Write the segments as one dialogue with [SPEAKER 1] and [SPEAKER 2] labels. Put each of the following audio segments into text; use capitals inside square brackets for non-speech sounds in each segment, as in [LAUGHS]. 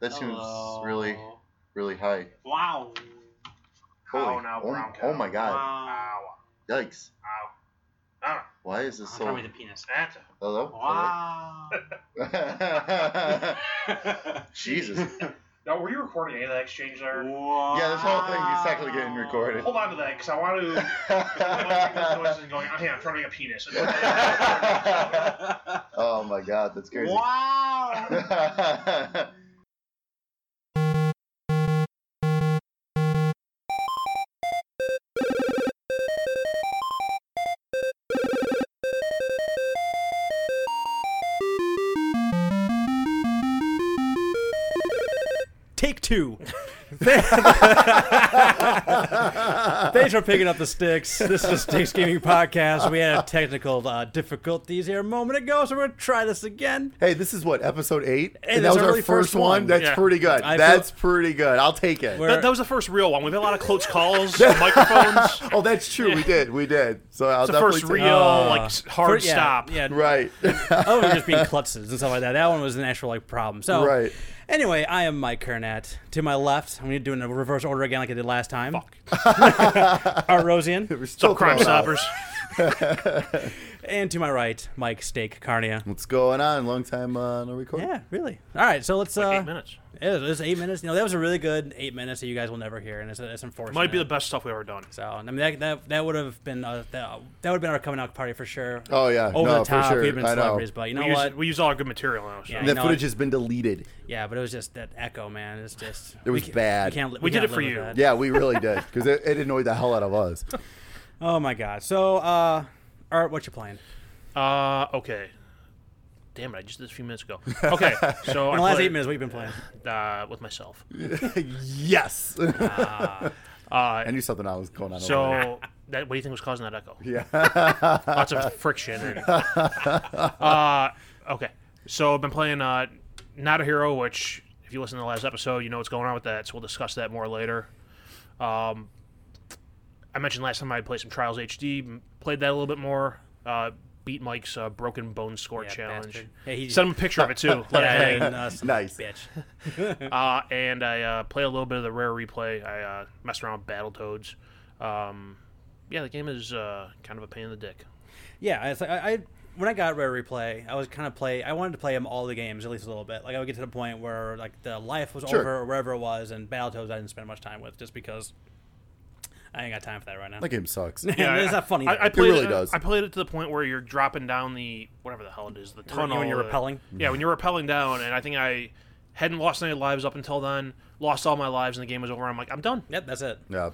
[SPEAKER 1] That seems really, really high.
[SPEAKER 2] Wow.
[SPEAKER 1] Holy,
[SPEAKER 3] Ow, now,
[SPEAKER 1] oh,
[SPEAKER 3] brown cow.
[SPEAKER 1] oh my god.
[SPEAKER 2] Wow.
[SPEAKER 3] Ow.
[SPEAKER 1] Yikes.
[SPEAKER 3] Ow. Ow.
[SPEAKER 1] Why is
[SPEAKER 2] I'm
[SPEAKER 1] this
[SPEAKER 2] trying
[SPEAKER 1] so.
[SPEAKER 2] with the
[SPEAKER 1] [LAUGHS]
[SPEAKER 2] penis.
[SPEAKER 3] That's
[SPEAKER 1] Hello? [LAUGHS]
[SPEAKER 2] Wow.
[SPEAKER 1] Hello?
[SPEAKER 3] a...
[SPEAKER 1] [LAUGHS] Jesus. [LAUGHS]
[SPEAKER 3] now, were you recording any of that exchange there?
[SPEAKER 1] Yeah, this whole thing is technically getting recorded.
[SPEAKER 3] Hold on
[SPEAKER 1] [LAUGHS]
[SPEAKER 3] to that, because I want to... I want to make those noises and going, okay, I'm trying to make a penis.
[SPEAKER 1] oh my god, that's crazy. [LAUGHS]
[SPEAKER 2] Wow.
[SPEAKER 4] Take two. Thanks for picking up the sticks. This is the Sticks Gaming Podcast. We had a technical uh, difficulties here a moment ago, so we're gonna try this again.
[SPEAKER 5] Hey, this is what episode eight. and
[SPEAKER 4] Hey,
[SPEAKER 5] that
[SPEAKER 4] that's
[SPEAKER 5] was
[SPEAKER 4] our
[SPEAKER 5] our
[SPEAKER 4] really
[SPEAKER 5] first,
[SPEAKER 4] first
[SPEAKER 5] one.
[SPEAKER 4] one.
[SPEAKER 5] That's
[SPEAKER 6] Yeah.
[SPEAKER 5] pretty good.
[SPEAKER 4] I feel-
[SPEAKER 5] that's pretty good. I'll take it.
[SPEAKER 4] We're-
[SPEAKER 6] That, that was the first real one. We've had a lot of close
[SPEAKER 1] [LAUGHS]
[SPEAKER 6] calls, microphones.
[SPEAKER 5] oh, that's true. We did. We did. So I'll
[SPEAKER 6] It's the
[SPEAKER 5] definitely
[SPEAKER 6] first
[SPEAKER 5] take-
[SPEAKER 6] real, like, s- hard
[SPEAKER 4] uh, yeah,
[SPEAKER 6] stop. [LAUGHS]
[SPEAKER 4] Yeah, [LAUGHS]
[SPEAKER 5] Right.
[SPEAKER 4] oh, we're just being klutzes and stuff like that. That one was an actual like problem.
[SPEAKER 5] [LAUGHS]
[SPEAKER 4] So
[SPEAKER 5] Right.
[SPEAKER 4] Anyway, I am Mike Kernat. To my left, I'm gonna do it in a reverse order again, like I did last time. [LAUGHS] Fuck. Art
[SPEAKER 6] [LAUGHS]
[SPEAKER 4] Rosian,
[SPEAKER 5] We're still
[SPEAKER 6] Crime
[SPEAKER 5] throwing out.
[SPEAKER 6] Stoppers.
[SPEAKER 4] and to my right, Mike Steak Carnia.
[SPEAKER 6] Mm.
[SPEAKER 5] What's going on? Long time uh, no recording.
[SPEAKER 4] Yeah, really. All right, so let's. uh,
[SPEAKER 6] Eight minutes.
[SPEAKER 4] It was, it was eight minutes. You know, that was a really good eight minutes that you guys will never hear, and it's, it's unfortunate.
[SPEAKER 6] Might be the best stuff we've ever done.
[SPEAKER 4] So I mean, that that, that would have been uh, that, that would have been our coming out party for sure.
[SPEAKER 5] Oh, yeah.
[SPEAKER 4] over
[SPEAKER 5] No,
[SPEAKER 4] the
[SPEAKER 5] for
[SPEAKER 4] top.
[SPEAKER 5] sure.
[SPEAKER 4] We'd have been
[SPEAKER 5] I know.
[SPEAKER 4] celebrities, but you know
[SPEAKER 6] we,
[SPEAKER 4] what?
[SPEAKER 6] Use, we use all our good material now. So.
[SPEAKER 4] Yeah.
[SPEAKER 5] And that
[SPEAKER 4] No,
[SPEAKER 5] footage
[SPEAKER 4] I-
[SPEAKER 5] has been deleted.
[SPEAKER 4] yeah, but it was just that echo, man. It's just
[SPEAKER 5] It
[SPEAKER 4] we
[SPEAKER 5] was
[SPEAKER 4] ca-
[SPEAKER 5] bad.
[SPEAKER 4] We can't. li-
[SPEAKER 6] We did
[SPEAKER 4] can't
[SPEAKER 6] it for
[SPEAKER 4] live with
[SPEAKER 6] you.
[SPEAKER 4] that.
[SPEAKER 5] Yeah, we really did because it, it annoyed the hell out of us.
[SPEAKER 4] Oh my god. So, uh, Art, what you playing?
[SPEAKER 6] Uh, okay. Damn it! I just did this a few minutes ago.
[SPEAKER 4] [LAUGHS]
[SPEAKER 6] Okay, so
[SPEAKER 4] In
[SPEAKER 6] I
[SPEAKER 4] the last
[SPEAKER 6] played,
[SPEAKER 4] eight minutes, what you been playing?
[SPEAKER 6] uh, with myself.
[SPEAKER 5] [LAUGHS] yes,
[SPEAKER 6] Uh,
[SPEAKER 5] I knew something else was going on. over
[SPEAKER 6] [LAUGHS] so that what do you think was causing that echo?
[SPEAKER 5] there. yeah,
[SPEAKER 6] Lots of friction. And, uh, okay, so I've been playing uh, Not a Hero, which if you listen to the last episode, you know what's going on with that. So we'll discuss that more later. Um, I mentioned last time I played some Trials HD, m- played that a little bit more. Uh, beat Mike's uh, Broken Bone Score Challenge.
[SPEAKER 4] bastard. Yeah, he-
[SPEAKER 6] Send him a picture of it too. Let
[SPEAKER 4] [LAUGHS] Yeah,
[SPEAKER 6] it hang.
[SPEAKER 4] and, uh, son of
[SPEAKER 5] [LAUGHS]
[SPEAKER 4] a
[SPEAKER 5] Nice.
[SPEAKER 4] bitch.
[SPEAKER 6] uh, and I uh, play a little bit of the rare replay. I uh, messed around with Battletoads. Um, yeah, the game is uh, kind of a pain in the dick.
[SPEAKER 4] Yeah, it's like I, I when I got Rare Replay, I was kind of play. I wanted to play them all the games at least a little bit. Like I would get to the point where like the life was
[SPEAKER 5] Sure.
[SPEAKER 4] over or wherever it was, and Battletoads I didn't spend much time with just because I ain't got time for that right now.
[SPEAKER 5] that
[SPEAKER 4] [LAUGHS]
[SPEAKER 5] game sucks.
[SPEAKER 4] yeah, it's
[SPEAKER 6] I-
[SPEAKER 4] not funny.
[SPEAKER 6] I, I
[SPEAKER 4] though.
[SPEAKER 6] played it uh,
[SPEAKER 5] really does.
[SPEAKER 6] I played it to the point where you're dropping down the whatever the hell it is, the tunnel.
[SPEAKER 4] when you're
[SPEAKER 6] the-
[SPEAKER 4] rappelling?
[SPEAKER 6] Yeah, when you're rappelling down, and I think I hadn't lost any lives up until then. Lost all my lives, and the game was over. I'm like, I'm done.
[SPEAKER 4] Yep, that's it.
[SPEAKER 5] Yeah,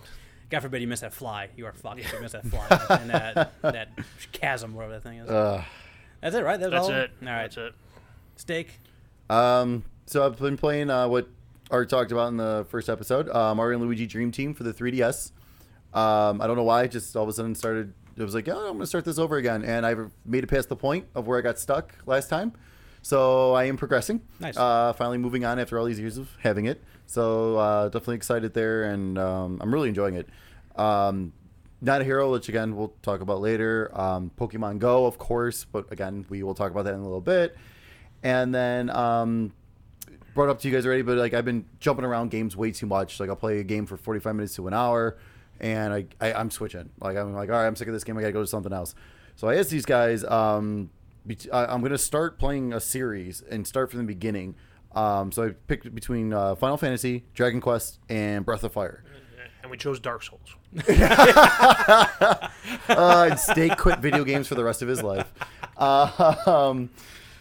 [SPEAKER 4] God forbid you miss that fly. You are fucked if you miss
[SPEAKER 5] [LAUGHS]
[SPEAKER 4] that fly and that that chasm, whatever that thing is. that's it, right? That
[SPEAKER 6] That's
[SPEAKER 4] was all?
[SPEAKER 6] it.
[SPEAKER 4] Oh. All right.
[SPEAKER 6] That's it.
[SPEAKER 4] Steak.
[SPEAKER 5] Um, so I've been playing uh, what Art talked about in the first episode, uh, Mario and Luigi Dream Team for the 3DS. Um, I don't know why, just all of a sudden started. It was like, oh, I'm gonna start this over again, and I made it past the point of where I got stuck last time. So I am progressing.
[SPEAKER 4] Nice.
[SPEAKER 5] Uh, finally moving on after all these years of having it. So uh, definitely excited there, and um, I'm really enjoying it. Um, not a hero, which again we'll talk about later. Um, Pokemon Go, of course, but again we will talk about that in a little bit. And then um, brought up to you guys already, but like I've been jumping around games way too much. Like I'll play a game for 45 minutes to an hour, and I, I I'm switching. Like I'm like, all right, I'm sick of this game. I gotta go to something else. So I asked these guys, um, bet- I- I'm gonna start playing a series and start from the beginning. Um, so I picked between uh, Final Fantasy, Dragon Quest, and Breath of Fire.
[SPEAKER 6] And we chose Dark Souls.
[SPEAKER 5] uh, and Steak quit video games for the rest of his life. Uh, [LAUGHS] um,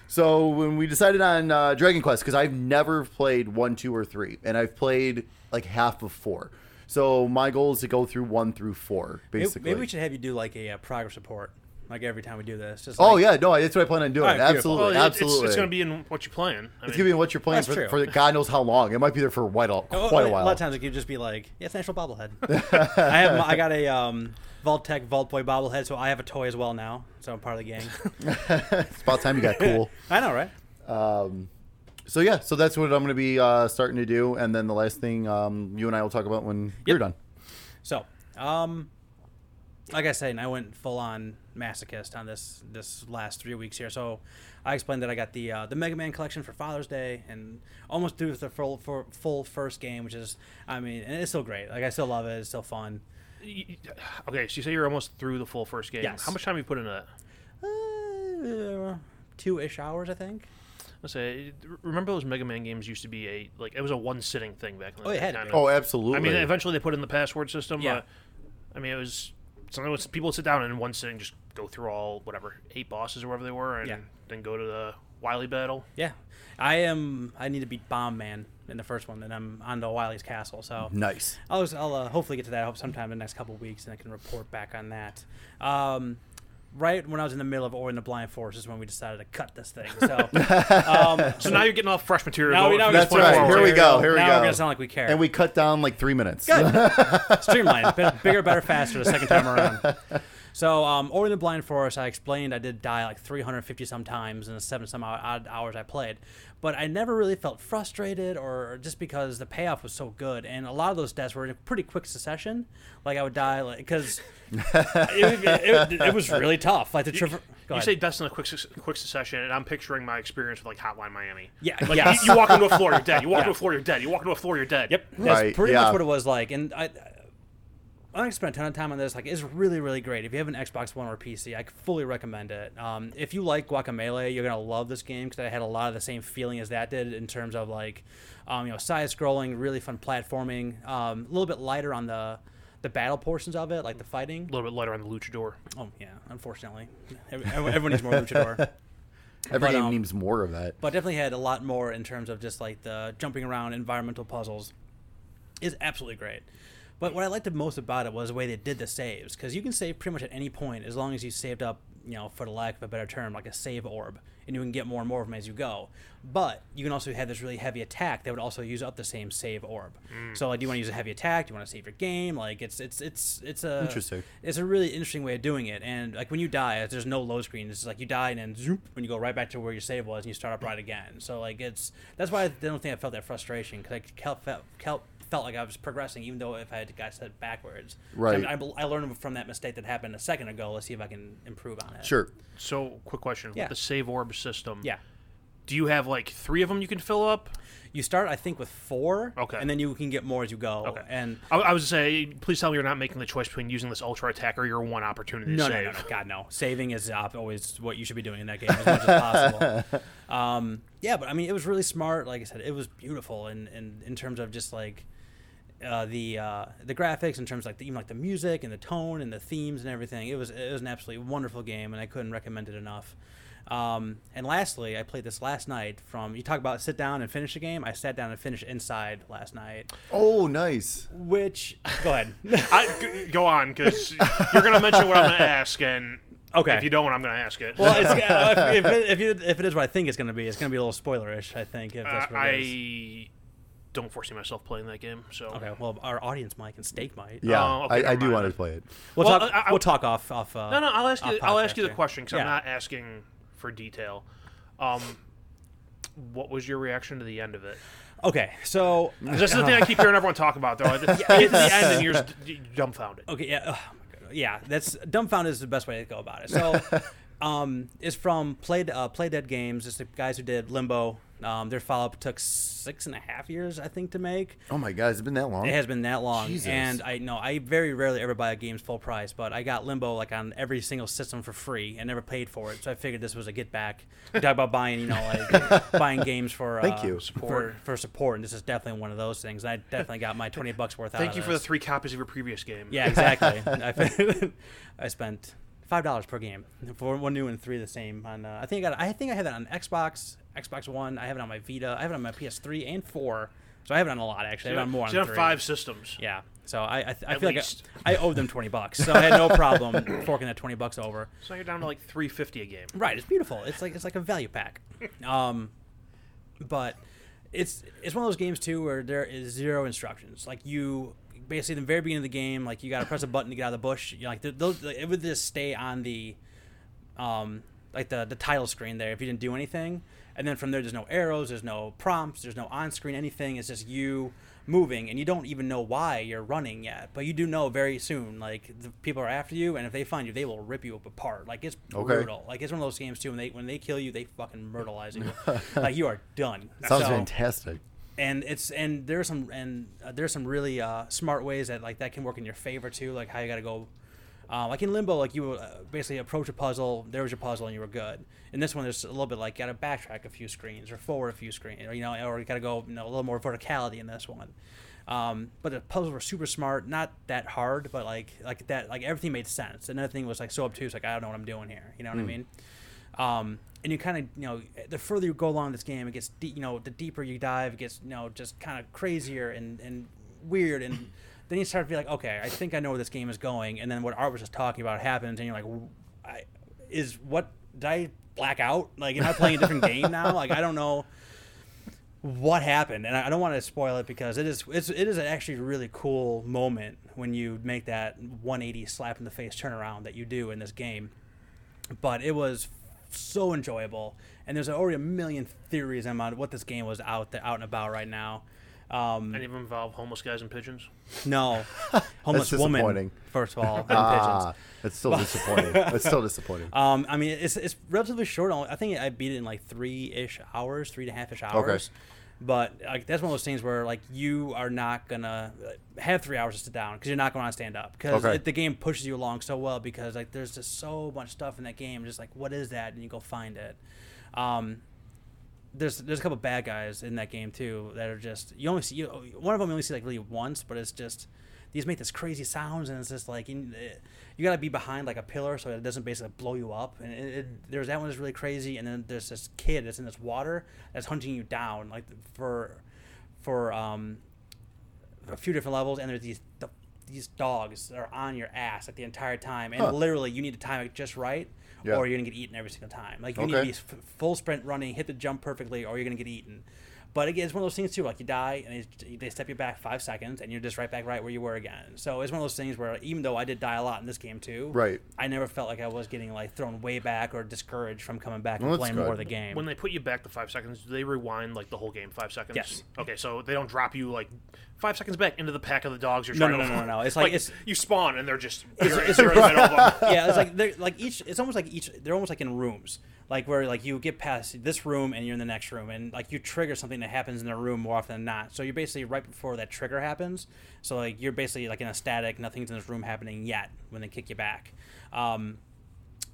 [SPEAKER 5] so when we decided on uh, Dragon Quest, because I've never played one, two, or three, and I've played like half of four. So my goal is to go through one through four,
[SPEAKER 4] Maybe,
[SPEAKER 5] basically.
[SPEAKER 4] maybe we should have you do like a uh, progress report, like every time we do this. Just
[SPEAKER 5] Oh
[SPEAKER 4] like-
[SPEAKER 5] yeah, no, that's what I plan on doing.
[SPEAKER 4] All right, beautiful.
[SPEAKER 5] absolutely,
[SPEAKER 6] Well, it- it's-
[SPEAKER 5] absolutely.
[SPEAKER 6] It's, going to be in what you're playing. I
[SPEAKER 5] It's
[SPEAKER 6] mean,
[SPEAKER 5] gonna be what you're playing
[SPEAKER 4] That's
[SPEAKER 5] for, for
[SPEAKER 4] true.
[SPEAKER 5] God knows how long. It might be there for quite a
[SPEAKER 4] Oh,
[SPEAKER 5] quite a
[SPEAKER 4] a
[SPEAKER 5] while.
[SPEAKER 4] lot of times it could just be like, yeah, it's National Bobblehead.
[SPEAKER 5] [LAUGHS]
[SPEAKER 4] I have, my- I got a um, Vault Tech Vault Boy bobblehead, so I have a toy as well now. So I'm part of the gang.
[SPEAKER 5] It's about time you got cool.
[SPEAKER 4] [LAUGHS] I know, right?
[SPEAKER 5] Um, so yeah, so that's what I'm gonna be uh, starting to do, and then the last thing um, you and I will talk about when you're done.
[SPEAKER 4] So, um, like I said, and I went full on masochist on this this last three weeks here. So I explained that I got the uh, the Mega Man collection for Father's Day and almost through with the full for, full first game, which is I mean, and it's still great. Like I still love it. It's still fun.
[SPEAKER 6] Y- y- Okay, so you say you're almost through the full first game.
[SPEAKER 4] Yes.
[SPEAKER 6] How much time have you put into that?
[SPEAKER 4] Uh, two ish hours, I think.
[SPEAKER 6] Let's say, remember those Mega Man games used to be a like it was a one sitting thing back in the
[SPEAKER 4] Oh, it
[SPEAKER 6] day,
[SPEAKER 4] had to
[SPEAKER 6] kinda.
[SPEAKER 4] be.
[SPEAKER 5] Oh, absolutely.
[SPEAKER 6] I mean, eventually they put in the password system.
[SPEAKER 4] Yeah.
[SPEAKER 6] But, I mean, it was something was people would sit down and in one sitting just go through all whatever eight bosses or whatever they were, and
[SPEAKER 4] Yeah.
[SPEAKER 6] then go to the Wily battle.
[SPEAKER 4] Yeah, I am. I need to beat Bomb Man in the first one, and I'm on to Wily's castle. So
[SPEAKER 5] nice.
[SPEAKER 4] I'll, just- I'll uh, hopefully get to that I hope sometime in the next couple weeks, and I can report back on that. Um, right when I was in the middle of Or in the Blind Forest is when we decided to cut this thing.
[SPEAKER 5] [LAUGHS]
[SPEAKER 4] So um,
[SPEAKER 6] So now you're getting all fresh material.
[SPEAKER 4] Now we-
[SPEAKER 6] going from
[SPEAKER 4] now
[SPEAKER 5] That's
[SPEAKER 6] this
[SPEAKER 4] we
[SPEAKER 6] point
[SPEAKER 4] That's what
[SPEAKER 5] right.
[SPEAKER 4] I
[SPEAKER 5] Here
[SPEAKER 6] forward.
[SPEAKER 5] we go. Here we
[SPEAKER 4] now
[SPEAKER 5] go.
[SPEAKER 4] we're gonna sound like we care.
[SPEAKER 5] and we cut down like three minutes. [LAUGHS]
[SPEAKER 4] streamlined, bit- bigger, better, faster the second time around. So, um, Ori and the Blind Forest, I explained I did die like 350 some times in the seven some odd- odd hours I played, but I never really felt frustrated or just because the payoff was so good. And a lot of those deaths were in pretty quick succession. Like I would die like because it, [LAUGHS] it, it was really tough. Like the traver- Go
[SPEAKER 6] [LAUGHS] You
[SPEAKER 4] ahead.
[SPEAKER 6] say death in a quick suc- quick succession, and I'm picturing my experience with like Hotline Miami.
[SPEAKER 4] yeah,
[SPEAKER 6] Like
[SPEAKER 4] yes.
[SPEAKER 6] you, you walk into a floor, you're dead.
[SPEAKER 4] [LAUGHS]
[SPEAKER 6] You walk into a floor, you're dead. You walk into a floor, you're dead.
[SPEAKER 4] Yep, that's
[SPEAKER 5] Right,
[SPEAKER 4] pretty
[SPEAKER 5] yeah.
[SPEAKER 4] much what it was like. And I, I think I spent a ton of time on this. Like, it's really, really great. If you have an Xbox One or PC, I fully recommend it. Um, if you like Guacamelee, you're gonna love this game because I had a lot of the same feeling as that did in terms of like, um, you know, side scrolling, really fun platforming, um, a little bit lighter on the the battle portions of it, like the fighting.
[SPEAKER 6] A little bit later on the luchador.
[SPEAKER 4] Oh yeah, unfortunately, Every-
[SPEAKER 5] [LAUGHS]
[SPEAKER 4] everyone needs more luchador.
[SPEAKER 5] Every
[SPEAKER 4] But,
[SPEAKER 5] game
[SPEAKER 4] um,
[SPEAKER 5] needs more of that.
[SPEAKER 4] but definitely had a lot more in terms of just like the jumping around environmental puzzles is absolutely great but what i liked the most about it was the way they did the saves because you can save pretty much at any point as long as you saved up you know for the lack of a better term like a save orb and you can get more and more of them as you go but you can also have this really heavy attack that would also use up the same save orb so like do you want to use a heavy attack do you want to save your game like it's it's it's it's a
[SPEAKER 5] Interesting.
[SPEAKER 4] it's a really interesting way of doing it. And like when you die, there's no load screen. It's just like you die and then zoom, and you go right back to where your save was, and you start up right again. So like it's that's why I don't think I felt that frustration because I felt, felt, felt felt like I was progressing, even though if I had got set backwards. So, I,
[SPEAKER 5] Right.
[SPEAKER 4] mean, I, bel- I learned from that mistake that happened a second ago. Let's see if I can improve on it.
[SPEAKER 5] Sure.
[SPEAKER 6] So, quick question:
[SPEAKER 4] Yeah.
[SPEAKER 6] With the save orb system,
[SPEAKER 4] Yeah.
[SPEAKER 6] do you have like three of them you can fill up?
[SPEAKER 4] You start, I think, with four.
[SPEAKER 6] Okay.
[SPEAKER 4] And then you can get more as you go.
[SPEAKER 6] Okay.
[SPEAKER 4] And
[SPEAKER 6] I, I was gonna say, please tell me you're not making the choice between using this ultra attack or your one opportunity
[SPEAKER 4] No,
[SPEAKER 6] to
[SPEAKER 4] no,
[SPEAKER 6] save.
[SPEAKER 4] no, no, God, no. Saving is uh, always what you should be doing in that game as much as possible. Um, yeah, but I mean, it was really smart. Like I said, it was beautiful, and in, in, terms of just like uh, the uh, the graphics, in terms of, like the, even like the music and the tone and the themes and everything. It was it was an absolutely wonderful game, and I couldn't recommend it enough. Um, and lastly, I played this last night. From you talk about sit down and finish a game. I sat down and finished Inside last night,
[SPEAKER 5] Oh, nice.
[SPEAKER 4] which go ahead.
[SPEAKER 6] [LAUGHS] I, g- go on, because you're gonna mention what I'm gonna ask, and
[SPEAKER 4] Okay.
[SPEAKER 6] if you don't, I'm gonna ask it.
[SPEAKER 4] Well, it's, uh, if, if, it, if, you, if it is what I think it's going to be, it's going to be a little spoilerish. I think if
[SPEAKER 6] Uh,
[SPEAKER 4] that's what it is.
[SPEAKER 6] I don't foresee myself playing that game. So
[SPEAKER 4] Okay, well, our audience might and Steak might.
[SPEAKER 5] Yeah,
[SPEAKER 6] Oh, okay,
[SPEAKER 5] I, I
[SPEAKER 6] never
[SPEAKER 5] do
[SPEAKER 6] mind.
[SPEAKER 5] want to play it.
[SPEAKER 4] we'll,
[SPEAKER 6] Well,
[SPEAKER 4] talk.
[SPEAKER 6] I- I-
[SPEAKER 4] we'll talk off off. Uh,
[SPEAKER 6] no, no, I'll ask you.
[SPEAKER 4] off
[SPEAKER 6] I'll ask you
[SPEAKER 4] podcast
[SPEAKER 6] the
[SPEAKER 4] here.
[SPEAKER 6] question because
[SPEAKER 4] Yeah.
[SPEAKER 6] I'm not asking for detail. Um, what was your reaction to the end of it?
[SPEAKER 4] Okay, so uh,
[SPEAKER 6] This is the thing I keep hearing everyone talk about, though.
[SPEAKER 4] [LAUGHS]
[SPEAKER 6] Like, you get to the end and you're just d- dumbfounded.
[SPEAKER 4] Okay, yeah, oh my God. yeah. That's dumbfounded is the best way to go about it. So, um, it's from Play uh, Play Dead Games. It's the guys who did Limbo. Um, their follow up took six and a half years, I think, to make.
[SPEAKER 5] Oh my god, it's been that long.
[SPEAKER 4] It has been that long,
[SPEAKER 5] Jesus.
[SPEAKER 4] and I know I very rarely ever buy a game's full price, but I got Limbo like on every single system for free and never paid for it, so I figured this was a get back. We talk about buying, you know,
[SPEAKER 5] [LAUGHS]
[SPEAKER 4] like buying games for uh,
[SPEAKER 5] Thank you.
[SPEAKER 4] support for, for support, and this is definitely one of those things. And I definitely got my twenty bucks worth out.
[SPEAKER 6] Thank
[SPEAKER 4] of
[SPEAKER 6] you for the
[SPEAKER 4] this.
[SPEAKER 6] three copies of your previous game.
[SPEAKER 4] Yeah,
[SPEAKER 6] [LAUGHS]
[SPEAKER 4] exactly. I, fin- [LAUGHS] I spent five dollars per game for one new and three the same. On uh, I think I got I think I have it on Xbox, Xbox One. I have it on my Vita. I have it on my PS3 and four. So I have it on a lot actually. I have it on more.
[SPEAKER 6] It's
[SPEAKER 4] on
[SPEAKER 6] on
[SPEAKER 4] three.
[SPEAKER 6] five systems.
[SPEAKER 4] Yeah. So I I, th- I
[SPEAKER 6] At
[SPEAKER 4] feel
[SPEAKER 6] least.
[SPEAKER 4] like I, I owed them twenty bucks, so I had [LAUGHS] no problem forking that twenty bucks over.
[SPEAKER 6] So you're down to like 350 a game.
[SPEAKER 4] Right. It's beautiful. It's like it's like a value pack. Um, but it's it's one of those games too where there is zero instructions. Like you basically in the very beginning of the game, like you got to press a button to get out of the bush. You're like th- those, it would just stay on the um, like the the title screen there if you didn't do anything. And then from there, there's no arrows, there's no prompts, there's no on screen anything. It's just you moving, and you don't even know why you're running yet, but you do know very soon. Like the people are after you, and if they find you, they will rip you up apart. Like it's
[SPEAKER 5] Okay.
[SPEAKER 4] brutal. Like it's one of those games too. When they when they kill you, they fucking
[SPEAKER 5] [LAUGHS]
[SPEAKER 4] myrtleize you. like you are done.
[SPEAKER 5] Sounds
[SPEAKER 4] So-
[SPEAKER 5] fantastic.
[SPEAKER 4] and it's and there's some and uh, there's some really uh, smart ways that like that can work in your favor too like how you gotta go uh, like in limbo like you would, uh, basically approach a puzzle there was your puzzle and you were good in this one there's a little bit like gotta backtrack a few screens or forward a few screens or you know or you gotta go you know, a little more verticality in this one um, but the puzzles were super smart not that hard but like like that like everything made sense and nothing was like so obtuse like i don't know what i'm doing here you know what i mean um, and you kind of you know the further you go along in this game it gets de- you know the deeper you dive it gets you know just kind of crazier and and weird and then you start to be like okay i think i know where this game is going and then what art was just talking about happens and you're like w- I, is what did i black out like am i playing a different game now like i don't know what happened and i I don't want to spoil it because it is it's, it is an actually really cool moment when you make that 180 slap in the face turnaround that you do in this game but it was so enjoyable. And there's already a million theories about what this game was out there, out and about right now. Um,
[SPEAKER 6] Any of them involve homeless guys and pigeons?
[SPEAKER 4] no, homeless woman.
[SPEAKER 5] disappointing.
[SPEAKER 4] First
[SPEAKER 5] [LAUGHS]
[SPEAKER 4] of all, and
[SPEAKER 5] Ah,
[SPEAKER 4] pigeons.
[SPEAKER 5] it's still
[SPEAKER 6] [LAUGHS]
[SPEAKER 5] disappointing. It's still disappointing.
[SPEAKER 6] Oh,
[SPEAKER 4] Um, I mean, it's it's relatively short. I think I beat it in like three ish hours, three and a half ish hours. But like that's one of those things where like you are not gonna uh, have three hours to sit down because you're not going to stand up because
[SPEAKER 5] Okay.
[SPEAKER 4] the game pushes you along so well because like there's just so much stuff in that game just like what is that and you go find it. Um, there's there's a couple bad guys in that game too that are just you only see you, one of them you only see like really once, but it's just these make this crazy sounds and it's just like you, you gotta be behind like a pillar so it doesn't basically blow you up. And it, it, there's that one that's really crazy, and then there's this kid that's in this water that's hunting you down like for for um a few different levels, and there's these the, these dogs that are on your ass like the entire time, and
[SPEAKER 5] Huh.
[SPEAKER 4] literally you need to time it just right,
[SPEAKER 5] Yeah.
[SPEAKER 4] or you're gonna get eaten every single time. Like you need to
[SPEAKER 5] Okay.
[SPEAKER 4] be f- full sprint running, hit the jump perfectly, or you're gonna get eaten. But again, it's one of those things too. Like you die, and they, they step you back five seconds, and you're just right back right where you were again. So it's one of those things where even though I did die a lot in this game too,
[SPEAKER 5] Right.
[SPEAKER 4] I never felt like I was getting like thrown way back or discouraged from coming back and
[SPEAKER 5] Well, that's
[SPEAKER 4] playing
[SPEAKER 5] good.
[SPEAKER 4] more of the game.
[SPEAKER 6] When they put you back to five seconds, do they rewind like the whole game five seconds?
[SPEAKER 4] Yes.
[SPEAKER 6] Okay, so they don't drop you like five seconds back into the pack of the dogs. You're
[SPEAKER 4] No,
[SPEAKER 6] trying
[SPEAKER 4] no,
[SPEAKER 6] to-
[SPEAKER 4] no,
[SPEAKER 6] [LAUGHS]
[SPEAKER 4] no, no. It's like- it's-
[SPEAKER 6] you spawn and they're
[SPEAKER 4] [LAUGHS]
[SPEAKER 6] just you're,
[SPEAKER 4] it's-
[SPEAKER 6] you're in the
[SPEAKER 5] [LAUGHS]
[SPEAKER 6] middle
[SPEAKER 4] [LAUGHS]
[SPEAKER 6] of them.
[SPEAKER 4] yeah, it's like they're like each. It's almost like each. They're almost like in rooms, like where like you get past this room and you're in the next room, and like you trigger something that happens in the room more often than not. So you're basically right before that trigger happens. So like you're basically like in a static. Nothing's in this room happening yet when they kick you back. Um,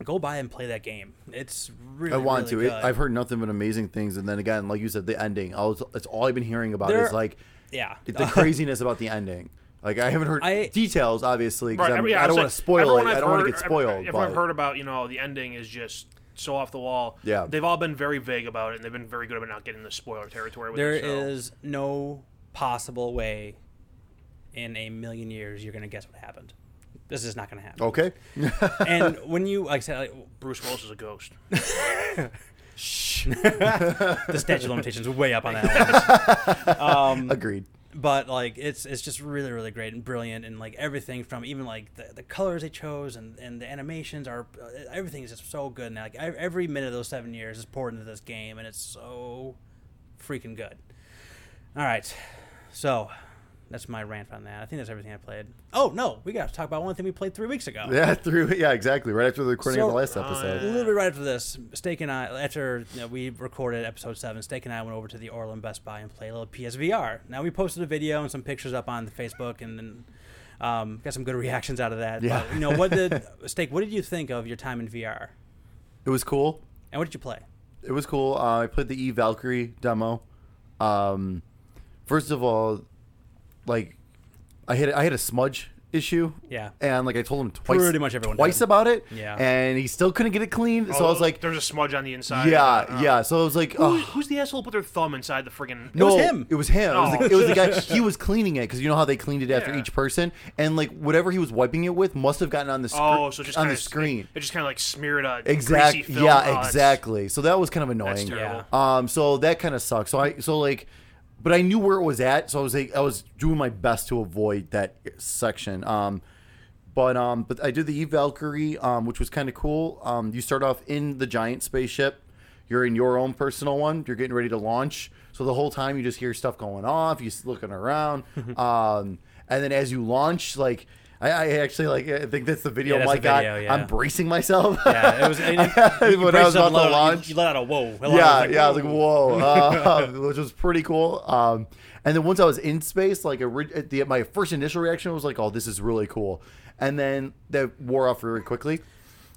[SPEAKER 4] go by and play that game. It's really.
[SPEAKER 5] I want
[SPEAKER 4] really
[SPEAKER 5] to. It,
[SPEAKER 4] good.
[SPEAKER 5] I've heard nothing but amazing things, and then again, like you said, the ending. I was, it's all I've been hearing about
[SPEAKER 4] There-
[SPEAKER 5] is like
[SPEAKER 4] yeah.
[SPEAKER 6] [LAUGHS]
[SPEAKER 5] the craziness about the ending. Like I haven't heard
[SPEAKER 4] I-
[SPEAKER 5] details, obviously, because
[SPEAKER 6] Right,
[SPEAKER 5] I'm
[SPEAKER 6] yeah,
[SPEAKER 5] I
[SPEAKER 6] was
[SPEAKER 5] don't want
[SPEAKER 6] like,
[SPEAKER 5] to spoil it.
[SPEAKER 6] everyone
[SPEAKER 5] I
[SPEAKER 6] I've
[SPEAKER 5] don't want to
[SPEAKER 6] heard-
[SPEAKER 5] get spoiled.
[SPEAKER 6] Everyone
[SPEAKER 5] but
[SPEAKER 6] I've heard about, you know, the ending is just so off the wall.
[SPEAKER 5] Yeah.
[SPEAKER 6] They've all been very vague about it, and they've been very good about not getting the spoiler territory. With
[SPEAKER 4] There
[SPEAKER 6] it, so.
[SPEAKER 4] is no possible way in a million years you're gonna guess what happened. This is not gonna happen.
[SPEAKER 5] okay,
[SPEAKER 6] Mm-hmm.
[SPEAKER 4] and when you, like I said, like,
[SPEAKER 6] Bruce Willis is a ghost.
[SPEAKER 4] [LAUGHS] the statute of limitations is way up on that one.
[SPEAKER 5] [LAUGHS]
[SPEAKER 4] um,
[SPEAKER 5] agreed.
[SPEAKER 4] but like it's it's just really really great and brilliant and like everything from even like the, the colors they chose and, and the animations are uh, everything is just so good and like ev- every minute of those seven years is poured into this game and it's so freaking good. All right, so that's my rant on that. I think that's everything I played. Oh no, we got to talk about one thing we played three weeks ago.
[SPEAKER 5] Yeah, [LAUGHS] through. Yeah, exactly. Right after the recording of
[SPEAKER 4] So-
[SPEAKER 5] the last episode.
[SPEAKER 4] Literally right after this, Steak and I, after you know, we recorded episode seven, Steak and I went over to the Orland Best Buy and played a little PSVR. Now we posted a video and some pictures up on the Facebook and then um, got some good [LAUGHS] reactions out of that.
[SPEAKER 5] Yeah.
[SPEAKER 4] But, you know, what did Steak? What did you think of your time in VR?
[SPEAKER 5] It was cool.
[SPEAKER 4] And what did you play?
[SPEAKER 5] It was cool. Uh, I played the E Valkyrie demo. Um, first of all, like I had I had a smudge issue.
[SPEAKER 4] Yeah.
[SPEAKER 5] And like I told him twice,
[SPEAKER 4] Pretty much everyone
[SPEAKER 5] twice
[SPEAKER 4] did.
[SPEAKER 5] about it.
[SPEAKER 4] Yeah.
[SPEAKER 5] And he still couldn't get it clean. so I was like,
[SPEAKER 6] there's a smudge on the inside.
[SPEAKER 5] yeah, yeah. So I was like,
[SPEAKER 6] uh, Who,
[SPEAKER 5] oh.
[SPEAKER 6] who's the asshole who put their thumb inside the friggin'?
[SPEAKER 5] No,
[SPEAKER 4] was him.
[SPEAKER 5] It was him. It, was
[SPEAKER 6] Oh.
[SPEAKER 5] the, it was the guy. He was cleaning it because you know how they cleaned it after
[SPEAKER 6] Yeah.
[SPEAKER 5] each person, and like whatever he was wiping it with must have gotten on the screen.
[SPEAKER 6] Oh, so just
[SPEAKER 5] on
[SPEAKER 6] kinda,
[SPEAKER 5] the screen.
[SPEAKER 6] It, it just kind of like smeared a
[SPEAKER 5] Exactly.
[SPEAKER 6] greasy film. Oh,
[SPEAKER 5] Yeah,
[SPEAKER 6] it's-
[SPEAKER 5] exactly. So that was kind of annoying.
[SPEAKER 6] That's terrible.
[SPEAKER 5] Um, so that kind of sucks. So I, so like, but I knew where it was at. So I was like, I was doing my best to avoid that section. Um, But um, but I did the Eve Valkyrie, um, which was kind of cool. Um, you start off in the giant spaceship. You're in your own personal one. You're getting ready to launch. So the whole time you just hear stuff going off. You're just looking
[SPEAKER 4] [LAUGHS]
[SPEAKER 5] around. um, and then as you launch, like I, I actually like I think that's the video.
[SPEAKER 4] Yeah, that's
[SPEAKER 5] my
[SPEAKER 4] the
[SPEAKER 5] God,
[SPEAKER 4] video, yeah.
[SPEAKER 5] I'm bracing myself. [LAUGHS]
[SPEAKER 4] Yeah, it was. And it, you
[SPEAKER 5] when I
[SPEAKER 4] braced
[SPEAKER 5] was
[SPEAKER 4] up
[SPEAKER 5] about
[SPEAKER 4] and let
[SPEAKER 5] to
[SPEAKER 4] out- you-
[SPEAKER 5] launch.
[SPEAKER 4] You, let out a whoa. A lot of-
[SPEAKER 5] Yeah,
[SPEAKER 4] like,
[SPEAKER 5] yeah. I was
[SPEAKER 4] whoa.
[SPEAKER 5] like,
[SPEAKER 4] [LAUGHS]
[SPEAKER 5] whoa, uh, [LAUGHS] which was pretty cool. Um, and then once I was in space, like ori- at the, my first initial reaction was like, oh, this is really cool. And then that wore off really quickly.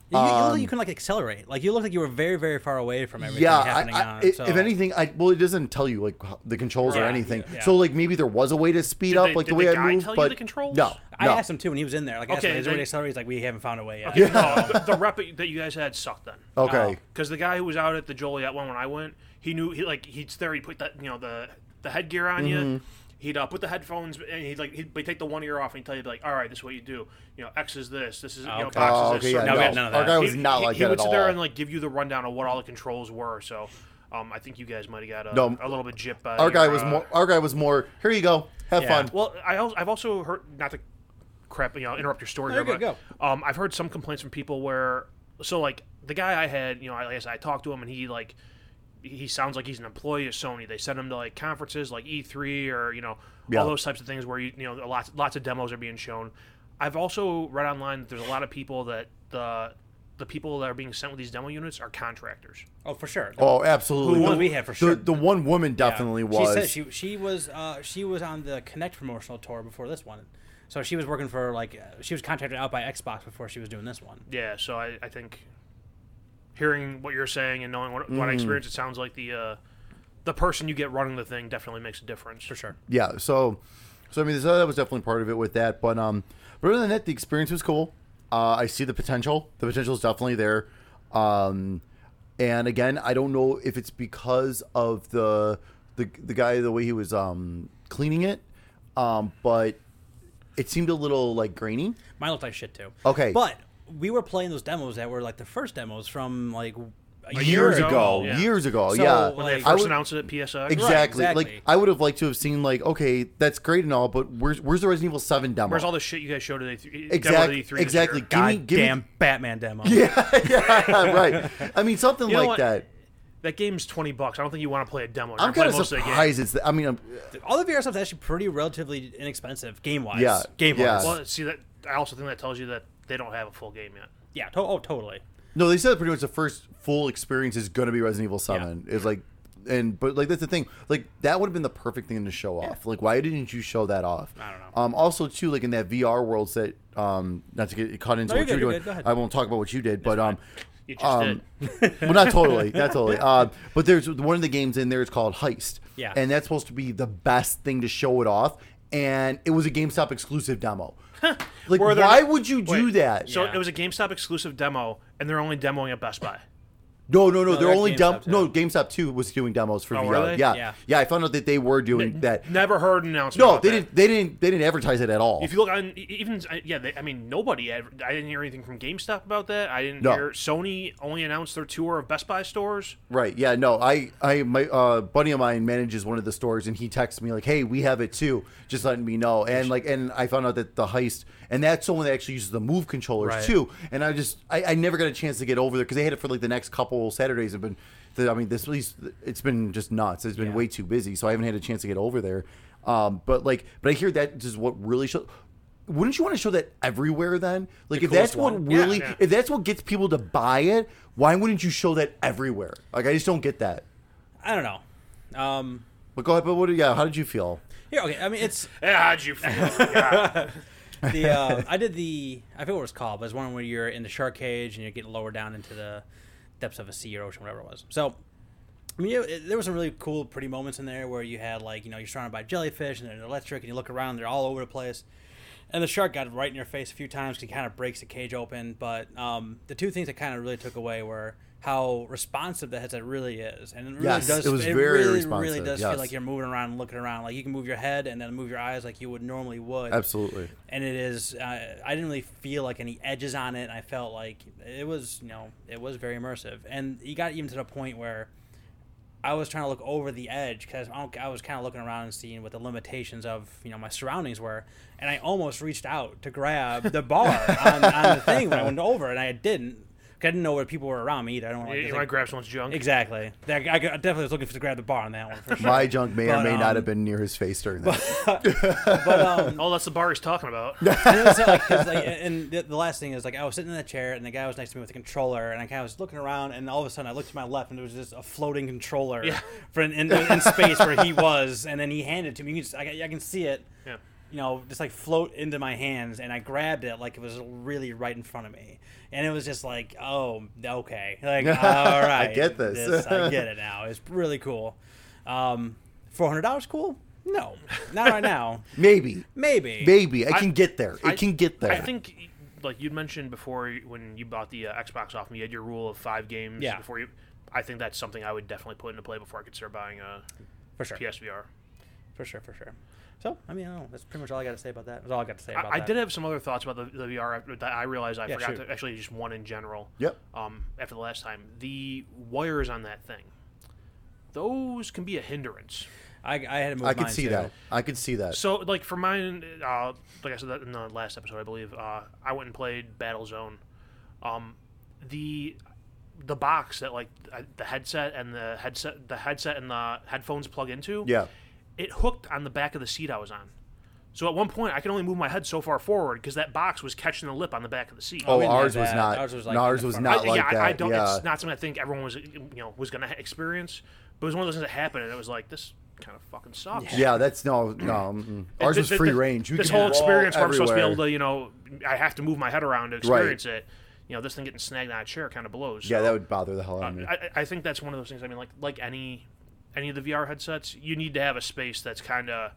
[SPEAKER 4] You, you looked
[SPEAKER 5] Um,
[SPEAKER 4] like you can like accelerate. Like you looked like you were very, very far away from everything
[SPEAKER 5] Yeah, I,
[SPEAKER 4] happening
[SPEAKER 5] I-
[SPEAKER 4] on.
[SPEAKER 5] i-
[SPEAKER 4] so.
[SPEAKER 5] if anything, I well, it doesn't tell you like h- the controls or
[SPEAKER 4] Right.
[SPEAKER 5] anything.
[SPEAKER 4] Yeah.
[SPEAKER 5] So like maybe there was a way to speed
[SPEAKER 6] Did
[SPEAKER 5] up,
[SPEAKER 6] they-
[SPEAKER 5] like the
[SPEAKER 6] did
[SPEAKER 5] way
[SPEAKER 6] the
[SPEAKER 5] I
[SPEAKER 6] guy
[SPEAKER 5] moved,
[SPEAKER 6] tell you
[SPEAKER 5] but
[SPEAKER 6] the controls?
[SPEAKER 5] no,
[SPEAKER 4] I
[SPEAKER 5] no.
[SPEAKER 4] asked him too when he was in there. Like, I asked
[SPEAKER 6] Okay,
[SPEAKER 4] him, is there
[SPEAKER 6] they-
[SPEAKER 4] any accelerate? He's like, we haven't found a way yet.
[SPEAKER 6] Okay, no, uh, the, the rep that you guys had sucked then.
[SPEAKER 5] [LAUGHS] Okay,
[SPEAKER 6] Because the guy who was out at the Joliet one when I went, he knew he like he's there. He put that you know the the headgear on
[SPEAKER 5] Mm-hmm.
[SPEAKER 6] you. He'd uh, put the headphones and he'd like he'd, he'd take the one ear off and he'd tell you like, all right, this is what you do. You know, X is this. This is you know,
[SPEAKER 4] Okay.
[SPEAKER 6] box
[SPEAKER 5] Oh,
[SPEAKER 6] is
[SPEAKER 5] okay,
[SPEAKER 6] this.
[SPEAKER 5] yeah,
[SPEAKER 6] circle
[SPEAKER 4] No, we
[SPEAKER 5] no.
[SPEAKER 4] had none of
[SPEAKER 5] Our
[SPEAKER 4] that.
[SPEAKER 5] guy
[SPEAKER 4] It
[SPEAKER 5] was
[SPEAKER 6] he,
[SPEAKER 5] not
[SPEAKER 6] he-
[SPEAKER 5] like
[SPEAKER 6] he
[SPEAKER 5] that
[SPEAKER 6] would
[SPEAKER 5] at
[SPEAKER 6] sit
[SPEAKER 5] all.
[SPEAKER 6] there and like give you the rundown of what all the controls were. So, um, I think you guys might have got a,
[SPEAKER 5] No.
[SPEAKER 6] a little bit jipped by
[SPEAKER 5] our guy
[SPEAKER 6] your,
[SPEAKER 5] was
[SPEAKER 6] uh,
[SPEAKER 5] more. Our guy was more. Here you go. Have
[SPEAKER 4] Yeah.
[SPEAKER 5] fun.
[SPEAKER 6] Well, I also, I've also heard not to crap, you know, interrupt your story
[SPEAKER 4] No,
[SPEAKER 6] here,
[SPEAKER 4] you're good,
[SPEAKER 6] but um, I've heard some complaints from people where so like the guy I had, you know, I, like I said, I talked to him and he like he sounds like he's an employee of Sony. They send him to like conferences like E3 or you know
[SPEAKER 5] Yeah.
[SPEAKER 6] all those types of things where you you know lots lots of demos are being shown. I've also read online that there's a lot of people that the the people that are being sent with these demo units are contractors.
[SPEAKER 4] Oh, for sure.
[SPEAKER 5] Oh, absolutely.
[SPEAKER 4] The one
[SPEAKER 5] The-
[SPEAKER 4] we had for
[SPEAKER 5] the-
[SPEAKER 4] sure.
[SPEAKER 5] The, one woman definitely was.
[SPEAKER 4] She said she she was uh, she was on the Connect promotional tour before this one, so she was working for like uh, she was contracted out by Xbox before she was doing this one.
[SPEAKER 6] Yeah, so I, I think hearing what you're saying and knowing what,
[SPEAKER 5] Mm.
[SPEAKER 6] what I experienced, it sounds like the uh, the person you get running the thing definitely makes a difference.
[SPEAKER 4] For sure.
[SPEAKER 5] yeah. So, so I mean, so that was definitely part of it with that. But um, but other than that, the experience was cool. Uh, I see the potential. The potential is definitely there. Um, and again, I don't know if it's because of the the the guy the way he was um cleaning it, um, but it seemed a little like grainy.
[SPEAKER 4] Mine looked like shit too.
[SPEAKER 5] Okay.
[SPEAKER 4] But we were playing those demos that were like the first demos from like a
[SPEAKER 6] year
[SPEAKER 4] year
[SPEAKER 6] ago.
[SPEAKER 4] ago.
[SPEAKER 6] yeah.
[SPEAKER 5] years ago,
[SPEAKER 4] So,
[SPEAKER 5] yeah.
[SPEAKER 6] When they
[SPEAKER 4] Like-
[SPEAKER 6] first
[SPEAKER 5] I would-
[SPEAKER 6] announced it at PSX,
[SPEAKER 5] Exactly. Like
[SPEAKER 4] exactly.
[SPEAKER 5] I would have liked to have seen like okay, that's great and all, but where's where's the Resident Evil Seven demo?
[SPEAKER 6] where's all the shit you guys showed at E E3?
[SPEAKER 5] Exact-
[SPEAKER 6] demo at E3 this
[SPEAKER 5] exactly.
[SPEAKER 6] year?
[SPEAKER 5] Give me- give me-
[SPEAKER 4] goddamn Batman demo.
[SPEAKER 5] [LAUGHS] yeah, yeah, right. I mean something
[SPEAKER 6] You know
[SPEAKER 5] like
[SPEAKER 6] what?
[SPEAKER 5] that.
[SPEAKER 6] That game's twenty bucks. I don't think you want to play a demo. You're
[SPEAKER 5] I'm
[SPEAKER 6] gonna play
[SPEAKER 5] kind of
[SPEAKER 6] most the game.
[SPEAKER 5] surprised it's. I mean, I'm,
[SPEAKER 4] All the VR stuff's actually pretty relatively inexpensive game wise.
[SPEAKER 5] Yeah,
[SPEAKER 4] Game
[SPEAKER 5] yeah.
[SPEAKER 4] wise.
[SPEAKER 6] Well, see that. I also think that tells you that they don't have a full game yet.
[SPEAKER 4] yeah. To- oh, totally.
[SPEAKER 5] no, they said pretty much the first full experience is going to be Resident Evil Seven. Is like, and but like that's the thing. Like that would have been the perfect thing to show off. Like why didn't you show that off?
[SPEAKER 4] I don't know.
[SPEAKER 5] Um, also too, like in that VR world set. Um, not to get caught into
[SPEAKER 4] No,
[SPEAKER 5] what
[SPEAKER 4] you're
[SPEAKER 5] you're
[SPEAKER 4] good, you're
[SPEAKER 5] doing.
[SPEAKER 4] good. Go ahead.
[SPEAKER 5] I won't talk about what you did, but um,
[SPEAKER 6] You just
[SPEAKER 5] Um, [LAUGHS]
[SPEAKER 6] did.
[SPEAKER 5] well, not totally, not totally. Uh, but there's one of the games in there. It's called Heist.
[SPEAKER 4] Yeah.
[SPEAKER 5] And that's supposed to be the best thing to show it off. And it was a GameStop exclusive demo. like,
[SPEAKER 6] Were there-
[SPEAKER 5] why would you do
[SPEAKER 6] Wait,
[SPEAKER 5] that?
[SPEAKER 6] So
[SPEAKER 4] Yeah.
[SPEAKER 6] it was a GameStop exclusive demo, and they're only demoing at Best Buy.
[SPEAKER 5] no, no, no.
[SPEAKER 4] No,
[SPEAKER 5] they're
[SPEAKER 4] that's
[SPEAKER 5] only
[SPEAKER 4] GameStop
[SPEAKER 5] demo.
[SPEAKER 4] too.
[SPEAKER 5] No, GameStop too was doing demos for
[SPEAKER 6] Oh,
[SPEAKER 5] VR.
[SPEAKER 6] were they?
[SPEAKER 5] Yeah.
[SPEAKER 4] Yeah.
[SPEAKER 5] yeah, I found out that they were doing that.
[SPEAKER 6] Never heard an announcement.
[SPEAKER 5] No,
[SPEAKER 6] about
[SPEAKER 5] they
[SPEAKER 6] that.
[SPEAKER 5] didn't. They didn't. They didn't advertise it at all.
[SPEAKER 6] If you look on, e- even I- yeah, they, I mean nobody. ever- I didn't hear anything from GameStop about that. I didn't
[SPEAKER 5] No.
[SPEAKER 6] hear Sony only announced their tour of Best Buy stores. [LAUGHS]
[SPEAKER 5] Right. Yeah. No. I. I. My uh, buddy of mine manages one of the stores, and he texts me like, "Hey, we have it too." Just letting me know. And like, and I found out that the heist, and that's someone that actually uses the move controllers
[SPEAKER 4] Right.
[SPEAKER 5] too. And I just, I, I never got a chance to get over there because they had it for like the next couple Saturdays. Have been, the, I mean, this at least it's been just nuts. It's been
[SPEAKER 4] Yeah.
[SPEAKER 5] way too busy, so I haven't had a chance to get over there. Um, but like, but I hear that is what really shows. Wouldn't you want to show that everywhere then? Like, if
[SPEAKER 4] coolest
[SPEAKER 5] that's what
[SPEAKER 4] one.
[SPEAKER 5] really,
[SPEAKER 6] yeah.
[SPEAKER 5] if that's what gets people to buy it, why wouldn't you show that everywhere? Like, I just don't get that.
[SPEAKER 4] I don't know. Um,
[SPEAKER 5] But go ahead. But what? Yeah, how did you feel?
[SPEAKER 4] here, okay. I mean, it's
[SPEAKER 6] Yeah, how'd Ah, you
[SPEAKER 4] [LAUGHS]
[SPEAKER 6] feel? Yeah.
[SPEAKER 5] [LAUGHS]
[SPEAKER 4] the uh, I did the I forget what it's called, but it's one where you're in the shark cage and you're getting lower down into the depths of a sea or ocean, whatever it was. So, I mean, it, it- there were some really cool, pretty moments in there where you had like you know you're surrounded by jellyfish and they're electric, and you look around, they're all over the place. And the shark got right in your face a few times 'cause he kind of breaks the cage open. But um, the two things I kind of really took away were how responsive the headset really is, and it really
[SPEAKER 5] Yes,
[SPEAKER 4] does.
[SPEAKER 5] it was very
[SPEAKER 4] really, really
[SPEAKER 5] responsive,
[SPEAKER 4] does
[SPEAKER 5] yes.
[SPEAKER 4] feel like you're moving around and looking around. Like you can move your head and then move your eyes like you would normally would
[SPEAKER 5] Absolutely.
[SPEAKER 4] and it is uh, i didn't really feel like any edges on it i felt like it was you know it was very immersive and you got even to the point where I was trying to look over the edge because I, don't- I was kind of looking around and seeing what the limitations of you know my surroundings were, and I almost reached out to grab the bar
[SPEAKER 6] [LAUGHS]
[SPEAKER 4] on, on the thing when I went over, and I didn't. 'cause I didn't know where people were around me either. I don't like
[SPEAKER 6] you
[SPEAKER 4] just,
[SPEAKER 6] want to
[SPEAKER 4] like-
[SPEAKER 6] grab someone's junk?
[SPEAKER 4] exactly. That- I, I definitely was looking for to grab the bar on that one.
[SPEAKER 6] [LAUGHS]
[SPEAKER 4] For sure.
[SPEAKER 5] My junk may or
[SPEAKER 4] But,
[SPEAKER 5] may not
[SPEAKER 4] um,
[SPEAKER 5] have been near his face during that.
[SPEAKER 4] but um,
[SPEAKER 6] Oh, that's the bar he's
[SPEAKER 5] [LAUGHS]
[SPEAKER 6] talking about.
[SPEAKER 4] and, it was, like, 'cause, like, and the, the last thing is like I was sitting in that chair and the guy was next to me with a controller and I kind of was looking around and all of a sudden I looked to my left and there was just a floating controller
[SPEAKER 6] Yeah.
[SPEAKER 4] for in, in, in space where he was and then he handed it to me. You can just, I, I can see it,
[SPEAKER 6] Yeah.
[SPEAKER 4] you know, just like float into my hands and I grabbed it like it was really right in front of me and it was just like oh okay like all right
[SPEAKER 5] get this.
[SPEAKER 4] I get it now it's really cool. Um, Four hundred dollars cool? No, not right now.
[SPEAKER 5] [LAUGHS] Maybe.
[SPEAKER 4] Maybe.
[SPEAKER 5] Maybe. I
[SPEAKER 6] I-
[SPEAKER 5] can get there. It can get there.
[SPEAKER 6] I think, like you mentioned before, when you bought the uh, Xbox off me, you had your rule of five games
[SPEAKER 4] Yeah.
[SPEAKER 6] before you. I think that's something I would definitely put into play before I could start buying uh, a
[SPEAKER 4] for sure.
[SPEAKER 6] PSVR.
[SPEAKER 4] For sure, for sure. So, I mean, I don't know. That's pretty much all I got to say about that. That's all I got to say about
[SPEAKER 6] I, I
[SPEAKER 4] that.
[SPEAKER 6] did have some other thoughts about the, the VR after- that I realized I
[SPEAKER 4] Yeah,
[SPEAKER 6] forgot
[SPEAKER 4] shoot.
[SPEAKER 6] to actually just one in general.
[SPEAKER 5] Yep.
[SPEAKER 6] Um, after the last time, the wires on that thing, those can be a hindrance.
[SPEAKER 4] I, I had to move
[SPEAKER 5] I could
[SPEAKER 4] mine,
[SPEAKER 5] see
[SPEAKER 4] too.
[SPEAKER 5] that. I could see that.
[SPEAKER 6] So, like for mine, uh, like I said that in the last episode, I believe uh, I went and played Battlezone. Um, the the box that like I- the headset and the headset the headset and the headphones plug into.
[SPEAKER 5] Yeah.
[SPEAKER 6] It hooked on the back of the seat I was on. So at one point, I could only move my head so far forward because that box was catching the lip on the back of the seat.
[SPEAKER 5] Oh,
[SPEAKER 4] we didn't have
[SPEAKER 5] ours was
[SPEAKER 4] that.
[SPEAKER 5] not.
[SPEAKER 4] Ours was, like,
[SPEAKER 5] no,
[SPEAKER 4] in
[SPEAKER 5] ours
[SPEAKER 4] the
[SPEAKER 5] was
[SPEAKER 4] front.
[SPEAKER 5] not
[SPEAKER 6] I-
[SPEAKER 5] like
[SPEAKER 6] yeah,
[SPEAKER 5] that.
[SPEAKER 6] I, I don't.
[SPEAKER 5] yeah.
[SPEAKER 6] It's not something I think everyone was you know was gonna experience, but it was one of those things that happened, and it was like this kind of fucking sucks.
[SPEAKER 5] yeah, that's no, no. mm-mm.
[SPEAKER 6] Th-
[SPEAKER 5] Ours was
[SPEAKER 6] th-
[SPEAKER 5] free
[SPEAKER 6] th-
[SPEAKER 5] range. You
[SPEAKER 6] this
[SPEAKER 5] can
[SPEAKER 6] whole
[SPEAKER 5] roll
[SPEAKER 6] experience where I'm supposed to be
[SPEAKER 5] everywhere.
[SPEAKER 6] able to, you know, I have to move my head around to experience it. You know, this thing getting snagged on a chair kind of blows.
[SPEAKER 5] Yeah,
[SPEAKER 6] So,
[SPEAKER 5] that would bother the hell out of me.
[SPEAKER 6] I, I- I think that's one of those things. I mean, like like any any of the VR headsets, you need to have a space that's kind of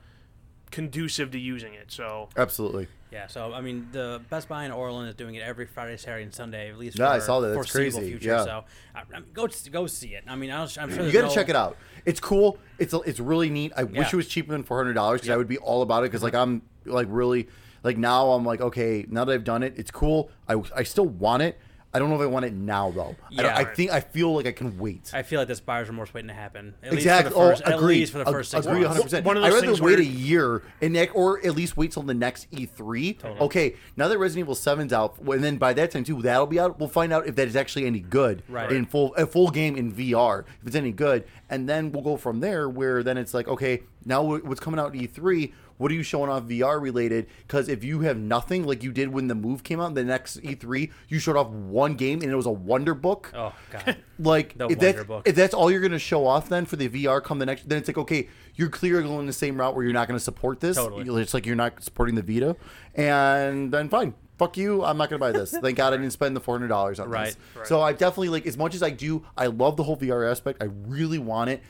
[SPEAKER 6] conducive to using it. So
[SPEAKER 5] Absolutely.
[SPEAKER 4] Yeah, so, I mean, the Best Buy in Orland is doing it every Friday, Saturday, and Sunday, at least
[SPEAKER 5] Yeah,
[SPEAKER 4] for
[SPEAKER 5] I saw that. That's
[SPEAKER 4] foreseeable
[SPEAKER 5] crazy.
[SPEAKER 4] future.
[SPEAKER 5] Yeah.
[SPEAKER 4] So, I, I mean, go, s- go see it. I mean, I'll, I'm sure
[SPEAKER 5] You
[SPEAKER 4] there's
[SPEAKER 5] got to
[SPEAKER 4] no-
[SPEAKER 5] check it out. It's cool. It's it's really neat. I wish
[SPEAKER 4] Yeah.
[SPEAKER 5] it was cheaper than four hundred dollars because I would be all about it. Because like I'm like really like now I'm like okay now that I've done it it's cool. I I still want it. I don't know if I want it now though. I, don't-
[SPEAKER 4] Yeah.
[SPEAKER 5] I think I feel like I can wait.
[SPEAKER 4] I feel like this buyer's remorse waiting to happen. At
[SPEAKER 5] exactly.
[SPEAKER 4] Least for the first,
[SPEAKER 5] oh,
[SPEAKER 4] at
[SPEAKER 5] agree.
[SPEAKER 4] least for the first six
[SPEAKER 5] agree,
[SPEAKER 4] months.
[SPEAKER 5] 100%.
[SPEAKER 6] One of
[SPEAKER 5] I'd
[SPEAKER 6] those
[SPEAKER 5] rather
[SPEAKER 6] things
[SPEAKER 5] wait
[SPEAKER 6] where-
[SPEAKER 5] a year and that, or at least wait till the next E3. Okay, now that Resident Evil 7's out, and then by that time too, that'll be out. We'll find out if that is actually any good
[SPEAKER 4] Right.
[SPEAKER 5] in full a full game in VR. If it's any good, and then we'll go from there. Where then it's like, okay, now wh- what's coming out in E3? What are you showing off VR related? Because if you have nothing like you did when the move came out, the next E3, you showed off one game and it was a Wonder Book
[SPEAKER 4] Oh, God.
[SPEAKER 5] like
[SPEAKER 4] The
[SPEAKER 5] if
[SPEAKER 4] Wonder
[SPEAKER 5] that's,
[SPEAKER 4] Book.
[SPEAKER 5] if that's all you're going to show off then for the VR come the next then it's like okay you're clearly going the same route where you're not going to support this
[SPEAKER 4] Totally.
[SPEAKER 5] You- it's like you're not supporting the Vita and then fine fuck you I'm not going to buy this thank god I didn't spend the $400 on
[SPEAKER 4] Right.
[SPEAKER 5] this so I definitely like as much as I do I love the whole VR aspect I really want it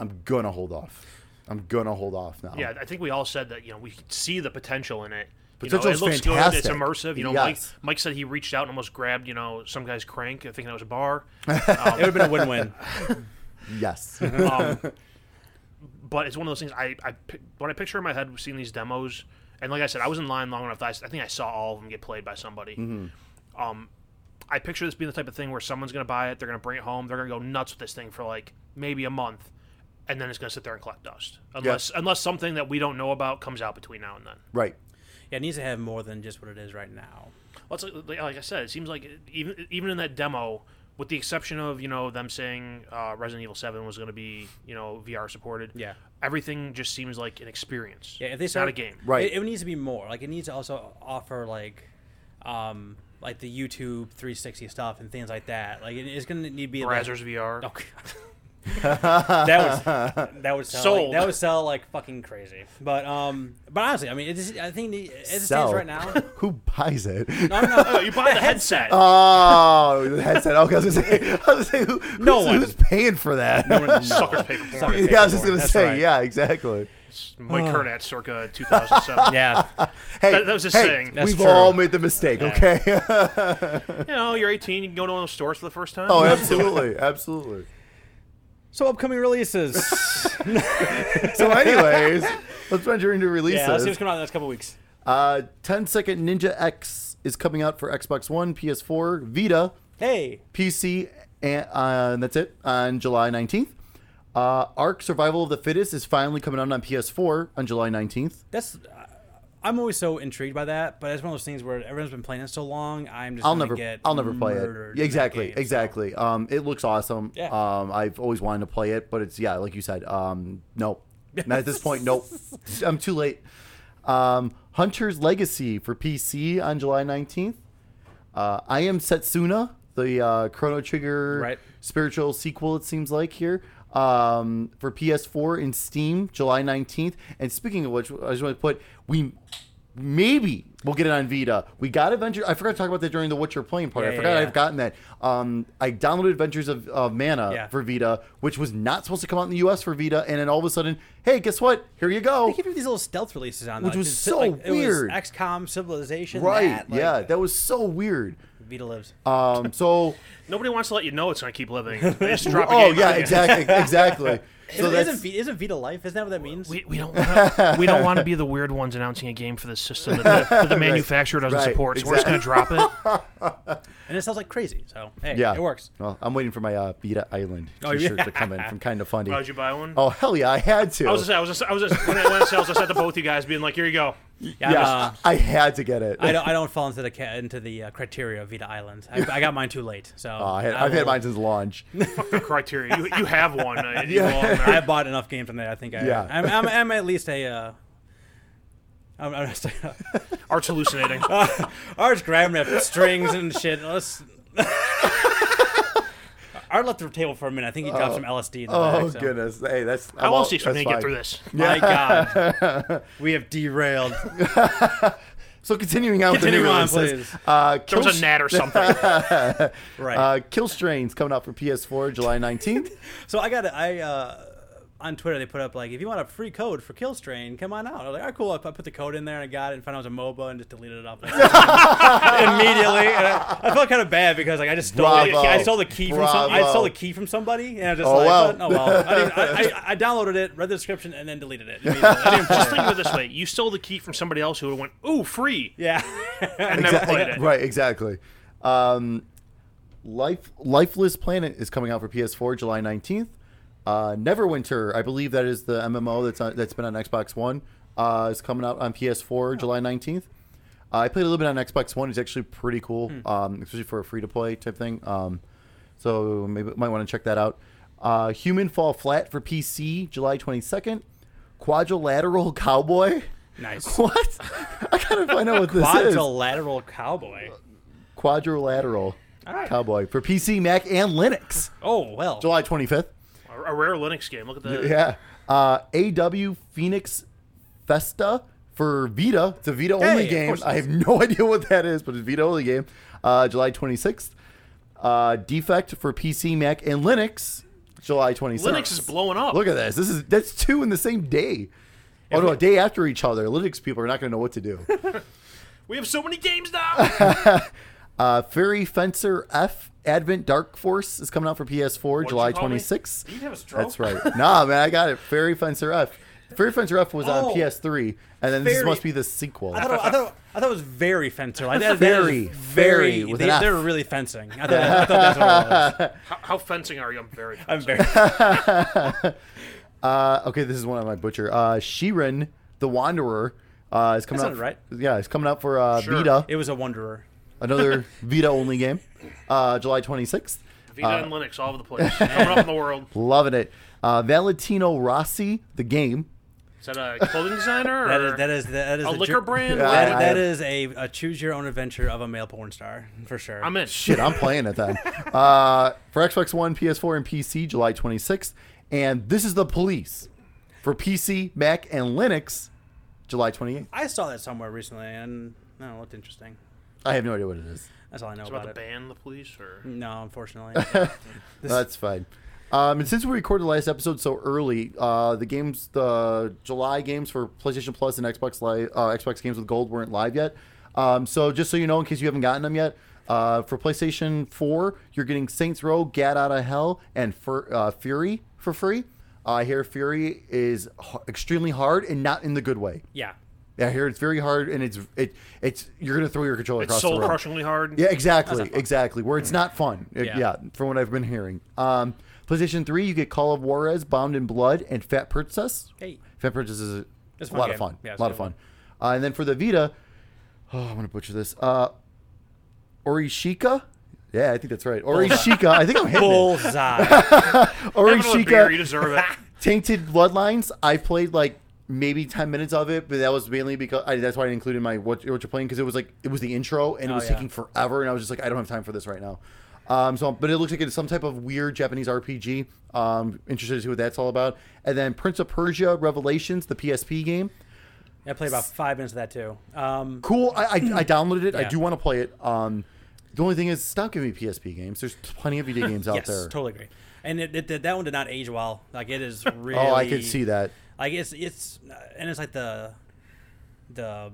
[SPEAKER 5] I'm going to hold off I'm going to hold off now
[SPEAKER 6] yeah, I think we all said that you know we could see the potential in it. You know, it
[SPEAKER 5] Potential's
[SPEAKER 6] looks good.
[SPEAKER 5] fantastic.
[SPEAKER 6] It's immersive. You know,
[SPEAKER 5] Yes.
[SPEAKER 6] Mike, Mike said he reached out and almost grabbed you know some guy's crank, thinking that was a
[SPEAKER 5] [LAUGHS]
[SPEAKER 6] bar.
[SPEAKER 4] it would have been a win-win. [LAUGHS]
[SPEAKER 5] yes [LAUGHS]
[SPEAKER 6] Um, but it's one of those things. I, I pi- what I picture in my head was seeing these demos, and like I said, I was in line long enough. That I s- I, think I saw all of them get played by somebody.
[SPEAKER 5] Mm-hmm.
[SPEAKER 6] Um, I picture this being the type of thing where someone's going to buy it, they're going to bring it home, they're going to go nuts with this thing for like maybe a month, and then it's going to sit there and collect dust, unless unless something that we don't know about comes out between now and then.
[SPEAKER 5] right
[SPEAKER 4] Yeah, it needs to have more than just what it is right now.
[SPEAKER 6] Well, it's like, like I said, it seems like even even in that demo, with the exception of you know them saying uh, Resident Evil Seven was going to be you know VR supported,
[SPEAKER 4] Yeah.
[SPEAKER 6] everything just seems like an experience.
[SPEAKER 4] Yeah, if they
[SPEAKER 6] It's
[SPEAKER 4] start
[SPEAKER 6] not a game,
[SPEAKER 5] Right.
[SPEAKER 4] It, it needs to be more. Like it needs to also offer like, um, like the YouTube 360 stuff and things like that. Like it, it's gonna need to be like,
[SPEAKER 6] Brazzers VR.
[SPEAKER 4] [LAUGHS] Oh, God. that would that would sell like-
[SPEAKER 6] Sold.
[SPEAKER 4] that would sell like fucking crazy. But um, but honestly, I mean, it just, I think the, as it stands
[SPEAKER 5] So,
[SPEAKER 4] right
[SPEAKER 5] [LAUGHS]
[SPEAKER 4] now.
[SPEAKER 5] who buys it
[SPEAKER 4] [LAUGHS] No, no,
[SPEAKER 6] [LAUGHS] Oh, you
[SPEAKER 4] [LAUGHS]
[SPEAKER 6] bought the headset.
[SPEAKER 5] [LAUGHS] oh the headset okay I was going to say, I was gonna say who,
[SPEAKER 4] No
[SPEAKER 5] who's,
[SPEAKER 4] one.
[SPEAKER 5] who's paying for that
[SPEAKER 6] Suckers paper
[SPEAKER 4] [LAUGHS]
[SPEAKER 6] porn.
[SPEAKER 4] Sucker
[SPEAKER 5] yeah, I was just gonna
[SPEAKER 4] That's
[SPEAKER 5] say,
[SPEAKER 4] right.
[SPEAKER 5] yeah, exactly.
[SPEAKER 6] Mike Kernat, circa 2007.
[SPEAKER 4] Uh. [LAUGHS] yeah,
[SPEAKER 5] Hey,
[SPEAKER 6] That- that was just
[SPEAKER 5] hey,
[SPEAKER 6] saying.
[SPEAKER 4] That's
[SPEAKER 5] we've
[SPEAKER 4] true.
[SPEAKER 5] all made the mistake, okay? [LAUGHS]
[SPEAKER 6] You know, you're 18, you can go to one of those stores for the first time.
[SPEAKER 5] oh, absolutely, absolutely.
[SPEAKER 4] So upcoming releases.
[SPEAKER 5] So, anyways, let's venture into
[SPEAKER 4] yeah, let's see what's
[SPEAKER 5] releases.
[SPEAKER 4] coming out in the next couple weeks.
[SPEAKER 5] Uh, 10 Second Ninja X is coming out for Xbox One, PS4, Vita,
[SPEAKER 4] Hey,
[SPEAKER 5] PC, and, uh, and that's it on July 19th. Uh, Ark Survival of the Fittest is finally coming out on PS4 on July 19th.
[SPEAKER 4] That's. I- I'm always so intrigued by that, but it's one of those things where everyone's been playing it so long. I'm just.
[SPEAKER 5] I'll
[SPEAKER 4] gonna
[SPEAKER 5] never,
[SPEAKER 4] Get
[SPEAKER 5] I'll never play
[SPEAKER 4] murdered
[SPEAKER 5] it.
[SPEAKER 4] in that
[SPEAKER 5] Exactly,
[SPEAKER 4] game, so-
[SPEAKER 5] exactly. Um, it looks awesome.
[SPEAKER 4] Yeah.
[SPEAKER 5] Um, I've always wanted to play it, but it's yeah, like you said. Um,
[SPEAKER 4] [LAUGHS]
[SPEAKER 5] nope. Not at this point. Nope. I'm too late. Um, Hunter's Legacy for PC on July 19th. Uh, I am Setsuna, the uh, Chrono Trigger
[SPEAKER 4] Right.
[SPEAKER 5] spiritual sequel. It seems like here um, for PS4 and Steam, July 19th. And speaking of which, I just want to put we maybe we'll get it on Vita. We got Adventure. I forgot to talk about that during the Witcher playing part.
[SPEAKER 4] Yeah,
[SPEAKER 5] I forgot
[SPEAKER 4] yeah, yeah.
[SPEAKER 5] I've gotten that. Um, I downloaded Adventures of, of Mana
[SPEAKER 4] Yeah.
[SPEAKER 5] for Vita, which was not supposed to come out in the U.S. for Vita, and then all of a sudden, hey, guess what? Here you
[SPEAKER 4] They
[SPEAKER 5] go.
[SPEAKER 4] keep doing these little stealth releases on,
[SPEAKER 5] Which
[SPEAKER 4] though,
[SPEAKER 5] was
[SPEAKER 4] just-
[SPEAKER 5] so
[SPEAKER 4] like,
[SPEAKER 5] weird.
[SPEAKER 4] It was XCOM, Civilization,
[SPEAKER 5] Right?
[SPEAKER 4] that, like,
[SPEAKER 5] yeah, that was so weird.
[SPEAKER 4] Vita lives.
[SPEAKER 5] Um, so
[SPEAKER 6] Nobody wants to let you know it's going to keep
[SPEAKER 4] [LAUGHS]
[SPEAKER 6] living. They just drop a
[SPEAKER 5] oh
[SPEAKER 6] game
[SPEAKER 5] yeah,
[SPEAKER 6] on you. [LAUGHS]
[SPEAKER 5] exactly, exactly. So
[SPEAKER 4] isn't, isn't,
[SPEAKER 5] that's
[SPEAKER 4] Vita, isn't Vita life? Isn't that what that means?
[SPEAKER 6] We, we don't wanna, we don't want to be the weird ones announcing a game for the system that the,
[SPEAKER 5] [LAUGHS]
[SPEAKER 6] that the manufacturer doesn't
[SPEAKER 5] Right,
[SPEAKER 6] support. So we're just going to drop it.
[SPEAKER 4] and it sounds like crazy. So hey,
[SPEAKER 5] yeah,
[SPEAKER 4] it works.
[SPEAKER 5] Well, I'm waiting for my uh, Vita Island
[SPEAKER 4] Oh,
[SPEAKER 5] T-shirt
[SPEAKER 4] yeah.
[SPEAKER 5] to come in from Kind of Funny.
[SPEAKER 6] Oh, did you buy one?
[SPEAKER 5] Oh hell yeah, I had to.
[SPEAKER 6] I was just, I was just, I was just when I went to sales, I said to both you guys, being like, "Here you go."
[SPEAKER 4] Yeah, I'm,
[SPEAKER 5] yeah,
[SPEAKER 4] uh,
[SPEAKER 5] I had to get it.
[SPEAKER 4] I don't. I don't fall into the ca- into the uh, criteria of Vita Island. I, I got mine too late. So
[SPEAKER 5] [LAUGHS] Oh, I had,
[SPEAKER 4] I
[SPEAKER 5] I've had
[SPEAKER 4] will-
[SPEAKER 5] mine since
[SPEAKER 6] [LAUGHS]
[SPEAKER 5] launch.
[SPEAKER 6] Fuck the criteria. You, you have one. Uh, you belong there.
[SPEAKER 4] [LAUGHS] I bought enough games on that. I think I.
[SPEAKER 5] Yeah.
[SPEAKER 4] I'm, I'm, I'm at least a. Uh, I'm, [LAUGHS] I'm just,
[SPEAKER 5] [LAUGHS]
[SPEAKER 6] Art's hallucinating.
[SPEAKER 4] Art's grabbing at strings and shit. Let's. Art left the table for a minute. I think he dropped some LSD. In the
[SPEAKER 5] Oh
[SPEAKER 4] back, so.
[SPEAKER 5] goodness! Hey, that's
[SPEAKER 6] I
[SPEAKER 5] well,
[SPEAKER 6] want to see
[SPEAKER 5] that's
[SPEAKER 6] something get
[SPEAKER 5] fine.
[SPEAKER 6] through this.
[SPEAKER 4] My God,
[SPEAKER 5] [LAUGHS]
[SPEAKER 4] we have derailed.
[SPEAKER 5] So continuing on
[SPEAKER 4] Continue
[SPEAKER 5] with the new
[SPEAKER 4] on,
[SPEAKER 5] releases,
[SPEAKER 4] please.
[SPEAKER 5] Uh,
[SPEAKER 6] There
[SPEAKER 5] Kill,
[SPEAKER 6] was a gnat
[SPEAKER 5] [LAUGHS]
[SPEAKER 6] or something.
[SPEAKER 4] Right.
[SPEAKER 5] uh, Kill Strains coming out for PS4 July 19th.
[SPEAKER 4] So I got it. I uh, on Twitter they put up like, if you want a free code for Killstrain, come on out. I was like, all right, cool. I I put the code in there and I got it and found out it was a MOBA and just deleted it off
[SPEAKER 5] [LAUGHS]
[SPEAKER 4] immediately. And I, I felt kind of bad because like I just stole the,
[SPEAKER 5] Bravo.
[SPEAKER 4] I stole the key from some, I
[SPEAKER 5] Bravo.
[SPEAKER 4] stole the key from somebody and I was just
[SPEAKER 5] Oh,
[SPEAKER 4] like,
[SPEAKER 5] wow.
[SPEAKER 4] "But, oh well. I, didn't, I,
[SPEAKER 5] [LAUGHS]
[SPEAKER 4] I, I downloaded it, read the description, and then deleted it. immediately. I didn't play
[SPEAKER 6] Just
[SPEAKER 4] it.
[SPEAKER 6] think of it this way: you stole the key from somebody else who went, "Ooh, free,"
[SPEAKER 4] yeah.
[SPEAKER 6] and never played it.
[SPEAKER 5] Right, exactly. Um, Life Lifeless Planet is coming out for PS4 July 19th. Uh, Neverwinter, I believe that is the MMO that's on, that's been on Xbox One, uh, is coming out on
[SPEAKER 4] Oh.
[SPEAKER 5] PS4 July 19th. Uh, I played a little bit on Xbox One. It's actually pretty cool,
[SPEAKER 4] Hmm.
[SPEAKER 5] um, especially for a free to play type thing. Um, so maybe might want to check that out. Uh, Human Fall Flat for PC July 22nd. Quadrilateral [LAUGHS] Cowboy.
[SPEAKER 4] nice.
[SPEAKER 5] What? [LAUGHS] I gotta find out what this is
[SPEAKER 4] Quadrilateral cowboy.
[SPEAKER 5] quadrilateral
[SPEAKER 4] right.
[SPEAKER 5] cowboy for PC, Mac, and Linux.
[SPEAKER 4] Oh well.
[SPEAKER 5] July 25th.
[SPEAKER 6] A, a rare Linux game. Look at the.
[SPEAKER 5] Yeah. Uh, AW Phoenix Festa for Vita. It's a Vita only
[SPEAKER 4] of
[SPEAKER 5] game.
[SPEAKER 4] course it
[SPEAKER 5] I have no [LAUGHS] idea what that is, but it's a Vita only game. Uh, July 26th. Uh, Defect for PC, Mac, and Linux. July 26th.
[SPEAKER 6] Linux is blowing up.
[SPEAKER 5] Look at this. This is that's two in the same day. Oh no, a day after each other. Linux people are not going to know what to do.
[SPEAKER 6] We have so many games now.
[SPEAKER 5] [LAUGHS] Uh, Fairy Fencer F Advent Dark Force is coming out for PS4 July
[SPEAKER 6] you call me?
[SPEAKER 5] 26th.
[SPEAKER 3] You have a stroke.
[SPEAKER 5] That's right. nah, man, I got it. Fairy Fencer F. Fairy Fencer F was
[SPEAKER 4] Oh.
[SPEAKER 5] on PS3, and then this
[SPEAKER 4] Fairy-
[SPEAKER 5] must be the sequel.
[SPEAKER 4] I thought, it, I, thought, I thought it was very fencer. Like that,
[SPEAKER 5] Very,
[SPEAKER 4] very,
[SPEAKER 5] very
[SPEAKER 4] very.
[SPEAKER 5] with
[SPEAKER 4] They,
[SPEAKER 5] an F.
[SPEAKER 4] they were really fencing. I thought, I thought that's what it was.
[SPEAKER 6] how, how fencing are you? I'm very.
[SPEAKER 5] [LAUGHS]
[SPEAKER 4] I'm very.
[SPEAKER 5] Uh, okay, this is one I might butcher. Uh, Shiren the Wanderer uh, is coming
[SPEAKER 4] That
[SPEAKER 5] out.
[SPEAKER 4] sounded right.
[SPEAKER 5] Yeah, it's coming out for uh,
[SPEAKER 6] Sure.
[SPEAKER 5] Vita,
[SPEAKER 4] It was a wanderer.
[SPEAKER 5] another [LAUGHS] Vita only game, uh, July 26th.
[SPEAKER 6] Vita
[SPEAKER 5] uh,
[SPEAKER 6] and Linux all over the place. Coming up in the world.
[SPEAKER 5] Loving it. Uh, Valentino Rossi, the game.
[SPEAKER 6] Is that a clothing designer? Or
[SPEAKER 4] [LAUGHS] That is that is that is
[SPEAKER 6] a
[SPEAKER 4] the
[SPEAKER 6] liquor
[SPEAKER 4] jer-
[SPEAKER 6] brand?
[SPEAKER 5] Yeah.
[SPEAKER 4] That,
[SPEAKER 5] I-
[SPEAKER 4] that
[SPEAKER 5] I-
[SPEAKER 4] is a, a choose your own adventure of a male porn star for sure.
[SPEAKER 6] I'm in.
[SPEAKER 5] Shit, I'm playing it then. Uh, for Xbox One, PS4, and PC, July 26th. And this is the police for PC, Mac, and Linux, July 28th.
[SPEAKER 4] I saw that somewhere recently and no, it looked interesting.
[SPEAKER 5] I have no idea what it is.
[SPEAKER 4] That's all I know
[SPEAKER 6] About to
[SPEAKER 4] about it.
[SPEAKER 6] ban the police or
[SPEAKER 4] No, unfortunately.
[SPEAKER 5] [LAUGHS] That's fine. Um, and since we recorded the last episode so early, uh, the games, the July games for PlayStation Plus and Xbox Live, uh, Xbox games with gold weren't live yet. Um, so just so you know, in case you haven't gotten them yet, uh, for PlayStation 4, you're getting Saints Row, Gat Out of Hell, and Fur uh, Fury for free. I hear Fury is h- extremely hard and not in the good way.
[SPEAKER 4] yeah.
[SPEAKER 5] Yeah, here it's very hard, and it's it it's you're gonna throw your controller
[SPEAKER 6] It's
[SPEAKER 5] across the
[SPEAKER 6] soul
[SPEAKER 5] room.
[SPEAKER 6] crushingly hard.
[SPEAKER 5] Yeah, exactly, exactly. Where it's not fun. It- yeah.
[SPEAKER 4] Yeah.
[SPEAKER 5] from what I've been hearing. Um, PlayStation Three, you get Call of Juarez, Bound in Blood, and Fat Princess.
[SPEAKER 4] Hey.
[SPEAKER 5] Fat Princess is a,
[SPEAKER 4] It's a
[SPEAKER 5] a
[SPEAKER 4] fun
[SPEAKER 5] lot of
[SPEAKER 4] game.
[SPEAKER 5] fun.
[SPEAKER 4] Yeah, it's
[SPEAKER 5] a lot
[SPEAKER 4] a
[SPEAKER 5] of
[SPEAKER 4] good
[SPEAKER 5] fun. Uh, and then for the Vita, oh, I'm gonna butcher this. Uh, Orishika. Yeah, I think that's right. Orishika. I think I'm hitting it. [LAUGHS]
[SPEAKER 4] Bullseye.
[SPEAKER 6] Have another beer,
[SPEAKER 5] Orishika.
[SPEAKER 6] you deserve [LAUGHS] it.
[SPEAKER 5] Tainted Bloodlines. I played like maybe 10 minutes of it, but that was mainly because I, that's why I included my what, what you're playing because it was like it was the intro and it
[SPEAKER 4] Oh,
[SPEAKER 5] was
[SPEAKER 4] yeah.
[SPEAKER 5] taking forever, and I was just like, I don't have time for this right now. Um, so, but it looks like it's some type of weird Japanese RPG. Um, interested to see what that's all about. And then Prince of Persia Revelations, the PSP game.
[SPEAKER 4] I played about five minutes of that too. Um,
[SPEAKER 5] Cool. I, I, I downloaded it. I
[SPEAKER 4] Yeah.
[SPEAKER 5] do want to play it. Um, the only thing is, stop giving me PSP games. There's plenty of video games out
[SPEAKER 4] yes,
[SPEAKER 5] there.
[SPEAKER 4] totally agree. And it, it, that one did not age well. Like it is
[SPEAKER 5] [LAUGHS]
[SPEAKER 4] really.
[SPEAKER 5] Oh, I could see that.
[SPEAKER 4] Like it's it's and it's like the the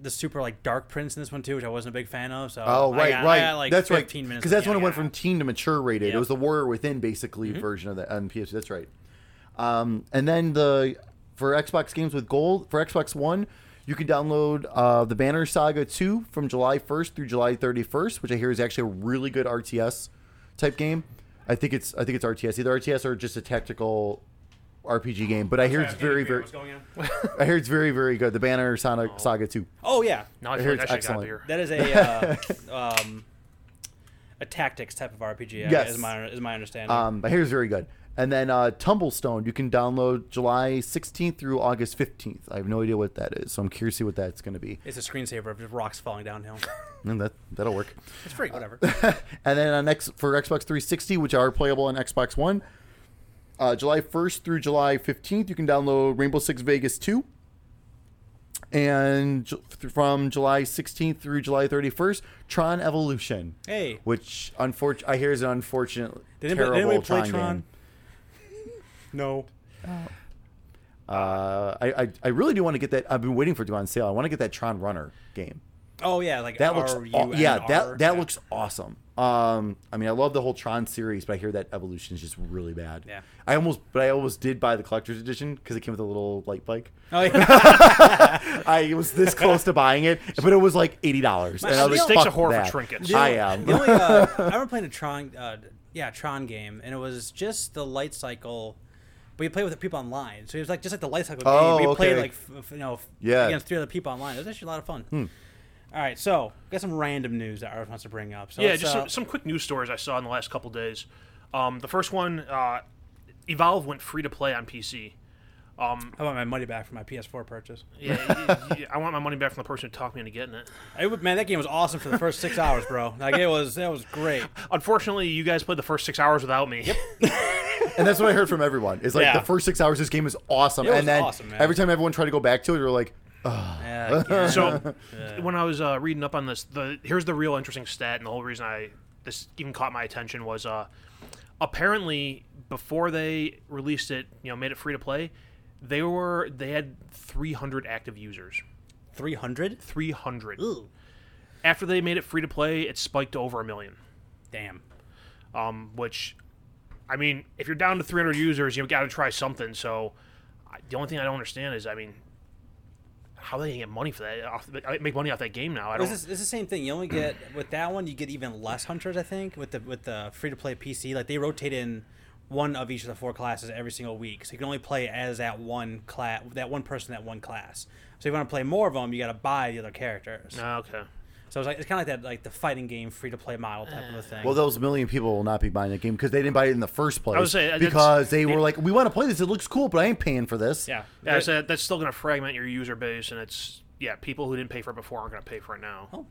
[SPEAKER 4] the super like dark prints in this one too, which I wasn't a big fan of. So
[SPEAKER 5] Oh
[SPEAKER 4] I
[SPEAKER 5] right,
[SPEAKER 4] got- I
[SPEAKER 5] right.
[SPEAKER 4] got, like
[SPEAKER 5] that's right.
[SPEAKER 4] 15 minutes
[SPEAKER 5] Because that's
[SPEAKER 4] in,
[SPEAKER 5] when
[SPEAKER 4] yeah.
[SPEAKER 5] it went from teen to mature rated. It
[SPEAKER 4] Yep. Mm-hmm.
[SPEAKER 5] was the Warrior Within basically version of that on PS. That's right. Um, and then the for Xbox games with gold for Xbox One, you can download uh, the Banner Saga 2 from July 1st through July 31st, which I hear is actually a really good RTS type game. I think it's I think it's RTS either RTS or just a tactical RPG game. But I hear [LAUGHS] it's very very
[SPEAKER 3] What's going on?
[SPEAKER 5] [LAUGHS] I hear it's very very good. The Banner Saga, Saga 2.
[SPEAKER 4] Oh yeah,
[SPEAKER 6] No, I
[SPEAKER 5] I
[SPEAKER 6] feel
[SPEAKER 5] hear
[SPEAKER 6] like
[SPEAKER 5] it's
[SPEAKER 6] I should got
[SPEAKER 5] excellent.
[SPEAKER 6] beer.
[SPEAKER 4] that is
[SPEAKER 5] [LAUGHS]
[SPEAKER 4] a uh, um, a tactics type of RPG. I-
[SPEAKER 5] Yes.
[SPEAKER 4] is my is my understanding.
[SPEAKER 5] Um, but here's very good. And then uh, Tumblestone, you can download July 16th through August 15th. I have no idea what that is, so I'm curious to see what that's going to be.
[SPEAKER 4] it's a screensaver of just rocks falling downhill.
[SPEAKER 5] And Mm, that that'll work.
[SPEAKER 4] It's free, whatever.
[SPEAKER 5] [LAUGHS] and then on X, for Xbox 360, which are playable on Xbox One, uh, July 1st through July 15th, you can download Rainbow Six Vegas 2. And ju- from July 16th through July 31st, Tron Evolution.
[SPEAKER 4] Hey.
[SPEAKER 5] Which unfortunate I hear is an unfortunate
[SPEAKER 4] Did anybody-
[SPEAKER 5] terrible
[SPEAKER 4] did anybody play
[SPEAKER 5] Tron,
[SPEAKER 4] Tron?
[SPEAKER 5] game.
[SPEAKER 4] no.
[SPEAKER 5] Uh, I, I I really do want to get that. I've been waiting for it to go on sale. I want to get that Tron Runner game.
[SPEAKER 4] Oh yeah, like
[SPEAKER 5] That looks aw-
[SPEAKER 4] R-U-N-R.
[SPEAKER 5] yeah that that looks awesome. Um, I mean, I love the whole Tron series, but I hear that Evolution is just really bad.
[SPEAKER 4] Yeah.
[SPEAKER 5] I almost but I almost did buy the collector's edition because it came with a little light bike.
[SPEAKER 4] Oh, yeah.
[SPEAKER 5] I was this close to buying it, but it was like eighty dollars.
[SPEAKER 4] My-
[SPEAKER 5] And I
[SPEAKER 4] the
[SPEAKER 5] was like,
[SPEAKER 4] stakes
[SPEAKER 5] "Fuck
[SPEAKER 6] are horror for
[SPEAKER 5] that."
[SPEAKER 6] trinkets.
[SPEAKER 5] I
[SPEAKER 4] The only-
[SPEAKER 5] am.
[SPEAKER 4] The
[SPEAKER 5] [LAUGHS]
[SPEAKER 4] only, uh, I remember playing a Tron, uh, yeah, Tron game, and it was just the light cycle. But you play with the people online, so it was like just like the light cycle
[SPEAKER 5] Oh,
[SPEAKER 4] game. We played
[SPEAKER 5] okay.
[SPEAKER 4] like f- f- you know f-
[SPEAKER 5] Yeah. Hmm.
[SPEAKER 4] against three other people online. It was actually a lot of fun. All right, so got some random news that Arif wants to bring up. So
[SPEAKER 6] yeah,
[SPEAKER 4] let's,
[SPEAKER 6] just
[SPEAKER 4] uh,
[SPEAKER 6] some, some quick news stories I saw in the last couple days. Um, the first one, uh, Evolve went free to play on PC. Um,
[SPEAKER 4] I want my money back for my PS4 purchase.
[SPEAKER 6] yeah, y- [LAUGHS] y- I want my money back from the person who talked me into getting it.
[SPEAKER 4] It was, man, that game was awesome for the first six hours, bro. Like it was, that was
[SPEAKER 5] [LAUGHS]
[SPEAKER 4] great.
[SPEAKER 6] Unfortunately, you guys played the first six hours without me. Yep.
[SPEAKER 5] And that's what I heard from everyone. It's like
[SPEAKER 4] Yeah.
[SPEAKER 5] the first six hours, this game is awesome.
[SPEAKER 4] It was
[SPEAKER 5] and then
[SPEAKER 4] awesome, man.
[SPEAKER 5] every time everyone tried to go back to it, they were like,
[SPEAKER 4] Yeah, [LAUGHS] yeah.
[SPEAKER 6] So when I was uh, reading up on this, the here's the real interesting stat, and the whole reason I this even caught my attention was uh, apparently before they released it, you know, made it free to play, they were they had 300 active users.
[SPEAKER 4] three hundred.
[SPEAKER 6] 300.
[SPEAKER 4] Ooh,
[SPEAKER 6] After they made it free to play, it spiked to over a million.
[SPEAKER 4] damn.
[SPEAKER 6] Um, which, I mean, if you're down to 300 users, you've got to try something. So, I, the only thing I don't understand is, I mean, how they get money for that? Off the, I make money off that game now? I don't.
[SPEAKER 4] It's, this, it's the same thing. You only get [CLEARS THROAT] with that one, you get even less hunters. I think with the with the free to play PC, like they rotate in one of each of the four classes every single week, so you can only play as that one class, that one person, that one class. So if you want to play more of them, you got to buy the other characters.
[SPEAKER 6] Ah, okay.
[SPEAKER 4] So it's like it's kind of like that, like the fighting game free to play model type of a thing.
[SPEAKER 5] Well, those million people will not be buying the game because they didn't buy it in the first place.
[SPEAKER 6] would say, uh, that's-
[SPEAKER 5] because they
[SPEAKER 6] it-
[SPEAKER 5] were like, we want to play this. It looks cool, but I ain't paying for this.
[SPEAKER 4] yeah,
[SPEAKER 6] Yeah, so that's still going to fragment your user base, and it's yeah, people who didn't pay for it before aren't going to pay for it now.
[SPEAKER 4] Oh,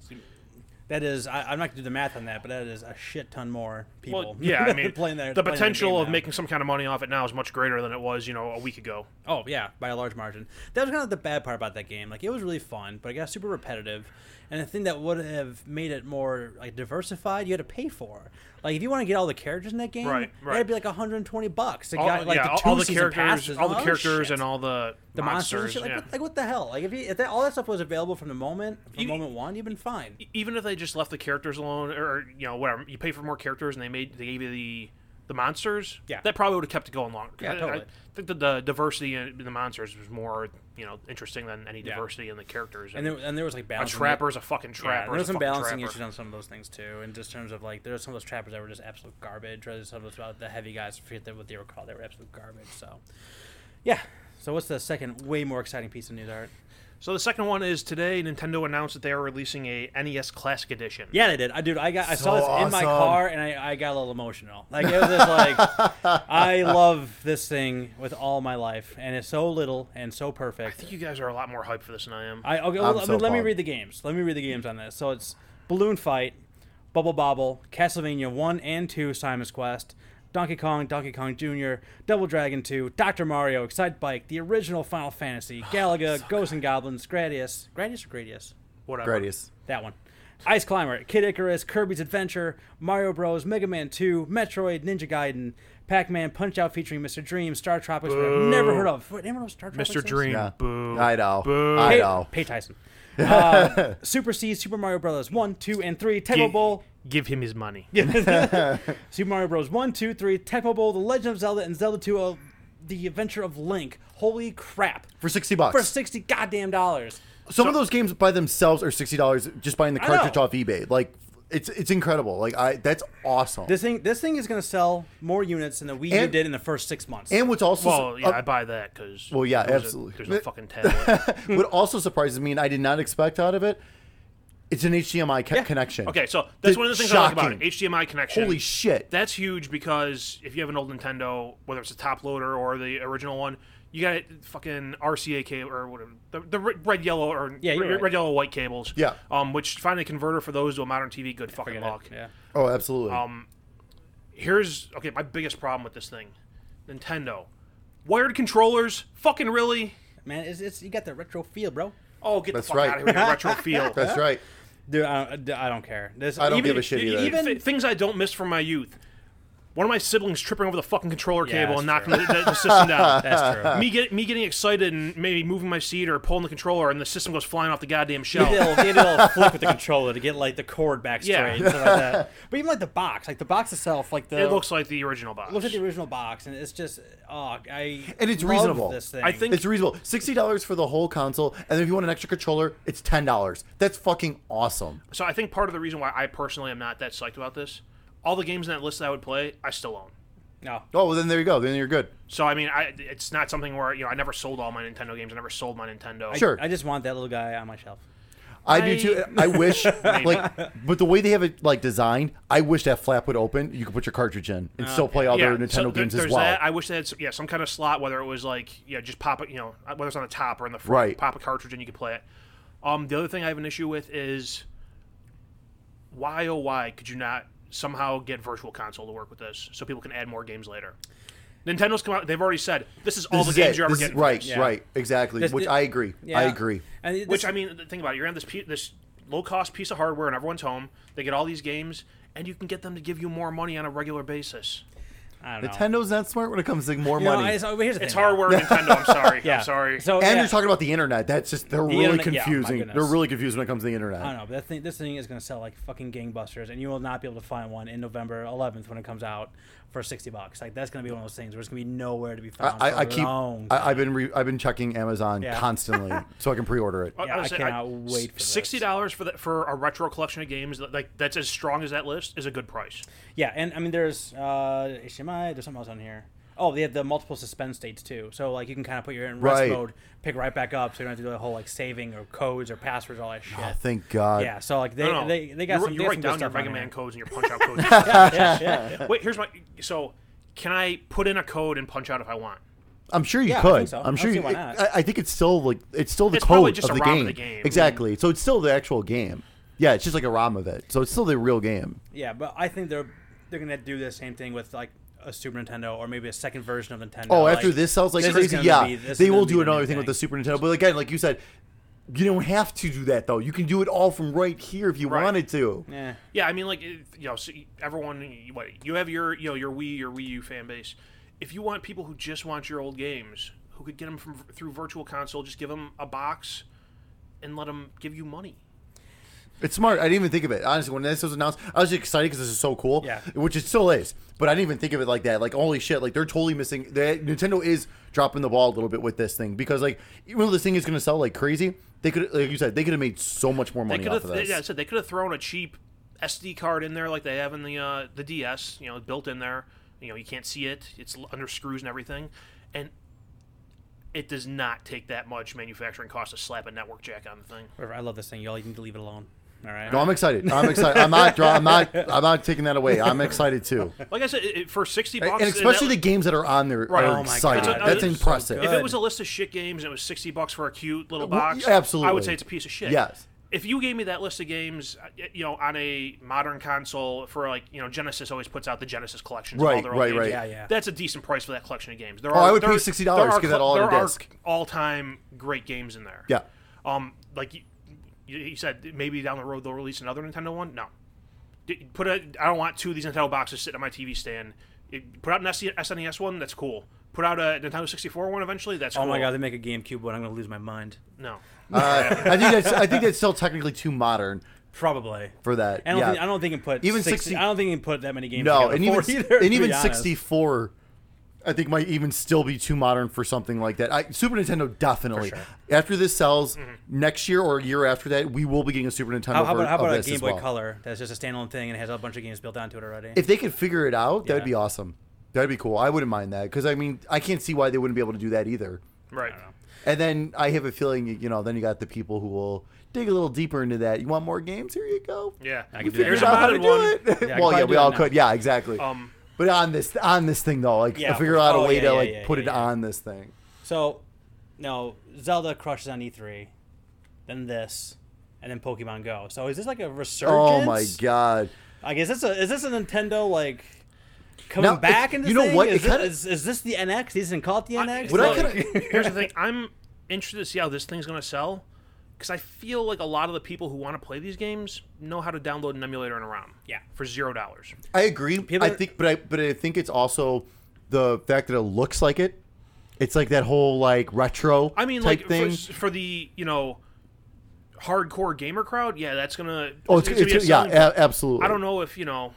[SPEAKER 4] that is. I, I'm not gonna do the math on that, but that is a shit ton more people.
[SPEAKER 6] Well,
[SPEAKER 4] [LAUGHS]
[SPEAKER 6] yeah, I mean,
[SPEAKER 4] playing that,
[SPEAKER 6] the
[SPEAKER 4] playing that
[SPEAKER 6] potential
[SPEAKER 4] game
[SPEAKER 6] of
[SPEAKER 4] now.
[SPEAKER 6] making some kind of money off it now is much greater than it was, you know, a week ago.
[SPEAKER 4] Oh yeah, by a large margin. That was kind of the bad part about that game. Like it was really fun, but it got super repetitive. And the thing that would have made it more like diversified, you had to pay for. Like if you want to get all the characters in that game,
[SPEAKER 6] Right, right.
[SPEAKER 4] that'd be like 120 bucks. It
[SPEAKER 6] All,
[SPEAKER 4] got like
[SPEAKER 6] yeah,
[SPEAKER 4] the
[SPEAKER 6] all-
[SPEAKER 4] two
[SPEAKER 6] all the
[SPEAKER 4] season
[SPEAKER 6] characters,
[SPEAKER 4] passes,
[SPEAKER 6] all the
[SPEAKER 4] oh,
[SPEAKER 6] characters,
[SPEAKER 4] shit.
[SPEAKER 6] and all the,
[SPEAKER 4] the monsters. and shit.
[SPEAKER 6] yeah.
[SPEAKER 4] Like, what, like what the hell? Like if, you, if that, all that stuff was available from the moment, from
[SPEAKER 6] You-
[SPEAKER 4] moment one, you've been fine.
[SPEAKER 6] even if they just left the characters alone or, or, you know whatever you pay for more characters and they made they gave you the the monsters,
[SPEAKER 4] Yeah.
[SPEAKER 6] that probably would have kept it going longer.
[SPEAKER 4] Yeah,
[SPEAKER 6] I,
[SPEAKER 4] totally.
[SPEAKER 6] I think that the diversity in the monsters was more, you know, interesting than any
[SPEAKER 4] Yeah.
[SPEAKER 6] diversity in the characters.
[SPEAKER 4] and there, and there was like
[SPEAKER 6] a
[SPEAKER 4] balancing.
[SPEAKER 6] trapper is a fucking
[SPEAKER 4] Yeah,
[SPEAKER 6] trapper.
[SPEAKER 4] there was
[SPEAKER 6] is a
[SPEAKER 4] some
[SPEAKER 6] fucking
[SPEAKER 4] balancing
[SPEAKER 6] trapper.
[SPEAKER 4] issues on some of those things too, in just terms of like there were some of those trappers that were just absolute garbage. Or there's some of those about the heavy guys, I forget what they were called, they were absolute garbage. So, yeah. So what's the second, way more exciting piece of news art?
[SPEAKER 6] So the second one is today Nintendo announced that they are releasing a NES Classic Edition.
[SPEAKER 4] Yeah, they did. I dude, I got I
[SPEAKER 5] So
[SPEAKER 4] saw this in my
[SPEAKER 5] awesome.
[SPEAKER 4] car and I, I got a little emotional. Like it was just
[SPEAKER 5] [LAUGHS]
[SPEAKER 4] like I love this thing with all my life, and it's so little and so
[SPEAKER 6] I
[SPEAKER 4] perfect.
[SPEAKER 6] think you guys are a lot more hyped for this than I am.
[SPEAKER 4] I okay.
[SPEAKER 5] I'm
[SPEAKER 4] let,
[SPEAKER 5] so
[SPEAKER 4] let me
[SPEAKER 5] pumped.
[SPEAKER 4] read the games. Let me read the games on this. So it's Balloon Fight, Bubble Bobble, Castlevania One and Two, Simon's Quest, Donkey Kong, Donkey Kong Jr., Double Dragon Two, Doctor Mario, Excite Bike, the original Final
[SPEAKER 5] [SIGHS]
[SPEAKER 4] Fantasy, Galaga, Ghosts and Goblins, Gradius, Gradius or Gradius,
[SPEAKER 6] Whatever.
[SPEAKER 5] Gradius.
[SPEAKER 4] that one. Ice Climber, Kid Icarus, Kirby's Adventure, Mario Bros, Mega Man 2, Metroid, Ninja Gaiden, Pac-Man, Punch-Out featuring Mr. Dream, Star Tropics, which I've never heard of. What, anyone know Star Tropics?
[SPEAKER 6] Mr.
[SPEAKER 4] is?
[SPEAKER 6] Dream.
[SPEAKER 5] Yeah.
[SPEAKER 6] Boo.
[SPEAKER 5] I know.
[SPEAKER 6] Boo.
[SPEAKER 5] I
[SPEAKER 4] Pay-
[SPEAKER 5] know.
[SPEAKER 4] Pay Tyson.
[SPEAKER 5] [LAUGHS]
[SPEAKER 4] Uh, Super C, Super Mario Brothers 1, 2, and 3, Tecmo Bowl.
[SPEAKER 6] Give him his money.
[SPEAKER 5] [LAUGHS]
[SPEAKER 4] Super Mario Bros. 1, 2, 3, Tecmo Bowl, The Legend of Zelda, and Zelda 2, uh, The Adventure of Link. Holy crap.
[SPEAKER 5] For sixty bucks.
[SPEAKER 4] For 60 goddamn dollars.
[SPEAKER 5] Some of those games by themselves are sixty dollars just buying the
[SPEAKER 4] I know.
[SPEAKER 5] cartridge off eBay. Like it's it's incredible. Like I that's awesome.
[SPEAKER 4] This thing this thing is going to sell more units than the Wii U
[SPEAKER 5] And-
[SPEAKER 4] did in the first six months.
[SPEAKER 5] and what's also
[SPEAKER 6] Well, yeah,
[SPEAKER 5] uh,
[SPEAKER 6] I buy that because.
[SPEAKER 5] Well, yeah,
[SPEAKER 6] there's a-
[SPEAKER 5] absolutely.
[SPEAKER 6] there's
[SPEAKER 5] [LAUGHS]
[SPEAKER 6] no fucking tablet.
[SPEAKER 5] what also surprises me and I did not expect out of it, it's an HDMI co- connection.
[SPEAKER 6] okay, so that's
[SPEAKER 5] The-
[SPEAKER 6] one of the things I like about it.
[SPEAKER 5] shocking.
[SPEAKER 6] HDMI connection.
[SPEAKER 5] Holy shit.
[SPEAKER 6] That's huge because if you have an old Nintendo, whether it's a top loader or the original one, you got fucking RCA cable or whatever the, the re- red, yellow or
[SPEAKER 4] Yeah, you're
[SPEAKER 6] red,
[SPEAKER 4] right.
[SPEAKER 6] red, yellow, white cables.
[SPEAKER 5] Yeah.
[SPEAKER 6] Um, which find a converter for those to a modern TV. Good fucking
[SPEAKER 4] Forget it.
[SPEAKER 6] luck.
[SPEAKER 4] Yeah.
[SPEAKER 5] oh, absolutely.
[SPEAKER 6] Um, here's okay my biggest problem with this thing nintendo wired controllers fucking really
[SPEAKER 4] Man, it's, it's you got the retro feel, bro.
[SPEAKER 6] oh get
[SPEAKER 5] That's
[SPEAKER 6] the fuck
[SPEAKER 5] right.
[SPEAKER 6] out of here
[SPEAKER 5] [LAUGHS]
[SPEAKER 6] with retro feel
[SPEAKER 5] that's right.
[SPEAKER 4] Dude, I don't, I don't care. This,
[SPEAKER 5] I don't
[SPEAKER 4] even,
[SPEAKER 5] give a shit
[SPEAKER 6] E-
[SPEAKER 5] either.
[SPEAKER 6] even th- things i don't miss from my youth one of my siblings tripping over the fucking controller
[SPEAKER 4] Yeah,
[SPEAKER 6] cable and
[SPEAKER 4] that's
[SPEAKER 6] knocking the, the, the system down
[SPEAKER 4] [LAUGHS] That's
[SPEAKER 5] [LAUGHS]
[SPEAKER 4] true.
[SPEAKER 6] me get me getting excited and maybe moving my seat or pulling the controller and the system goes flying off the goddamn
[SPEAKER 4] He did, a
[SPEAKER 6] shelf
[SPEAKER 4] little, he did a [LAUGHS] little flick with the controller to get like the cord back straight
[SPEAKER 6] Yeah.
[SPEAKER 4] and stuff like that. [LAUGHS] But even like the box, like the box itself, like the
[SPEAKER 6] it looks like the original box
[SPEAKER 4] looks at the original box, and it's just oh, I
[SPEAKER 5] And it's
[SPEAKER 4] love
[SPEAKER 5] reasonable.
[SPEAKER 4] This thing,
[SPEAKER 6] I think-
[SPEAKER 5] It's reasonable. Sixty dollars for the whole console, and if you want an extra controller, it's ten dollars. That's fucking awesome.
[SPEAKER 6] so i think part of the reason why i personally am not that psyched about this all the games in that list that i would play i still own
[SPEAKER 4] no,
[SPEAKER 5] Oh, well, then there you go. Then you're good.
[SPEAKER 6] So I mean, I it's not something where you know I never sold all my Nintendo games. I never sold my Nintendo.
[SPEAKER 5] Sure.
[SPEAKER 4] I just want that little guy on my shelf.
[SPEAKER 5] I, do too. I wish, like, but the way they have it like designed, I wish that flap would open. You could put your cartridge in and still play other
[SPEAKER 6] Yeah,
[SPEAKER 5] Nintendo
[SPEAKER 6] so there-
[SPEAKER 5] games as
[SPEAKER 6] there's
[SPEAKER 5] well.
[SPEAKER 6] That. I wish they had s- yeah some kind of slot, whether it was like yeah just pop it, you know whether it's on the top or in the front,
[SPEAKER 5] Right.
[SPEAKER 6] pop a cartridge and you can play it. Um, the other thing I have an issue with is why oh why could you not somehow get Virtual Console to work with this so people can add more games later? Nintendo's come out; they've already said this is all
[SPEAKER 5] This
[SPEAKER 6] the
[SPEAKER 5] is
[SPEAKER 6] games
[SPEAKER 5] it.
[SPEAKER 6] you're ever
[SPEAKER 5] This is-
[SPEAKER 6] getting.
[SPEAKER 5] right,
[SPEAKER 4] Yeah.
[SPEAKER 5] right, exactly.
[SPEAKER 4] This-
[SPEAKER 5] Which
[SPEAKER 4] thi-
[SPEAKER 5] I agree.
[SPEAKER 4] Yeah.
[SPEAKER 5] I agree.
[SPEAKER 4] And this,
[SPEAKER 6] Which I mean, th- think about it. You're on this pe- this low cost piece of hardware, and everyone's home. They get all these games, and you can get them to give you more money on a regular basis.
[SPEAKER 4] I don't know.
[SPEAKER 5] Nintendo's not smart when it comes to more
[SPEAKER 4] You know,
[SPEAKER 5] money.
[SPEAKER 4] I- so here's the
[SPEAKER 6] It's
[SPEAKER 4] thing,
[SPEAKER 6] hardware, Nintendo. I'm sorry.
[SPEAKER 4] though. Yeah,
[SPEAKER 6] I'm sorry.
[SPEAKER 4] So
[SPEAKER 5] and
[SPEAKER 4] yeah.
[SPEAKER 5] you're talking about the internet. That's just they're really
[SPEAKER 4] internet- yeah, my
[SPEAKER 5] confusing. they're
[SPEAKER 4] goodness.
[SPEAKER 5] really confused when it comes to the internet.
[SPEAKER 4] I don't know, but that thing, this thing is going to sell like fucking gangbusters, and you will not be able to find one in November 11th when it comes out for 60 bucks. Like that's going to be one of those things where it's going to be nowhere to be found.
[SPEAKER 5] I,
[SPEAKER 4] for
[SPEAKER 5] I
[SPEAKER 4] a
[SPEAKER 5] keep.
[SPEAKER 4] long
[SPEAKER 5] I, I've been re, I've been checking Amazon
[SPEAKER 4] Yeah.
[SPEAKER 5] constantly
[SPEAKER 4] [LAUGHS]
[SPEAKER 5] so I can pre-order it.
[SPEAKER 4] Yeah,
[SPEAKER 6] would
[SPEAKER 4] I
[SPEAKER 6] say,
[SPEAKER 4] cannot wait for this.
[SPEAKER 6] Sixty dollars for the, for a retro collection of games that- like that's as strong as that list is a good price.
[SPEAKER 4] Yeah, and I mean, there's uh, HDMI. There's something else on here. Oh, they have the multiple suspend states too. So like you can kind of put your in rest
[SPEAKER 5] Right.
[SPEAKER 4] mode, pick right back up, so you don't have to do the whole like saving or codes or passwords all that shit.
[SPEAKER 5] Oh, thank God.
[SPEAKER 4] yeah, so like they
[SPEAKER 6] No, no,
[SPEAKER 4] they, they got
[SPEAKER 6] you,
[SPEAKER 4] some.
[SPEAKER 6] You
[SPEAKER 4] they got
[SPEAKER 6] write
[SPEAKER 4] some
[SPEAKER 6] down
[SPEAKER 4] good
[SPEAKER 6] your
[SPEAKER 4] stuff on
[SPEAKER 6] Mega Man
[SPEAKER 4] here. [LAUGHS]
[SPEAKER 6] codes and your Punch Out codes.
[SPEAKER 4] Yeah, yeah. [LAUGHS]
[SPEAKER 6] Wait, here's my. So, can I put in a code and punch out if I want?
[SPEAKER 5] I'm sure you
[SPEAKER 4] Yeah, I
[SPEAKER 5] could.
[SPEAKER 4] think so. I
[SPEAKER 5] am
[SPEAKER 4] don't
[SPEAKER 5] sure
[SPEAKER 4] see
[SPEAKER 5] you.
[SPEAKER 4] why not.
[SPEAKER 5] I, I think it's still like it's still the
[SPEAKER 6] It's probably
[SPEAKER 5] code
[SPEAKER 6] just
[SPEAKER 5] of
[SPEAKER 6] a
[SPEAKER 5] the
[SPEAKER 6] ROM
[SPEAKER 5] game.
[SPEAKER 6] of the game.
[SPEAKER 5] Exactly. So it's still the actual game. Yeah, it's just like a ROM of it. So it's still the real game.
[SPEAKER 4] Yeah, but I think they're they're gonna do the same thing with like a Super Nintendo or maybe a second version of Nintendo.
[SPEAKER 5] Oh, after this sounds like
[SPEAKER 4] this is
[SPEAKER 5] crazy.
[SPEAKER 4] gonna
[SPEAKER 5] Yeah,
[SPEAKER 4] be- this is
[SPEAKER 5] they
[SPEAKER 4] gonna
[SPEAKER 5] will
[SPEAKER 4] be
[SPEAKER 5] do
[SPEAKER 4] the new
[SPEAKER 5] another thing, with the Super Nintendo. But again, like you said, you don't have to do that though. You can do it all from right here if you
[SPEAKER 6] Right.
[SPEAKER 5] wanted to.
[SPEAKER 4] Yeah.
[SPEAKER 6] Yeah, I mean, like if, you know, so you- everyone, you- what you have your you know your Wii your Wii U fan base. If you want people who just want your old games, who could get them from through Virtual Console, just give them a box and let them give you money.
[SPEAKER 5] It's smart. I didn't even think of it. Honestly, when this was announced, I was just excited because this is so cool.
[SPEAKER 4] Yeah.
[SPEAKER 5] Which it still is. But I didn't even think of it like that. Like, holy shit. Like, they're totally missing. They, Nintendo is dropping the ball a little bit with this thing because, like, even though this thing is going to sell like crazy, they could, like you said, they could have made so much more
[SPEAKER 6] They
[SPEAKER 5] money
[SPEAKER 6] could
[SPEAKER 5] off
[SPEAKER 6] have,
[SPEAKER 5] of this.
[SPEAKER 6] yeah, I said they could have thrown a cheap SD card in there like they have in the uh, the DS, you know, built in there. You know, you can't see it; it's l- under screws and everything, and it does not take that much manufacturing cost to slap a network jack on the thing.
[SPEAKER 4] Whatever, I love this thing. Y'all, you need to leave it alone. All right.
[SPEAKER 5] No, I'm excited. I'm excited. I'm not. dro- I'm
[SPEAKER 6] [LAUGHS]
[SPEAKER 5] not. I'm not taking that away. I'm excited too,
[SPEAKER 6] Like I said, it, it- for sixty
[SPEAKER 5] and
[SPEAKER 6] bucks,
[SPEAKER 5] and especially
[SPEAKER 6] that-
[SPEAKER 5] the games that are on there
[SPEAKER 6] Right.
[SPEAKER 5] are
[SPEAKER 6] Oh
[SPEAKER 4] my
[SPEAKER 5] exciting.
[SPEAKER 6] God.
[SPEAKER 5] That's
[SPEAKER 6] So
[SPEAKER 5] impressive.
[SPEAKER 6] if
[SPEAKER 4] good.
[SPEAKER 6] it was a list of shit games and it was sixty bucks for a cute little
[SPEAKER 5] Well,
[SPEAKER 6] box,
[SPEAKER 5] yeah,
[SPEAKER 6] I
[SPEAKER 5] absolutely.
[SPEAKER 6] would say it's a piece of shit.
[SPEAKER 5] Yes.
[SPEAKER 6] If you gave me that list of games, uh, y- you know, on a modern console for like, you know, Genesis always puts out the Genesis collections. of all
[SPEAKER 5] Right,
[SPEAKER 6] their own
[SPEAKER 5] right,
[SPEAKER 6] games.
[SPEAKER 5] right.
[SPEAKER 4] Yeah, yeah.
[SPEAKER 6] That's a decent price for that collection of games. There
[SPEAKER 5] Oh,
[SPEAKER 6] are,
[SPEAKER 5] I would
[SPEAKER 6] there,
[SPEAKER 5] pay $60
[SPEAKER 6] there
[SPEAKER 5] to
[SPEAKER 6] are
[SPEAKER 5] get that
[SPEAKER 6] cl-
[SPEAKER 5] all on
[SPEAKER 6] there
[SPEAKER 5] a
[SPEAKER 6] are
[SPEAKER 5] disc.
[SPEAKER 6] all-time great games in there.
[SPEAKER 5] Yeah.
[SPEAKER 6] Um, like you, you you said, maybe down the road they'll release another Nintendo one. No, D- put a. I don't want two of these Nintendo boxes sitting on my TV stand. It- put out an E, SC SNES one. That's cool. Put out a Nintendo 64 one eventually. That's
[SPEAKER 4] Oh
[SPEAKER 6] cool.
[SPEAKER 4] my god, they make a GameCube one. I'm gonna lose my mind.
[SPEAKER 6] No.
[SPEAKER 5] Uh, I think that's. I think that's still technically too modern
[SPEAKER 4] Probably.
[SPEAKER 5] for that.
[SPEAKER 4] I don't,
[SPEAKER 5] yeah.
[SPEAKER 4] think, I don't think it put
[SPEAKER 5] Even
[SPEAKER 4] even 60,
[SPEAKER 5] 60
[SPEAKER 4] I don't think it put that many games.
[SPEAKER 5] No,
[SPEAKER 4] together
[SPEAKER 5] and
[SPEAKER 4] for
[SPEAKER 5] even
[SPEAKER 4] [LAUGHS] either, to
[SPEAKER 5] and
[SPEAKER 4] be
[SPEAKER 5] even
[SPEAKER 4] honest.
[SPEAKER 5] sixty four, I think might even still be too modern for something like that. I, Super Nintendo definitely.
[SPEAKER 4] sure. Mm-hmm.
[SPEAKER 5] After this sells next year or a year after that, we will be getting a Super Nintendo.
[SPEAKER 4] How, how
[SPEAKER 5] ver-
[SPEAKER 4] about, how
[SPEAKER 5] of
[SPEAKER 4] about a
[SPEAKER 5] this
[SPEAKER 4] Game
[SPEAKER 5] as
[SPEAKER 4] Boy
[SPEAKER 5] well.
[SPEAKER 4] Color that's just a standalone thing and has a bunch of games built onto it already?
[SPEAKER 5] If they could figure it out, that'd
[SPEAKER 4] Yeah.
[SPEAKER 5] be awesome. That'd be cool. I wouldn't mind that because I mean I can't see why they wouldn't be able to do that either.
[SPEAKER 6] Right.
[SPEAKER 5] And then I have a feeling you know then you got the people who will dig a little deeper into that. You want more games? Here you go.
[SPEAKER 6] Yeah.
[SPEAKER 4] I
[SPEAKER 5] We
[SPEAKER 4] can do that.
[SPEAKER 5] figured
[SPEAKER 4] Here's
[SPEAKER 5] out
[SPEAKER 4] a
[SPEAKER 5] how to
[SPEAKER 6] modded
[SPEAKER 5] do
[SPEAKER 6] one.
[SPEAKER 5] it.
[SPEAKER 4] Yeah, I
[SPEAKER 5] well,
[SPEAKER 4] could
[SPEAKER 5] yeah,
[SPEAKER 4] probably
[SPEAKER 5] we
[SPEAKER 4] do
[SPEAKER 5] all
[SPEAKER 4] it [LAUGHS] now. Oh,
[SPEAKER 5] could. Yeah, exactly.
[SPEAKER 6] Um.
[SPEAKER 5] But on this on this thing though, like
[SPEAKER 4] Yeah.
[SPEAKER 5] figure out
[SPEAKER 4] Oh,
[SPEAKER 5] a way
[SPEAKER 4] yeah,
[SPEAKER 5] to
[SPEAKER 4] yeah,
[SPEAKER 5] like
[SPEAKER 4] yeah,
[SPEAKER 5] put
[SPEAKER 4] yeah,
[SPEAKER 5] it
[SPEAKER 4] yeah.
[SPEAKER 5] on this thing.
[SPEAKER 4] So, no, Zelda crushes on E3, then this, and then Pokemon Go. So is this like a resurgence?
[SPEAKER 5] Oh my god!
[SPEAKER 4] Like is this a is this a Nintendo like coming
[SPEAKER 5] Now, it-
[SPEAKER 4] back into
[SPEAKER 5] you know
[SPEAKER 4] thing?
[SPEAKER 5] what?
[SPEAKER 4] Is,
[SPEAKER 5] It kinda-
[SPEAKER 4] this, is, is this the NX? They didn't call it the NX.
[SPEAKER 5] What I
[SPEAKER 4] Like-
[SPEAKER 5] kinda-
[SPEAKER 6] Here's the thing. I'm interested to see how this thing's gonna sell, because I feel like a lot of the people who want to play these games know how to download an emulator and a ROM.
[SPEAKER 4] Yeah.
[SPEAKER 6] For zero dollars.
[SPEAKER 5] [LAUGHS] I agree.
[SPEAKER 4] People
[SPEAKER 5] I
[SPEAKER 4] are-
[SPEAKER 5] think, but I but I think it's also the fact that it looks like it. It's like that whole like retro.
[SPEAKER 6] I mean,
[SPEAKER 5] type
[SPEAKER 6] like
[SPEAKER 5] thing.
[SPEAKER 6] For, for the you know hardcore gamer crowd, yeah, that's gonna.
[SPEAKER 5] oh, it's,
[SPEAKER 6] gonna be
[SPEAKER 5] it's,
[SPEAKER 6] a
[SPEAKER 5] yeah,
[SPEAKER 6] selling point.
[SPEAKER 5] a- absolutely.
[SPEAKER 6] I don't know if you know.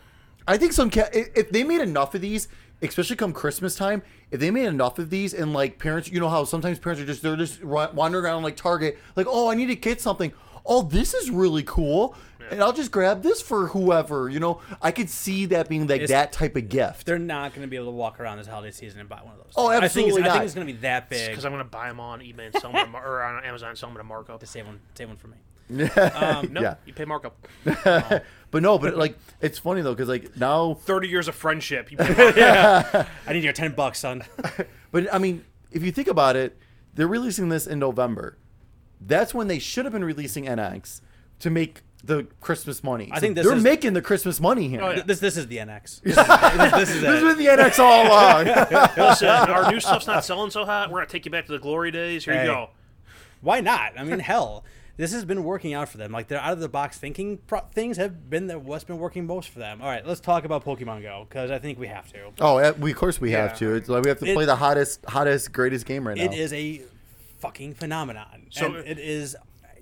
[SPEAKER 5] I think some ca- i- if they made enough of these, especially come Christmas time, if they made enough of these and like parents, you know how sometimes parents are just they're just wa- wandering around like Target, like oh I need to get something, oh this is really cool, and I'll just grab this for whoever, you know. I could see that being like
[SPEAKER 4] It's-
[SPEAKER 5] that type of gift.
[SPEAKER 4] [LAUGHS] They're not going to be able to walk around this holiday season and buy one of those.
[SPEAKER 5] Oh,
[SPEAKER 4] I think it's,
[SPEAKER 5] absolutely
[SPEAKER 4] I
[SPEAKER 5] not.
[SPEAKER 4] think it's going to be that big.
[SPEAKER 6] Because I'm gonna buy them on eBay and sell them or on Amazon, sell them at a markup.
[SPEAKER 4] Save one, save one for me.
[SPEAKER 6] Um, No,
[SPEAKER 5] Yeah.
[SPEAKER 6] you pay markup.
[SPEAKER 5] [LAUGHS] But no, but like it's funny though because like now,
[SPEAKER 6] Thirty years of
[SPEAKER 5] [LAUGHS]
[SPEAKER 6] friendship. You pay markup.
[SPEAKER 4] I need your ten bucks, [LAUGHS] son.
[SPEAKER 5] but I mean if you think about it, they're releasing this in November. That's when they should have been releasing NX to make the Christmas money.
[SPEAKER 4] I think this
[SPEAKER 5] they're
[SPEAKER 4] is- Oh,
[SPEAKER 5] making the Christmas money here.
[SPEAKER 4] This this is the NX. [LAUGHS] This is, this is
[SPEAKER 5] This
[SPEAKER 4] it.
[SPEAKER 5] has been the NX all along.
[SPEAKER 6] Listen, our new stuff's not selling so hot. We're gonna take you back to the glory days. Here
[SPEAKER 4] Hey.
[SPEAKER 6] you go.
[SPEAKER 4] Why not? I mean, hell, this has been working out for them. Like their out of the box thinking pro- things have been the, what's been working most for them. All right, let's talk about Pokemon Go because I think we have to.
[SPEAKER 5] [LAUGHS] oh, uh, we, of course we have to. It's like we have to
[SPEAKER 4] It-
[SPEAKER 5] play the hottest, hottest, greatest game right now.
[SPEAKER 4] It is a fucking phenomenon.
[SPEAKER 6] So-
[SPEAKER 4] and it is.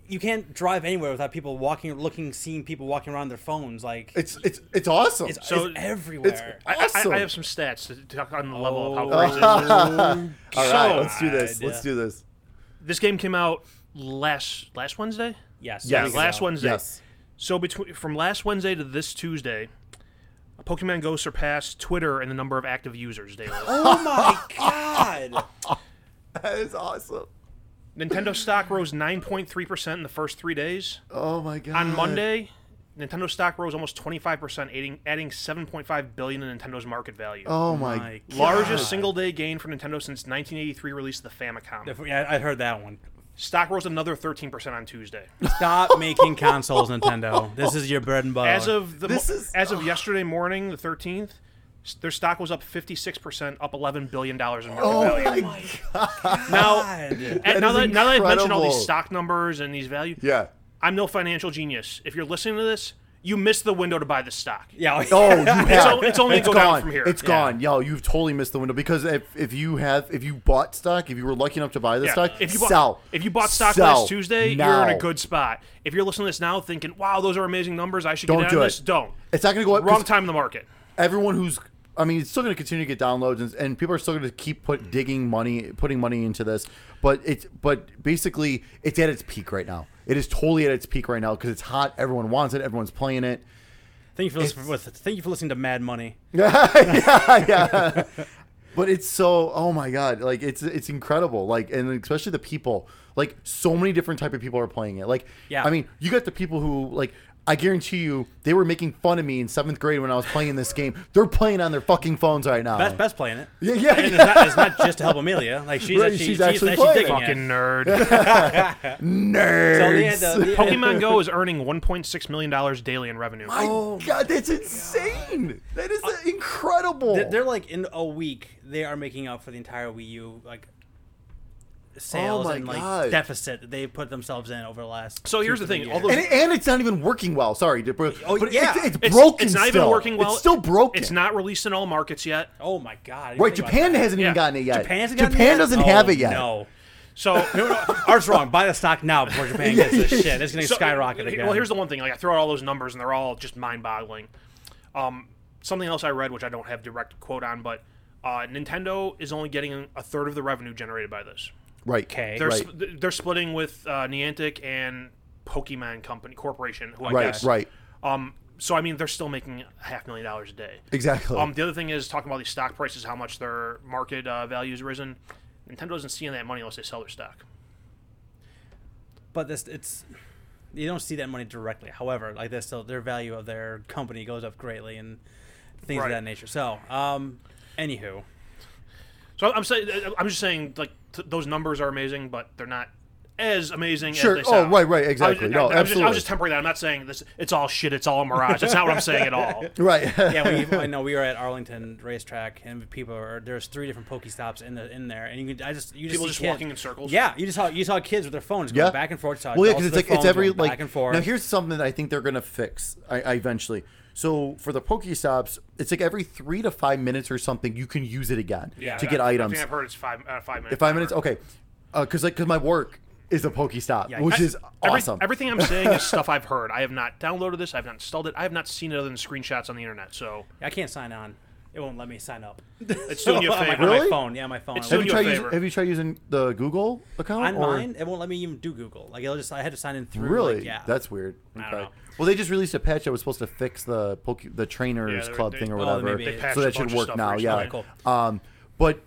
[SPEAKER 4] You can't drive anywhere without people walking, looking, seeing people walking around their phones. Like it's,
[SPEAKER 5] It's it's it's awesome.
[SPEAKER 4] it's,
[SPEAKER 6] so it's-
[SPEAKER 4] everywhere.
[SPEAKER 6] I-
[SPEAKER 5] awesome.
[SPEAKER 6] I, I have some stats to talk on the level of
[SPEAKER 4] Oh.
[SPEAKER 5] [LAUGHS]
[SPEAKER 6] how crazy this is.
[SPEAKER 4] [LAUGHS]
[SPEAKER 5] all right,
[SPEAKER 6] so
[SPEAKER 5] let's do this.
[SPEAKER 4] good.
[SPEAKER 5] Let's do this.
[SPEAKER 6] This game came out last last Wednesday.
[SPEAKER 4] yes.
[SPEAKER 5] Yes.
[SPEAKER 4] there you
[SPEAKER 6] Last
[SPEAKER 4] go.
[SPEAKER 6] Wednesday.
[SPEAKER 5] Yes.
[SPEAKER 6] So between from last Wednesday to this Tuesday, Pokemon Go surpassed Twitter in the number of active users daily.
[SPEAKER 4] Oh my
[SPEAKER 6] [LAUGHS]
[SPEAKER 4] god!
[SPEAKER 5] That is awesome.
[SPEAKER 6] Nintendo stock rose 9.3% in the first 3 days.
[SPEAKER 5] Oh my god.
[SPEAKER 6] On Monday, Nintendo stock rose almost 25%, adding, adding 7.5 billion in Nintendo's market value.
[SPEAKER 5] Oh my.
[SPEAKER 4] My
[SPEAKER 6] Largest single day gain for Nintendo since 1983 release of the Famicom.
[SPEAKER 4] God. Yeah, I heard that one.
[SPEAKER 6] stock rose another 13% on Tuesday.
[SPEAKER 5] Oh. [LAUGHS]
[SPEAKER 4] Stop making consoles, Nintendo. This is your bread and butter.
[SPEAKER 6] As of the
[SPEAKER 5] This
[SPEAKER 6] mo-
[SPEAKER 5] is-
[SPEAKER 6] as of yesterday morning, the 13th, s- their stock was up 56%, up 11 billion dollars in market
[SPEAKER 5] Oh
[SPEAKER 6] value.
[SPEAKER 5] my.
[SPEAKER 6] Now,
[SPEAKER 4] God.
[SPEAKER 6] And now,
[SPEAKER 5] is
[SPEAKER 6] that, now that I've mentioned all these
[SPEAKER 5] incredible.
[SPEAKER 6] [LAUGHS] stock numbers and these values,
[SPEAKER 5] Yeah.
[SPEAKER 6] I'm no financial genius. If you're listening to this, you missed the window to buy the stock.
[SPEAKER 4] Yeah.
[SPEAKER 5] Oh,
[SPEAKER 4] [LAUGHS]
[SPEAKER 5] you have.
[SPEAKER 6] o- it's only go
[SPEAKER 5] gone.
[SPEAKER 6] down from here.
[SPEAKER 5] It's
[SPEAKER 6] Yeah.
[SPEAKER 5] gone. Yo, you've totally missed the window because if, if you have if you bought stock, if you were lucky enough to buy the
[SPEAKER 6] Yeah.
[SPEAKER 5] stock,
[SPEAKER 6] if you bought,
[SPEAKER 5] sell.
[SPEAKER 6] If you bought stock
[SPEAKER 5] Sell
[SPEAKER 6] last Tuesday, you're in
[SPEAKER 5] now.
[SPEAKER 6] a good spot. If you're listening to this now thinking, wow, those are amazing numbers, I should
[SPEAKER 5] Don't
[SPEAKER 6] get in
[SPEAKER 5] do
[SPEAKER 6] on
[SPEAKER 5] it.
[SPEAKER 6] this, don't.
[SPEAKER 5] It's not going to go up. 'cause
[SPEAKER 6] Wrong time in the market.
[SPEAKER 5] Everyone who's I mean, it's still going to continue to get downloads, and, and people are still going to keep put digging money, putting money into this. But it's but basically, it's at its peak right now. It is totally at its peak right now because it's hot. Everyone wants it. Everyone's playing it. [LAUGHS]
[SPEAKER 4] Thank you for listening. With, thank you for listening to Mad Money.
[SPEAKER 5] Oh. yeah, yeah. But it's so oh my god, like it's it's incredible. Like and especially the people, like so many different type of people are playing it. Like
[SPEAKER 4] Yeah.
[SPEAKER 5] I mean, you got the people who like I guarantee you they were making fun of me in seventh grade when I was playing this game. They're playing on their fucking phones right now.
[SPEAKER 4] Best, best playing it.
[SPEAKER 5] yeah, yeah,
[SPEAKER 4] And it's
[SPEAKER 5] yeah.
[SPEAKER 4] not, it's not just to help Amelia. Like she's
[SPEAKER 5] Right,
[SPEAKER 4] actually,
[SPEAKER 5] she's
[SPEAKER 4] she's,
[SPEAKER 5] actually
[SPEAKER 4] actually,
[SPEAKER 5] playing it.
[SPEAKER 6] Fucking
[SPEAKER 4] digging
[SPEAKER 5] [LAUGHS]
[SPEAKER 4] it.
[SPEAKER 6] nerd.
[SPEAKER 4] So they had
[SPEAKER 5] nerds.
[SPEAKER 4] the-
[SPEAKER 6] [LAUGHS]
[SPEAKER 4] they-
[SPEAKER 6] Pokemon Go is earning $1.6 million daily in revenue.
[SPEAKER 5] my
[SPEAKER 4] Oh
[SPEAKER 5] god, that's insane. That is incredible.
[SPEAKER 4] Uh, They're, they're like in a week, they are making up for the entire Wii U like sales
[SPEAKER 5] my
[SPEAKER 4] and like
[SPEAKER 5] God.
[SPEAKER 4] deficit that they put themselves in over the last.
[SPEAKER 6] So
[SPEAKER 4] two,
[SPEAKER 6] here's the
[SPEAKER 4] three
[SPEAKER 6] thing,
[SPEAKER 4] years.
[SPEAKER 6] all those-
[SPEAKER 5] and, and it's not even working well. Sorry, to- but
[SPEAKER 4] Oh,
[SPEAKER 5] but
[SPEAKER 4] yeah.
[SPEAKER 5] it's, it's
[SPEAKER 6] It's-
[SPEAKER 5] broken.
[SPEAKER 6] It's not
[SPEAKER 5] still.
[SPEAKER 6] even working well.
[SPEAKER 5] It's still broken.
[SPEAKER 6] It's not released in all markets yet.
[SPEAKER 4] oh my god! I didn't
[SPEAKER 5] Right,
[SPEAKER 4] think about
[SPEAKER 5] Japan
[SPEAKER 4] that.
[SPEAKER 5] hasn't even
[SPEAKER 6] Yeah.
[SPEAKER 5] gotten it yet.
[SPEAKER 4] Japan hasn't gotten it
[SPEAKER 5] Japan
[SPEAKER 4] yet?
[SPEAKER 5] doesn't
[SPEAKER 4] Oh,
[SPEAKER 5] have it yet.
[SPEAKER 4] No,
[SPEAKER 5] [LAUGHS]
[SPEAKER 6] So
[SPEAKER 4] no, no. Art's wrong. Buy the stock now before Japan gets [LAUGHS] this shit. It's gonna
[SPEAKER 6] So-
[SPEAKER 4] skyrocket again.
[SPEAKER 6] Well, here's the one thing. Like I throw out all those numbers, and they're all just mind-boggling. Um, something else I read, which I don't have direct quote on, but uh, Nintendo is only getting a third of the revenue generated by this.
[SPEAKER 5] Right.
[SPEAKER 4] okay.
[SPEAKER 6] They're
[SPEAKER 5] Right.
[SPEAKER 6] sp- they're splitting with uh, Niantic and Pokemon Company Corporation, who I
[SPEAKER 5] Right.
[SPEAKER 6] guess.
[SPEAKER 5] Right.
[SPEAKER 6] Um, so I mean, they're still making a half million dollars a day.
[SPEAKER 5] Exactly.
[SPEAKER 6] Um, the other thing is talking about these stock prices, how much their market uh, value has risen. Nintendo doesn't see any of that money unless they sell their stock.
[SPEAKER 4] But this, it's you don't see that money directly. However, like this, so their value of their company goes up greatly and things
[SPEAKER 6] Right.
[SPEAKER 4] of that nature. So, um, anywho,
[SPEAKER 6] So I'm saying, I'm just saying, like th- those numbers are amazing, but they're not as amazing.
[SPEAKER 5] Sure.
[SPEAKER 6] As they
[SPEAKER 5] Oh,
[SPEAKER 6] sound.
[SPEAKER 5] right, right,
[SPEAKER 6] I was-
[SPEAKER 5] exactly. No,
[SPEAKER 6] I, I was just, I
[SPEAKER 5] absolutely.
[SPEAKER 6] was just tempering that. I'm not saying this. It's all shit. It's all a mirage. That's not what I'm saying at all.
[SPEAKER 5] right. [LAUGHS]
[SPEAKER 4] yeah, [LAUGHS] we, I know we are at Arlington Racetrack, and people are there's three different Pokestops in the in there, and you can I just you just
[SPEAKER 6] People
[SPEAKER 4] see
[SPEAKER 6] just
[SPEAKER 4] kids.
[SPEAKER 6] walking in circles?
[SPEAKER 4] Yeah, you just saw you saw kids with their phones
[SPEAKER 5] yeah.
[SPEAKER 4] going back and forth. saw
[SPEAKER 5] Well, yeah,
[SPEAKER 4] adults
[SPEAKER 5] because it's like
[SPEAKER 4] with their
[SPEAKER 5] it's
[SPEAKER 4] phones
[SPEAKER 5] every
[SPEAKER 4] going
[SPEAKER 5] like
[SPEAKER 4] back and forth.
[SPEAKER 5] Now here's something that I think they're gonna fix. I, I eventually. So for the Pokestops, it's like every three to five minutes or something, you can use it again
[SPEAKER 6] [LAUGHS] Yeah.
[SPEAKER 5] to
[SPEAKER 6] I-
[SPEAKER 5] get
[SPEAKER 6] I
[SPEAKER 5] items.
[SPEAKER 6] think I've heard it's five uh, five minutes.
[SPEAKER 5] If five minutes, okay, because like because my work is a Pokestop,
[SPEAKER 4] Yeah.
[SPEAKER 5] which
[SPEAKER 6] I-
[SPEAKER 5] is
[SPEAKER 6] every-
[SPEAKER 5] awesome.
[SPEAKER 6] everything I'm saying
[SPEAKER 5] [LAUGHS]
[SPEAKER 6] is stuff I've heard. I have not downloaded this. I have not installed it. I have not seen it other than screenshots on the internet. So
[SPEAKER 4] I can't sign on. It won't let me sign up.
[SPEAKER 6] it's doing
[SPEAKER 4] [LAUGHS]
[SPEAKER 6] you a
[SPEAKER 4] on my,
[SPEAKER 6] favor.
[SPEAKER 4] on my
[SPEAKER 5] Really?
[SPEAKER 4] phone. Yeah, my phone.
[SPEAKER 6] It's
[SPEAKER 4] It
[SPEAKER 6] doing
[SPEAKER 5] have you
[SPEAKER 6] you a
[SPEAKER 4] won't-
[SPEAKER 5] tried using,
[SPEAKER 6] favor.
[SPEAKER 5] Have you tried using the Google account?
[SPEAKER 4] on
[SPEAKER 5] or-
[SPEAKER 4] mine, it won't let me even do Google. Like it'll just I had to sign in through.
[SPEAKER 5] Really?
[SPEAKER 4] Like, yeah.
[SPEAKER 5] That's weird.
[SPEAKER 4] I
[SPEAKER 5] Okay.
[SPEAKER 4] don't know.
[SPEAKER 5] Well, they just released a patch that was supposed to fix the poke, the trainers
[SPEAKER 6] Yeah, they-
[SPEAKER 5] club
[SPEAKER 6] they-
[SPEAKER 5] thing or
[SPEAKER 6] oh,
[SPEAKER 4] they
[SPEAKER 5] whatever.
[SPEAKER 4] maybe- They
[SPEAKER 6] patched
[SPEAKER 5] so
[SPEAKER 6] a
[SPEAKER 5] that should
[SPEAKER 6] bunch of
[SPEAKER 5] work
[SPEAKER 6] stuff
[SPEAKER 5] now. Yeah.
[SPEAKER 6] recently.
[SPEAKER 4] Okay,
[SPEAKER 5] Um, but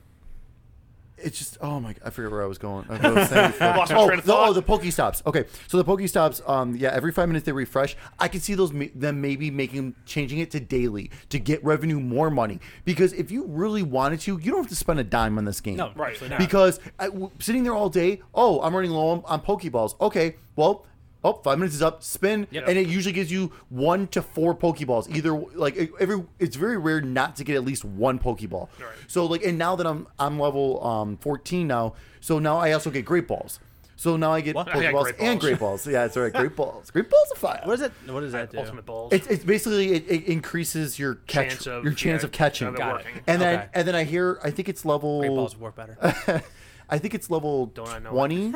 [SPEAKER 5] it's just oh my! I forget where I was going. I was
[SPEAKER 6] [LAUGHS]
[SPEAKER 5] saying before.
[SPEAKER 6] Lost my
[SPEAKER 5] oh,
[SPEAKER 6] train of
[SPEAKER 5] the, oh,
[SPEAKER 6] thought.
[SPEAKER 5] the Pokestops. Okay, so the Pokestops. Um, yeah, every five minutes they refresh. I can see those ma- them maybe making changing it to daily to get revenue more money because if you really wanted to, you don't have to spend a dime on this game.
[SPEAKER 4] No,
[SPEAKER 6] Right.
[SPEAKER 4] absolutely not.
[SPEAKER 5] Because I, w- sitting there all day, oh, I'm running low on, on Pokeballs. Okay, well, oh, five minutes is up. Spin, and it usually gives you one to four Pokeballs. Either like e- every, it's very rare not to get at least one Pokeball. So like, and now that I'm I'm level um 14 now, so now I also get Great Balls. So now I get
[SPEAKER 6] [LAUGHS] I got
[SPEAKER 5] Pokeballs
[SPEAKER 6] Great
[SPEAKER 5] and
[SPEAKER 6] Balls.
[SPEAKER 5] Great Balls. Yeah, that's
[SPEAKER 6] [LAUGHS]
[SPEAKER 5] right. Great Balls. Great Balls of fire.
[SPEAKER 4] what is it? What does that do?
[SPEAKER 6] Ultimate balls.
[SPEAKER 5] It's, it's basically it, it increases your catch
[SPEAKER 6] Chance of-
[SPEAKER 5] your chance
[SPEAKER 6] yeah,
[SPEAKER 5] of catching.
[SPEAKER 6] of it Got it. working.
[SPEAKER 5] And then
[SPEAKER 4] Okay.
[SPEAKER 5] and then I hear I think it's level
[SPEAKER 4] Great balls
[SPEAKER 5] [LAUGHS]
[SPEAKER 4] work better.
[SPEAKER 5] I think it's level
[SPEAKER 6] I know it?
[SPEAKER 5] 20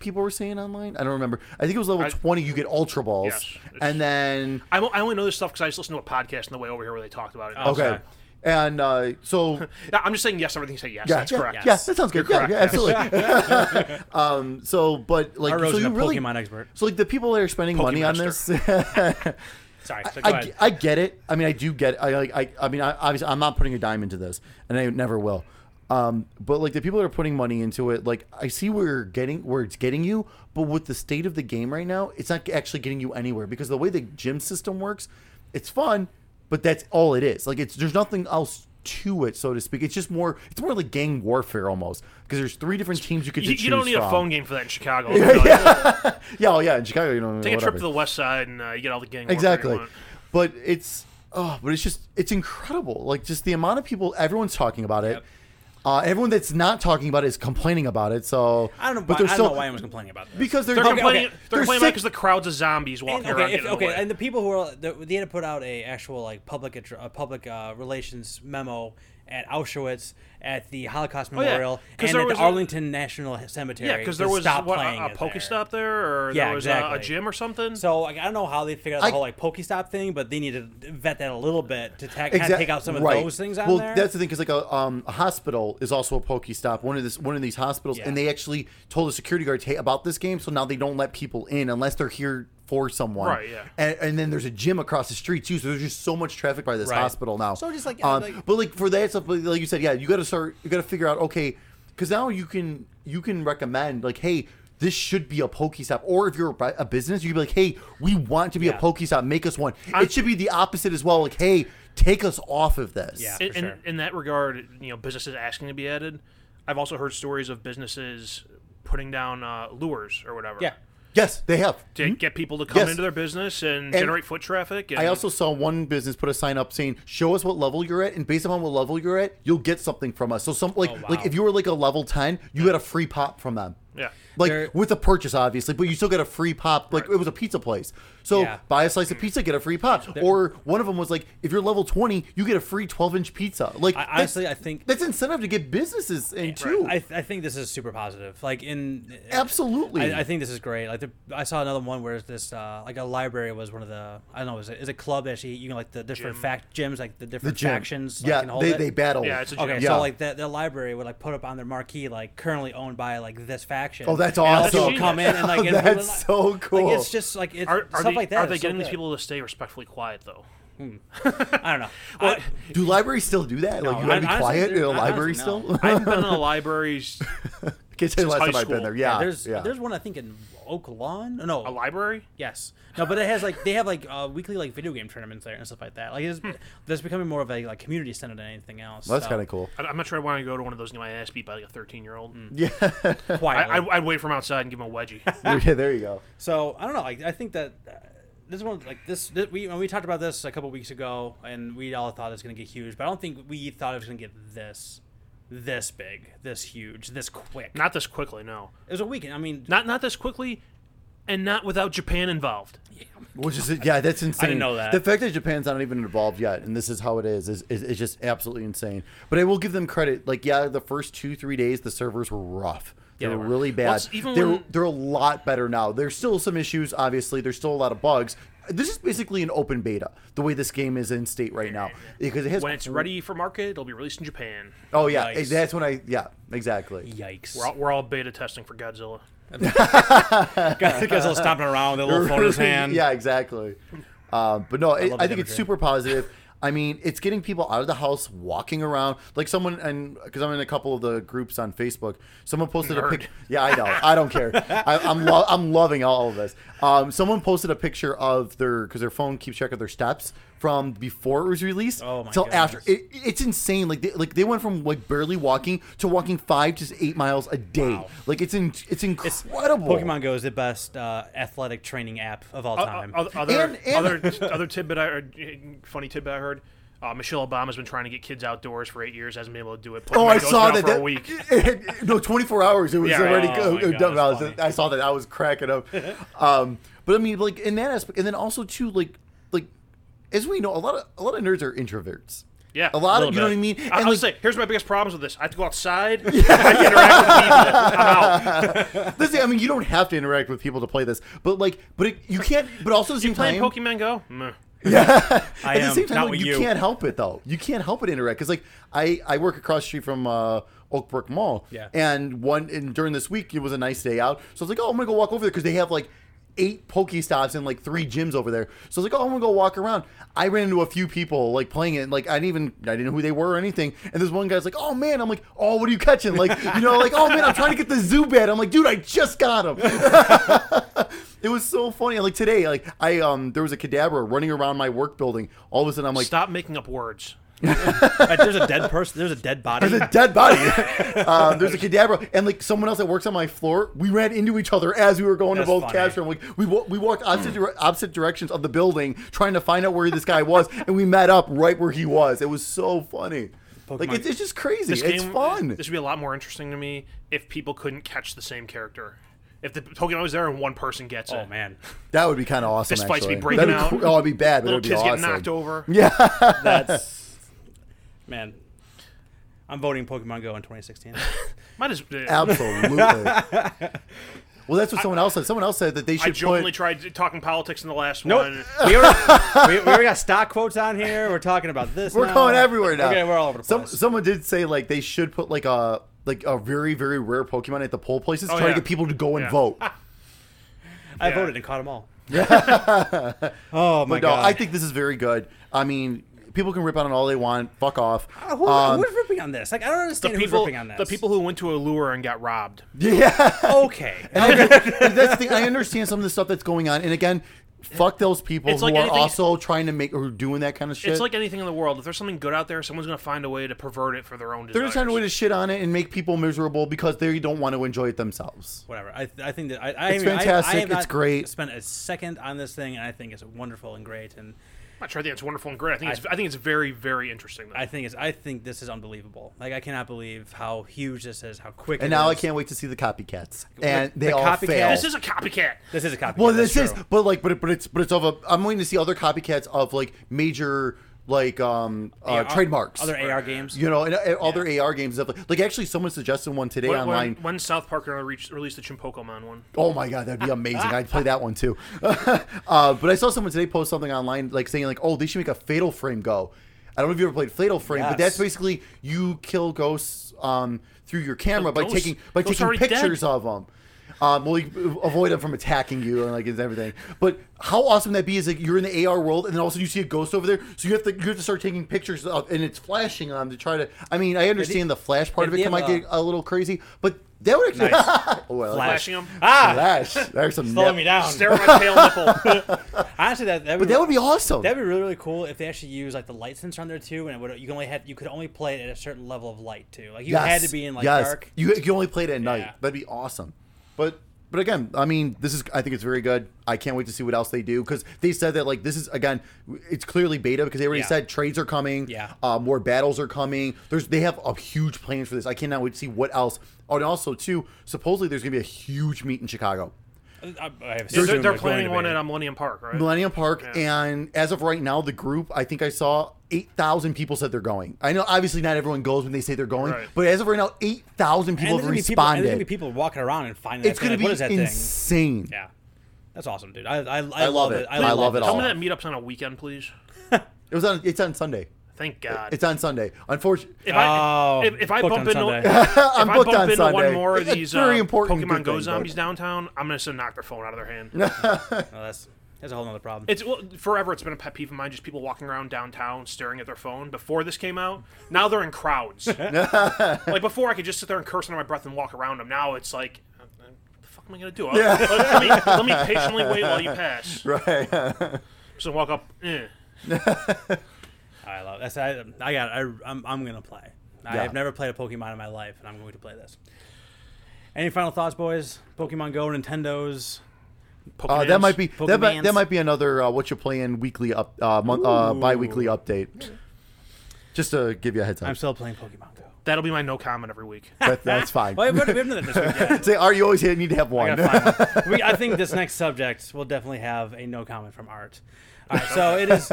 [SPEAKER 5] people were saying online. I don't remember. I think it was level
[SPEAKER 6] I-
[SPEAKER 5] 20 you get ultra balls.
[SPEAKER 6] Yes, it's-
[SPEAKER 5] and then
[SPEAKER 6] I mo- I only know this stuff because I just listened to a podcast on the way over here where they talked about it.
[SPEAKER 5] okay.
[SPEAKER 4] sorry.
[SPEAKER 5] And uh, so
[SPEAKER 6] I'm just saying yes. Everything you say yes.
[SPEAKER 5] yeah,
[SPEAKER 6] [LAUGHS] that's
[SPEAKER 5] yeah,
[SPEAKER 6] correct.
[SPEAKER 5] Yeah, that sounds good. Yeah, yeah, absolutely.
[SPEAKER 6] [LAUGHS]
[SPEAKER 5] [LAUGHS] um, so but like
[SPEAKER 4] Our
[SPEAKER 5] so
[SPEAKER 4] Rose's
[SPEAKER 5] you
[SPEAKER 4] a
[SPEAKER 5] really
[SPEAKER 4] Pokemon expert.
[SPEAKER 5] So like the people that are spending money on this [LAUGHS]
[SPEAKER 4] Sorry. so go
[SPEAKER 5] I,
[SPEAKER 4] ahead.
[SPEAKER 5] g- I get it. I mean, I do get. It. I like. I. I mean, I, obviously, I'm not putting a dime into this, and I never will. Um, but like the people that are putting money into it, like I see where you're getting where it's getting you, but with the state of the game right now, it's not actually getting you anywhere because the way the gym system works, it's fun, but that's all it is. Like it's there's nothing else to it, so to speak. It's just more. It's more like gang warfare almost because there's three different teams you could.
[SPEAKER 6] You,
[SPEAKER 5] choose
[SPEAKER 6] you don't need
[SPEAKER 5] from.
[SPEAKER 6] a phone game for that in
[SPEAKER 4] [LAUGHS]
[SPEAKER 6] Chicago. You know,
[SPEAKER 5] Yeah, oh yeah, in Chicago you don't.
[SPEAKER 6] Take a
[SPEAKER 5] whatever.
[SPEAKER 6] trip to the West Side and uh, you get all the gang. warfare you
[SPEAKER 5] exactly
[SPEAKER 6] want.
[SPEAKER 5] but it's oh but it's just it's incredible like just the amount of people everyone's talking about it Uh, everyone that's not talking about it is complaining about it. So
[SPEAKER 4] I don't know.
[SPEAKER 5] but
[SPEAKER 4] But
[SPEAKER 5] they're
[SPEAKER 4] I don't
[SPEAKER 5] still
[SPEAKER 4] know why I was complaining about this.
[SPEAKER 5] because they're,
[SPEAKER 6] They're
[SPEAKER 5] okay,
[SPEAKER 6] complaining.
[SPEAKER 5] okay.
[SPEAKER 6] They're, complaining
[SPEAKER 5] sick-
[SPEAKER 6] because the crowd's of zombies walking
[SPEAKER 4] And,
[SPEAKER 6] around.
[SPEAKER 4] okay, if,
[SPEAKER 6] getting in the
[SPEAKER 4] okay,
[SPEAKER 6] way.
[SPEAKER 4] and the people who are the, they had to put out a actual like public attr- a public uh, relations memo at Auschwitz at the Holocaust
[SPEAKER 6] Oh, yeah.
[SPEAKER 4] Memorial
[SPEAKER 6] 'Cause
[SPEAKER 4] and
[SPEAKER 6] there
[SPEAKER 4] at the
[SPEAKER 6] was a-
[SPEAKER 4] Arlington National Cemetery.
[SPEAKER 6] yeah, because there
[SPEAKER 4] to
[SPEAKER 6] was
[SPEAKER 4] stop
[SPEAKER 6] what,
[SPEAKER 4] playing
[SPEAKER 6] a, a
[SPEAKER 4] it
[SPEAKER 6] Pokestop there, or
[SPEAKER 4] Yeah,
[SPEAKER 6] there was a, a
[SPEAKER 4] exactly.
[SPEAKER 6] gym or something.
[SPEAKER 4] So like, I don't know how they figured out the
[SPEAKER 5] I-
[SPEAKER 4] whole like Pokestop thing, but they need to vet that a little bit to ta-
[SPEAKER 5] Exactly.
[SPEAKER 4] kinda take out some of those things out
[SPEAKER 5] well,
[SPEAKER 4] there.
[SPEAKER 5] that's the thing because like a, um, a hospital is also a Pokestop. One of this one of these hospitals,
[SPEAKER 4] Yeah.
[SPEAKER 5] and they actually told the security guards, "Hey, about this game." So now they don't let people in unless they're here for someone.
[SPEAKER 6] Right, yeah.
[SPEAKER 5] And, and then there's a gym across the street too. So there's just so much traffic by this
[SPEAKER 4] Right.
[SPEAKER 5] hospital now.
[SPEAKER 4] So just, like,
[SPEAKER 5] um,
[SPEAKER 4] like-
[SPEAKER 5] but like for that stuff, like like you said, yeah, you got to start. You got to figure out okay, because now you can you can recommend like, hey. This should be a Pokestop, or if you're a bi- a business, you can be like, "Hey, we want to be a
[SPEAKER 4] Yeah.
[SPEAKER 5] Pokestop. Make us one." it should be the opposite as well. Like, "Hey, take us off of this."
[SPEAKER 4] Yeah.
[SPEAKER 6] in,
[SPEAKER 4] for
[SPEAKER 6] in-
[SPEAKER 4] sure.
[SPEAKER 6] in that regard, you know, businesses asking to be added. I've also heard stories of businesses putting down uh, lures or whatever.
[SPEAKER 4] yeah. Hmm?
[SPEAKER 5] Yes, they have.
[SPEAKER 6] To get people to come
[SPEAKER 5] Yes.
[SPEAKER 6] into their business and, generate foot traffic. And
[SPEAKER 5] I also saw one business put a sign up saying, "Show us what level you're at, and based upon what level you're at, you'll get something from us." So some like
[SPEAKER 4] Oh, wow.
[SPEAKER 5] like if you were like a level ten, you got a free pop from them.
[SPEAKER 6] Yeah.
[SPEAKER 5] Like
[SPEAKER 4] There-
[SPEAKER 5] with a purchase, obviously, but you still got a free pop. Like it was a pizza place, so
[SPEAKER 4] Yeah.
[SPEAKER 5] buy a slice of pizza, get a free pop. or one of them was like, if you're level twenty, you get a free twelve inch pizza. Like
[SPEAKER 4] I,
[SPEAKER 5] that's-
[SPEAKER 4] honestly, I think
[SPEAKER 5] that's incentive to get businesses in too.
[SPEAKER 4] I, I think this is super positive. Like in uh,
[SPEAKER 5] Absolutely.
[SPEAKER 4] I, I think this is great. Like the, I saw another one where this uh, like a library was one of the I don't know is it is a club that actually you can like the different fact gyms like the
[SPEAKER 5] the
[SPEAKER 4] different
[SPEAKER 5] gym.
[SPEAKER 4] factions. like,
[SPEAKER 5] yeah,
[SPEAKER 4] can hold
[SPEAKER 5] they
[SPEAKER 4] it.
[SPEAKER 5] they battle.
[SPEAKER 6] Yeah, it's a gym.
[SPEAKER 4] Okay,
[SPEAKER 5] Yeah.
[SPEAKER 4] so like that, the library would like put up on their marquee like currently owned by like this faction.
[SPEAKER 5] Oh, that's
[SPEAKER 4] And other
[SPEAKER 5] awesome.
[SPEAKER 4] people come in
[SPEAKER 5] [LAUGHS]
[SPEAKER 4] and like and-
[SPEAKER 5] That's
[SPEAKER 4] like,
[SPEAKER 5] so cool.
[SPEAKER 4] Like, it's just like it's
[SPEAKER 6] Are, are
[SPEAKER 4] stuff
[SPEAKER 6] they,
[SPEAKER 4] like that.
[SPEAKER 6] are
[SPEAKER 4] is
[SPEAKER 6] they
[SPEAKER 4] so
[SPEAKER 6] getting these
[SPEAKER 4] good.
[SPEAKER 6] people to stay respectfully quiet though?
[SPEAKER 4] I don't know.
[SPEAKER 6] Well,
[SPEAKER 4] I-
[SPEAKER 5] Do libraries still do that? Like you gotta
[SPEAKER 4] I-
[SPEAKER 5] be
[SPEAKER 4] honestly,
[SPEAKER 5] quiet in a
[SPEAKER 4] I-
[SPEAKER 5] library
[SPEAKER 4] honestly, no.
[SPEAKER 5] still? [LAUGHS]
[SPEAKER 6] I haven't been
[SPEAKER 4] [LAUGHS]
[SPEAKER 6] in a libraries
[SPEAKER 5] Can't tell you the
[SPEAKER 6] high
[SPEAKER 5] last time I've been
[SPEAKER 6] school.
[SPEAKER 5] there. Yeah,
[SPEAKER 4] there's
[SPEAKER 5] yeah.
[SPEAKER 4] there's one I think in Oak Lawn. No,
[SPEAKER 6] a library.
[SPEAKER 4] Yes. No, but it has like they have like uh, weekly like video game tournaments there and stuff like that. Like it's
[SPEAKER 6] Hmm.
[SPEAKER 4] that's becoming more of a like community center than anything else.
[SPEAKER 5] Well, that's
[SPEAKER 4] so,
[SPEAKER 5] kind of cool.
[SPEAKER 4] [LAUGHS]
[SPEAKER 6] I- I'm not sure I want to go to one of those new ass beat by like a 13 year old.
[SPEAKER 5] Yeah. [LAUGHS]
[SPEAKER 6] I,
[SPEAKER 4] Quietly.
[SPEAKER 6] I, I'd wait from outside and give him a wedgie.
[SPEAKER 5] yeah, there you go.
[SPEAKER 4] so I don't know. Like I think that uh, this one like this, this we when we talked about this a couple weeks ago and we all thought it was gonna get huge, but I don't think we thought it was gonna get this this big, this huge, this quick.
[SPEAKER 6] not this quickly, no.
[SPEAKER 4] it was a weekend. I mean,
[SPEAKER 6] Not not this quickly, and not without Japan involved.
[SPEAKER 5] Which is yeah, that's insane.
[SPEAKER 4] know that.
[SPEAKER 5] The fact that Japan's not even involved yet, and this is how it is, is, is, is just absolutely insane. But I will give them credit. Like yeah, the first two three days, the servers were rough. They
[SPEAKER 4] they
[SPEAKER 5] were
[SPEAKER 4] were.
[SPEAKER 5] really bad.
[SPEAKER 6] Well, it's even
[SPEAKER 5] they're
[SPEAKER 6] when-
[SPEAKER 5] they're a lot better now. There's still some issues, obviously. There's still a lot of bugs. This is basically an open beta. The way this game is in state right now, because it has
[SPEAKER 6] When it's ready for market, it'll be released in Japan.
[SPEAKER 5] Oh yeah,
[SPEAKER 4] Nice.
[SPEAKER 5] that's when I yeah exactly.
[SPEAKER 4] yikes!
[SPEAKER 6] We're all, we're all beta testing for Godzilla.
[SPEAKER 4] guys, guys all stomping around with a little phone in his
[SPEAKER 5] [LAUGHS]
[SPEAKER 4] hand.
[SPEAKER 5] yeah, exactly. Um, but no, it,
[SPEAKER 4] love
[SPEAKER 5] I
[SPEAKER 4] his
[SPEAKER 5] think it's
[SPEAKER 4] imagery.
[SPEAKER 5] super positive. I mean, it's getting people out of the house, walking around. Like someone, and because I'm in a couple of the groups on Facebook, someone posted a
[SPEAKER 6] Nerd.
[SPEAKER 5] picture. [LAUGHS] Yeah, I know. I don't care. I, I'm lo- I'm loving all of this. Um, someone posted a picture of their because their phone keeps track of their steps from before it was released
[SPEAKER 4] Oh my
[SPEAKER 5] till after.
[SPEAKER 4] goodness.
[SPEAKER 5] It, it's insane. Like they, like they went from like barely walking to walking five to eight miles a day. Like it's in, it's
[SPEAKER 4] It's-
[SPEAKER 5] incredible.
[SPEAKER 4] Pokemon Go is the best uh, athletic training app of all
[SPEAKER 6] O-
[SPEAKER 4] time.
[SPEAKER 6] o- other
[SPEAKER 5] Uh, And- and-
[SPEAKER 6] [LAUGHS] other other tidbit I heard, funny tidbit I heard. Uh, Michelle Obama's been trying to get kids outdoors for eight years, hasn't been able to do it.
[SPEAKER 5] Oh,
[SPEAKER 6] Pokemon
[SPEAKER 5] I
[SPEAKER 6] Go's
[SPEAKER 5] saw
[SPEAKER 6] been out
[SPEAKER 5] that.
[SPEAKER 6] for
[SPEAKER 5] that
[SPEAKER 6] a
[SPEAKER 5] [LAUGHS]
[SPEAKER 6] week.
[SPEAKER 5] no, 24 hours. It was
[SPEAKER 6] Yeah,
[SPEAKER 5] already
[SPEAKER 6] right.
[SPEAKER 5] go-
[SPEAKER 4] Oh my God,
[SPEAKER 5] done. I, was-
[SPEAKER 4] that's funny.
[SPEAKER 5] I saw that. I was cracking up. um, but I mean, like in that aspect, and then also too, like, like as we know, a lot of a lot of nerds are introverts.
[SPEAKER 6] Yeah,
[SPEAKER 5] a lot
[SPEAKER 6] little
[SPEAKER 5] of you know
[SPEAKER 6] bit.
[SPEAKER 5] what I mean.
[SPEAKER 6] I,
[SPEAKER 5] And,
[SPEAKER 6] I'll
[SPEAKER 5] like,
[SPEAKER 6] say, here's my biggest problems with this. I have to
[SPEAKER 5] [LAUGHS]
[SPEAKER 6] go outside. I have to interact with people. I'm out.
[SPEAKER 5] this, I mean, you don't have to interact with people to play this, but like, but it, you can't. But also at the same
[SPEAKER 6] Playing
[SPEAKER 5] time,
[SPEAKER 6] Pokemon Go. Meh.
[SPEAKER 5] Yeah.
[SPEAKER 4] I
[SPEAKER 5] At the
[SPEAKER 4] am,
[SPEAKER 5] same time,
[SPEAKER 4] not
[SPEAKER 5] like,
[SPEAKER 4] with
[SPEAKER 5] you,
[SPEAKER 4] you.
[SPEAKER 5] can't help it though. You can't help it interact because like I I work across the street from uh, Oakbrook Mall.
[SPEAKER 4] Yeah.
[SPEAKER 5] And one and during this week it was a nice day out, so I was like, oh, I'm gonna go walk over there because they have like. Eight Pokestops and like three gyms over there. So I was like, oh, I'm gonna go walk around. I ran into a few people like playing it. And, like I didn't even I didn't know who they were or anything. And this one guy's like, oh man, I'm like, oh, what are you catching? Like you know, like oh man, I'm trying to get the zoo bat. I'm like, dude, I just got him. [LAUGHS] It was so funny. Like today, like I um there was a cadaver running around my work building. All of a sudden I'm like
[SPEAKER 6] Stop making up words.
[SPEAKER 4] Like, Uh, there's a dead person. There's a dead body.
[SPEAKER 5] there's a [LAUGHS] dead body. um, there's a cadaver, and like someone else that works on my floor. We ran into each other as we were going
[SPEAKER 4] That's
[SPEAKER 5] to both
[SPEAKER 4] funny.
[SPEAKER 5] capture. Like we wa- we walked opposite, dire- opposite directions of the building, trying to find out where this guy was, and we met up right where he was. It was so funny.
[SPEAKER 4] Pokemon.
[SPEAKER 5] Like it's, it's just crazy.
[SPEAKER 6] This
[SPEAKER 5] It's
[SPEAKER 6] game-
[SPEAKER 5] fun.
[SPEAKER 6] This would be a lot more interesting to me if people couldn't catch the same character. If the Pokemon was there and one person gets
[SPEAKER 4] oh
[SPEAKER 6] it,
[SPEAKER 4] man,
[SPEAKER 5] That would be kind of awesome.
[SPEAKER 6] Fist fights
[SPEAKER 5] actually.
[SPEAKER 6] be breaking
[SPEAKER 5] That'd
[SPEAKER 6] out.
[SPEAKER 5] cool. Oh, it'd be bad, but
[SPEAKER 6] little
[SPEAKER 5] it'd be
[SPEAKER 6] kids
[SPEAKER 5] awesome.
[SPEAKER 6] get knocked over.
[SPEAKER 5] [LAUGHS] Yeah.
[SPEAKER 4] that's [LAUGHS] man. I'm voting Pokemon Go
[SPEAKER 5] [LAUGHS]
[SPEAKER 4] in 2016.
[SPEAKER 6] Might as well. [LAUGHS]
[SPEAKER 5] Absolutely. well, that's what someone else said. Someone else said that they
[SPEAKER 6] I
[SPEAKER 5] should
[SPEAKER 6] jokingly
[SPEAKER 5] put.
[SPEAKER 6] tried talking politics in the last one.
[SPEAKER 5] [LAUGHS]
[SPEAKER 4] Nope. we, already, we, we already got stock quotes on here. We're talking about this.
[SPEAKER 5] We're
[SPEAKER 4] now.
[SPEAKER 5] going everywhere now.
[SPEAKER 4] Okay, we're all over the
[SPEAKER 5] Some,
[SPEAKER 4] place.
[SPEAKER 5] someone did say like they should put like a like a very very rare Pokemon at the poll places,
[SPEAKER 4] Oh,
[SPEAKER 5] trying
[SPEAKER 6] yeah.
[SPEAKER 5] to get people to go and
[SPEAKER 6] Yeah.
[SPEAKER 4] [LAUGHS]
[SPEAKER 5] vote.
[SPEAKER 4] I
[SPEAKER 6] Yeah.
[SPEAKER 4] voted and caught them all. [LAUGHS] oh
[SPEAKER 5] But
[SPEAKER 4] my
[SPEAKER 5] no,
[SPEAKER 4] god!
[SPEAKER 5] I think this is very good. I mean, people can rip on it all they want. Fuck off.
[SPEAKER 4] Uh, who,
[SPEAKER 5] Um,
[SPEAKER 4] who's ripping on this? Like I don't
[SPEAKER 6] The
[SPEAKER 4] understand who's
[SPEAKER 6] people,
[SPEAKER 4] ripping on this.
[SPEAKER 6] the people who went to Allure and got robbed.
[SPEAKER 4] [LAUGHS]
[SPEAKER 5] yeah.
[SPEAKER 4] Okay.
[SPEAKER 5] [LAUGHS] that's the thing. I understand some of the stuff that's going on, and again, fuck those people
[SPEAKER 6] It's
[SPEAKER 5] who
[SPEAKER 6] like
[SPEAKER 5] are
[SPEAKER 6] anything-
[SPEAKER 5] also trying to make or doing that kind of shit.
[SPEAKER 6] It's like anything in the world. If there's something good out there, someone's gonna find a way to pervert it for their own.
[SPEAKER 5] They're just trying to way
[SPEAKER 6] desires.
[SPEAKER 5] to shit on it and make people miserable because they don't want to enjoy it themselves.
[SPEAKER 4] Whatever. I, I think that I, I
[SPEAKER 5] It's
[SPEAKER 4] haven't- I- I
[SPEAKER 5] fantastic.
[SPEAKER 4] have
[SPEAKER 5] It's
[SPEAKER 4] not
[SPEAKER 5] great.
[SPEAKER 4] Spent a second on this thing, and I think it's wonderful and great. And
[SPEAKER 6] I'm not sure. I think it's wonderful and great. I think it's, I, think it's very very interesting. Though.
[SPEAKER 4] I think it's I think this is unbelievable. Like I cannot believe how huge this is, how quick.
[SPEAKER 5] And
[SPEAKER 4] it
[SPEAKER 5] now I
[SPEAKER 4] is.
[SPEAKER 5] can't wait to see the copycats. And
[SPEAKER 4] the
[SPEAKER 5] they all
[SPEAKER 4] copycat-
[SPEAKER 5] fail.
[SPEAKER 6] this is a copycat.
[SPEAKER 4] This is a copy.
[SPEAKER 5] well, this is, but like, but it, but it's but it's of a. I'm going to see other copycats of like major like um uh, trademarks.
[SPEAKER 4] Other AR games.
[SPEAKER 5] you know, and, and other AR games and stuff. Like, like, actually, someone suggested one today
[SPEAKER 6] When,
[SPEAKER 5] online.
[SPEAKER 6] when, when South Park gonna reach, release the Chimpokemon one?
[SPEAKER 5] Oh my god, that'd be amazing. I'd play that one too. [LAUGHS] uh, but I saw someone today post something online like saying like, oh, they should make a Fatal Frame go. I don't know if you ever played Fatal Frame, but that's
[SPEAKER 4] Yes.
[SPEAKER 5] basically you kill ghosts um, through your camera by
[SPEAKER 6] ghosts-
[SPEAKER 5] taking by
[SPEAKER 6] ghosts
[SPEAKER 5] taking
[SPEAKER 6] already dead.
[SPEAKER 5] pictures of them. Um, well, you avoid them from attacking you and like it's everything. But how awesome that be is like you're in the AR world and then all of a sudden you see a ghost over there, so you have to you have to start taking pictures of and it's flashing on to try to. I mean, I understand the flash part of
[SPEAKER 4] they
[SPEAKER 5] it might
[SPEAKER 4] have a-
[SPEAKER 5] get a little crazy, but that would actually. [LAUGHS] oh, well,
[SPEAKER 6] Flashing them.
[SPEAKER 4] Ah,
[SPEAKER 5] Flash. There's some.
[SPEAKER 4] [LAUGHS] slowing
[SPEAKER 5] nip-
[SPEAKER 4] me down.
[SPEAKER 6] Stare at my
[SPEAKER 4] [LAUGHS]
[SPEAKER 6] tail nipple.
[SPEAKER 4] Honestly, that that
[SPEAKER 5] But
[SPEAKER 4] would,
[SPEAKER 5] that would be awesome.
[SPEAKER 4] that'd be really really cool if they actually use like the light sensor on there too, and it would, you can only have you could only play it at a certain level of light too. Like you had to be in like
[SPEAKER 5] yes.
[SPEAKER 4] dark.
[SPEAKER 5] You you only played it at night.
[SPEAKER 4] Yeah.
[SPEAKER 5] That'd be awesome. But but again, I mean, this is I think it's very good. I can't wait to see what else they do because they said that like this is again, it's clearly beta because they already
[SPEAKER 4] Yeah.
[SPEAKER 5] said trades are coming.
[SPEAKER 4] Yeah.
[SPEAKER 5] Uh, more battles are coming. There's they have a huge plans for this. I cannot wait to see what else. Oh, and also too, supposedly there's gonna be a huge meet in Chicago.
[SPEAKER 4] I, I have
[SPEAKER 6] they're,
[SPEAKER 4] assumed
[SPEAKER 6] they're
[SPEAKER 4] it's going to
[SPEAKER 6] planning
[SPEAKER 4] be.
[SPEAKER 6] one at uh, Millennium Park, right?
[SPEAKER 5] Millennium Park, and as of right now, the group I think I saw eight thousand people said they're going. I know obviously not everyone goes when they say they're going,
[SPEAKER 6] Right.
[SPEAKER 5] but as of right now, eight thousand people
[SPEAKER 4] And
[SPEAKER 5] have
[SPEAKER 4] there's gonna be people- and
[SPEAKER 5] responded.
[SPEAKER 4] there's gonna be people walking around and finding.
[SPEAKER 5] it's
[SPEAKER 4] that thing,
[SPEAKER 5] going to
[SPEAKER 4] like, what is that
[SPEAKER 5] be
[SPEAKER 4] thing?
[SPEAKER 5] insane.
[SPEAKER 4] Yeah, that's awesome, dude. I I, I,
[SPEAKER 5] love
[SPEAKER 4] love
[SPEAKER 5] it.
[SPEAKER 4] it. I
[SPEAKER 5] I love it
[SPEAKER 4] this.
[SPEAKER 5] all.
[SPEAKER 6] Tell me that meetup's on a weekend, please.
[SPEAKER 5] It was on. It's on Sunday.
[SPEAKER 6] Thank God.
[SPEAKER 5] It's on Sunday. Unfortunately,
[SPEAKER 6] if I
[SPEAKER 4] Oh,
[SPEAKER 6] if, if I
[SPEAKER 4] booked
[SPEAKER 6] bump
[SPEAKER 4] on
[SPEAKER 6] into
[SPEAKER 4] Sunday.
[SPEAKER 5] [LAUGHS]
[SPEAKER 6] if I
[SPEAKER 5] I'm booked
[SPEAKER 6] bump
[SPEAKER 5] on
[SPEAKER 6] into
[SPEAKER 5] Sunday.
[SPEAKER 6] one more of
[SPEAKER 5] It's
[SPEAKER 6] these
[SPEAKER 5] very
[SPEAKER 6] uh,
[SPEAKER 5] important, good
[SPEAKER 6] Pokemon
[SPEAKER 5] thing,
[SPEAKER 6] Go
[SPEAKER 5] but-
[SPEAKER 6] zombies downtown, I'm gonna just knock their phone out of
[SPEAKER 5] [LAUGHS]
[SPEAKER 6] their hand.
[SPEAKER 4] No, that's that's a whole nother problem.
[SPEAKER 6] It's well, forever. It's been a pet peeve of mine. Just people walking around downtown staring at their phone. Before this came out, now they're
[SPEAKER 5] [LAUGHS]
[SPEAKER 6] in crowds. [LAUGHS] like before, I could just sit there and curse under my breath and walk around them. Now it's like, uh, uh, what the fuck am I gonna do? I'll- let, me, let me patiently wait while you
[SPEAKER 5] [LAUGHS] [LAUGHS]
[SPEAKER 6] pass.
[SPEAKER 5] right?
[SPEAKER 6] So walk up. Eh.
[SPEAKER 4] I love that's I I got I I'm, I'm gonna play. I
[SPEAKER 5] Yeah.
[SPEAKER 4] have never played a Pokemon in my life, and I'm going to play this. Any final thoughts, boys? Pokemon Go, Nintendo's.
[SPEAKER 5] uh, that might be that might,
[SPEAKER 4] Pokemans.
[SPEAKER 5] that might be another uh, what you're playing weekly up uh, month uh,
[SPEAKER 4] Ooh.
[SPEAKER 5] bi-weekly update. Just to give you a heads up.
[SPEAKER 4] I'm still playing Pokemon Go.
[SPEAKER 6] That'll be my no comment every [LAUGHS] week.
[SPEAKER 5] That- that's fine.
[SPEAKER 4] [LAUGHS] Well, we haven't been to this week
[SPEAKER 5] [LAUGHS]
[SPEAKER 4] yet.
[SPEAKER 5] Say, are you always here? Need to have
[SPEAKER 4] I
[SPEAKER 5] one.
[SPEAKER 4] gotta find one. We, I think this next subject will definitely have a no comment from Art. All right, so it is.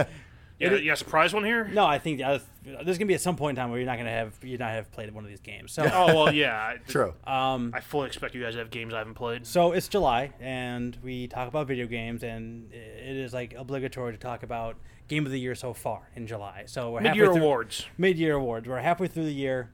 [SPEAKER 6] Yeah, you got a surprise one here.
[SPEAKER 4] No, I think the other, there's gonna be at some point in time where you're not gonna have you're not have played one of these games. So
[SPEAKER 6] [LAUGHS] Oh well, yeah. I-
[SPEAKER 5] [LAUGHS] [LAUGHS] True.
[SPEAKER 6] I fully expect you guys to have games I haven't played.
[SPEAKER 4] So it's July, and we talk about video games, and it is like obligatory to talk about game of the year so far in July. So we're halfway
[SPEAKER 6] Mid-year
[SPEAKER 4] through-
[SPEAKER 6] awards.
[SPEAKER 4] Mid-year awards. We're halfway through the year.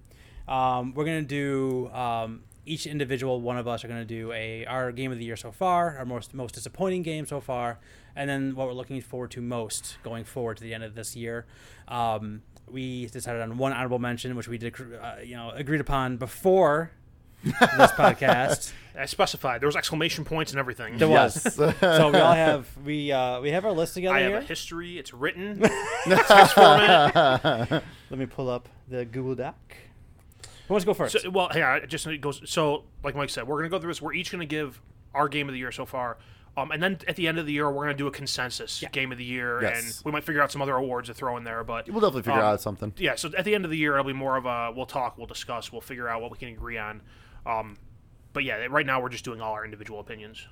[SPEAKER 4] Um, we're gonna do um, each individual one of us are gonna do a our game of the year so far, our most most disappointing game so far, and then what we're looking forward to most going forward to the end of this year. Um, we decided on one honorable mention, which we did, uh, you know, agreed upon before
[SPEAKER 6] [LAUGHS]
[SPEAKER 4] this podcast.
[SPEAKER 6] I specified there was exclamation points and everything.
[SPEAKER 4] There was.
[SPEAKER 5] Yes.
[SPEAKER 4] [LAUGHS] so we all have we uh, we have our list together
[SPEAKER 6] I have
[SPEAKER 4] here.
[SPEAKER 6] a history. It's
[SPEAKER 4] [LAUGHS]
[SPEAKER 6] written. It's
[SPEAKER 5] [LAUGHS]
[SPEAKER 6] text format.
[SPEAKER 4] Let me pull up the Google Doc. Who wants to go first?
[SPEAKER 6] So, well, yeah, it just it goes. So, like Mike said, we're gonna go through this. We're each gonna give our game of the year so far, Um, and then at the end of the year, we're gonna do a consensus game of the year,
[SPEAKER 5] Yes.
[SPEAKER 6] and we might figure out some other awards to throw in there. But
[SPEAKER 5] We'll definitely figure
[SPEAKER 6] um,
[SPEAKER 5] out something.
[SPEAKER 6] yeah, so at the end of the year, it'll be more of a we'll talk, we'll discuss, we'll figure out what we can agree on. Um, but yeah, right now we're just doing all our individual opinions.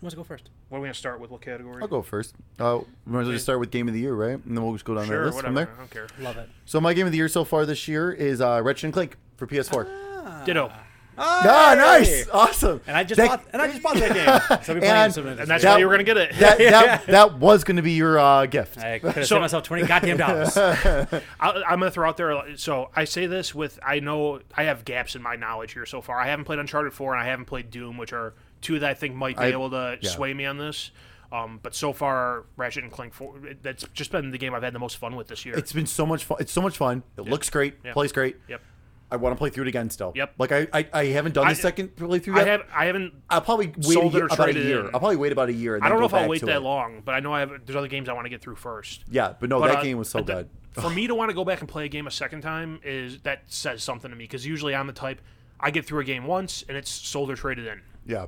[SPEAKER 4] Who wants to go first?
[SPEAKER 6] What are we gonna start with? What category?
[SPEAKER 5] I'll go first. Uh, we might as well just start with game of the year, right? And then we'll just go down
[SPEAKER 6] Sure,
[SPEAKER 5] the list
[SPEAKER 6] whatever.
[SPEAKER 5] from there.
[SPEAKER 6] I don't care.
[SPEAKER 4] Love it.
[SPEAKER 5] So my game of the year so far this year is uh, Ratchet and Clank for PS4.
[SPEAKER 6] Ditto.
[SPEAKER 5] Ah,
[SPEAKER 4] Hey!
[SPEAKER 5] nice, awesome.
[SPEAKER 4] And I just
[SPEAKER 5] That-
[SPEAKER 4] bought [LAUGHS] and I just bought that [LAUGHS] game. So I'll be playing
[SPEAKER 5] And-
[SPEAKER 4] some of
[SPEAKER 6] And that's
[SPEAKER 5] That-
[SPEAKER 6] how you were gonna get it.
[SPEAKER 5] that, [LAUGHS] that, that was going to be your uh, gift.
[SPEAKER 4] I could have
[SPEAKER 6] So-
[SPEAKER 4] saved myself twenty goddamn
[SPEAKER 6] [LAUGHS]
[SPEAKER 4] dollars.
[SPEAKER 6] I, I'm gonna throw out there. So I say this with I know I have gaps in my knowledge here so far. I haven't played Uncharted 4 and I haven't played Doom, which are two that I think might be
[SPEAKER 5] I-
[SPEAKER 6] able to
[SPEAKER 5] yeah.
[SPEAKER 6] sway me on this. Um, but so far, Ratchet and Clank 4, it- that's just been the game I've had the most fun with this year.
[SPEAKER 5] It's been so much fun. It's so much fun. It looks great.
[SPEAKER 6] Yeah.
[SPEAKER 5] Plays great.
[SPEAKER 6] yep.
[SPEAKER 5] I want to play through it again still.
[SPEAKER 6] Yep.
[SPEAKER 5] Like I, I, I haven't done
[SPEAKER 6] I-
[SPEAKER 5] the second playthrough
[SPEAKER 6] I
[SPEAKER 5] yet.
[SPEAKER 6] have I haven't
[SPEAKER 5] I'll probably wait a
[SPEAKER 6] Sold it
[SPEAKER 5] year,
[SPEAKER 6] or
[SPEAKER 5] about a
[SPEAKER 6] traded it
[SPEAKER 5] year.
[SPEAKER 6] in.
[SPEAKER 5] I'll probably wait about a year. And
[SPEAKER 6] I
[SPEAKER 5] then
[SPEAKER 6] don't
[SPEAKER 5] go
[SPEAKER 6] know if I'll
[SPEAKER 5] back
[SPEAKER 6] wait
[SPEAKER 5] to
[SPEAKER 6] that
[SPEAKER 5] it.
[SPEAKER 6] long, but I know I have there's other games I want to get through first.
[SPEAKER 5] Yeah, but no,
[SPEAKER 6] But,
[SPEAKER 5] that
[SPEAKER 6] uh,
[SPEAKER 5] game was so
[SPEAKER 6] th-
[SPEAKER 5] good. [LAUGHS]
[SPEAKER 6] For me to want to go back and play a game a second time is that says something to me because usually I'm the type I get through a game once and it's sold or traded in.
[SPEAKER 5] Yeah.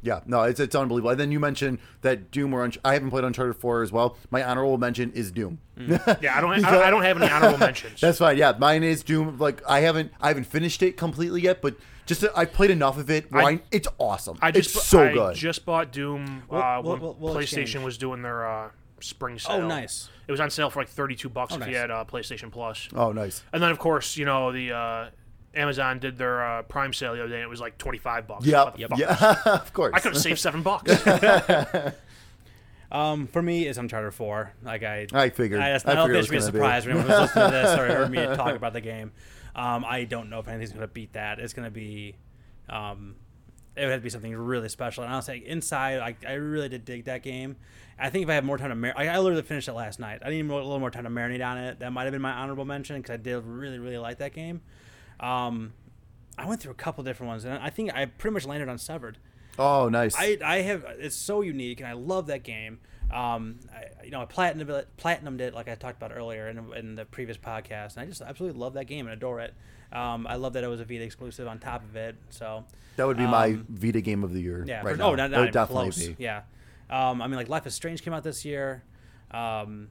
[SPEAKER 5] Yeah, no, it's it's unbelievable. And then you mentioned that Doom or Unch- I haven't played Uncharted 4 as well. My honorable mention is Doom.
[SPEAKER 6] Yeah, I don't I don't, I don't have any honorable
[SPEAKER 5] [LAUGHS]
[SPEAKER 6] mentions.
[SPEAKER 5] That's fine. Yeah, mine is Doom. Like I haven't I haven't finished it completely yet, but just that I've played enough of it. Where
[SPEAKER 6] I-
[SPEAKER 5] I, it's awesome.
[SPEAKER 6] I just
[SPEAKER 5] it's so
[SPEAKER 6] I
[SPEAKER 5] good.
[SPEAKER 6] just bought Doom
[SPEAKER 4] We'll-
[SPEAKER 6] uh,
[SPEAKER 4] we'll-
[SPEAKER 6] when
[SPEAKER 4] we'll- we'll
[SPEAKER 6] PlayStation
[SPEAKER 4] exchange.
[SPEAKER 6] was doing their uh, spring sale.
[SPEAKER 4] nice. Oh,
[SPEAKER 6] It was on sale for like 32 bucks if you
[SPEAKER 4] nice.
[SPEAKER 6] had uh, PlayStation Plus.
[SPEAKER 5] oh, nice.
[SPEAKER 6] And then of course, you know, the uh, Amazon did their uh, Prime sale the other day and it was like 25 bucks.
[SPEAKER 5] Yeah,
[SPEAKER 6] What the
[SPEAKER 5] yep.
[SPEAKER 6] fuck?
[SPEAKER 5] [LAUGHS] yeah, of course.
[SPEAKER 6] I could have saved 7 bucks.
[SPEAKER 5] [LAUGHS]
[SPEAKER 4] Um, for me, it's Uncharted Four. Like I,
[SPEAKER 5] I figured-
[SPEAKER 4] I, that's-
[SPEAKER 5] I
[SPEAKER 4] I don't
[SPEAKER 5] figured
[SPEAKER 4] think
[SPEAKER 5] it
[SPEAKER 4] it should be a
[SPEAKER 5] was gonna be.
[SPEAKER 4] surprise when everyone's listening to
[SPEAKER 5] [LAUGHS]
[SPEAKER 4] this or heard me talk about the game. Um, I don't know if anything's gonna beat that. It's gonna be, um, it would have to be something really special. And I'll say inside, I, I really did dig that game. I think if I had more time to, mar- I, I literally finished it last night. I needed a little more time to marinate on it. That might have been my honorable mention because I did really, really like that game. Um, I went through a couple different ones, and I think I pretty much landed on Severed.
[SPEAKER 5] oh, nice.
[SPEAKER 4] I, I have it's so unique and I love that game. Um, I, you know, I platinumed it, platinumed it like I talked about earlier in, in the previous podcast, and I just absolutely love that game and adore it. Um, I love that it was a Vita exclusive on top of it. So
[SPEAKER 5] that would be my
[SPEAKER 4] um,
[SPEAKER 5] Vita game of the year.
[SPEAKER 4] yeah.
[SPEAKER 5] right
[SPEAKER 4] for-
[SPEAKER 5] now.
[SPEAKER 4] oh, not,
[SPEAKER 5] That
[SPEAKER 4] not
[SPEAKER 5] would
[SPEAKER 4] even
[SPEAKER 5] definitely
[SPEAKER 4] close.
[SPEAKER 5] be.
[SPEAKER 4] Yeah. Um, I mean, like Life is Strange came out this year. Um,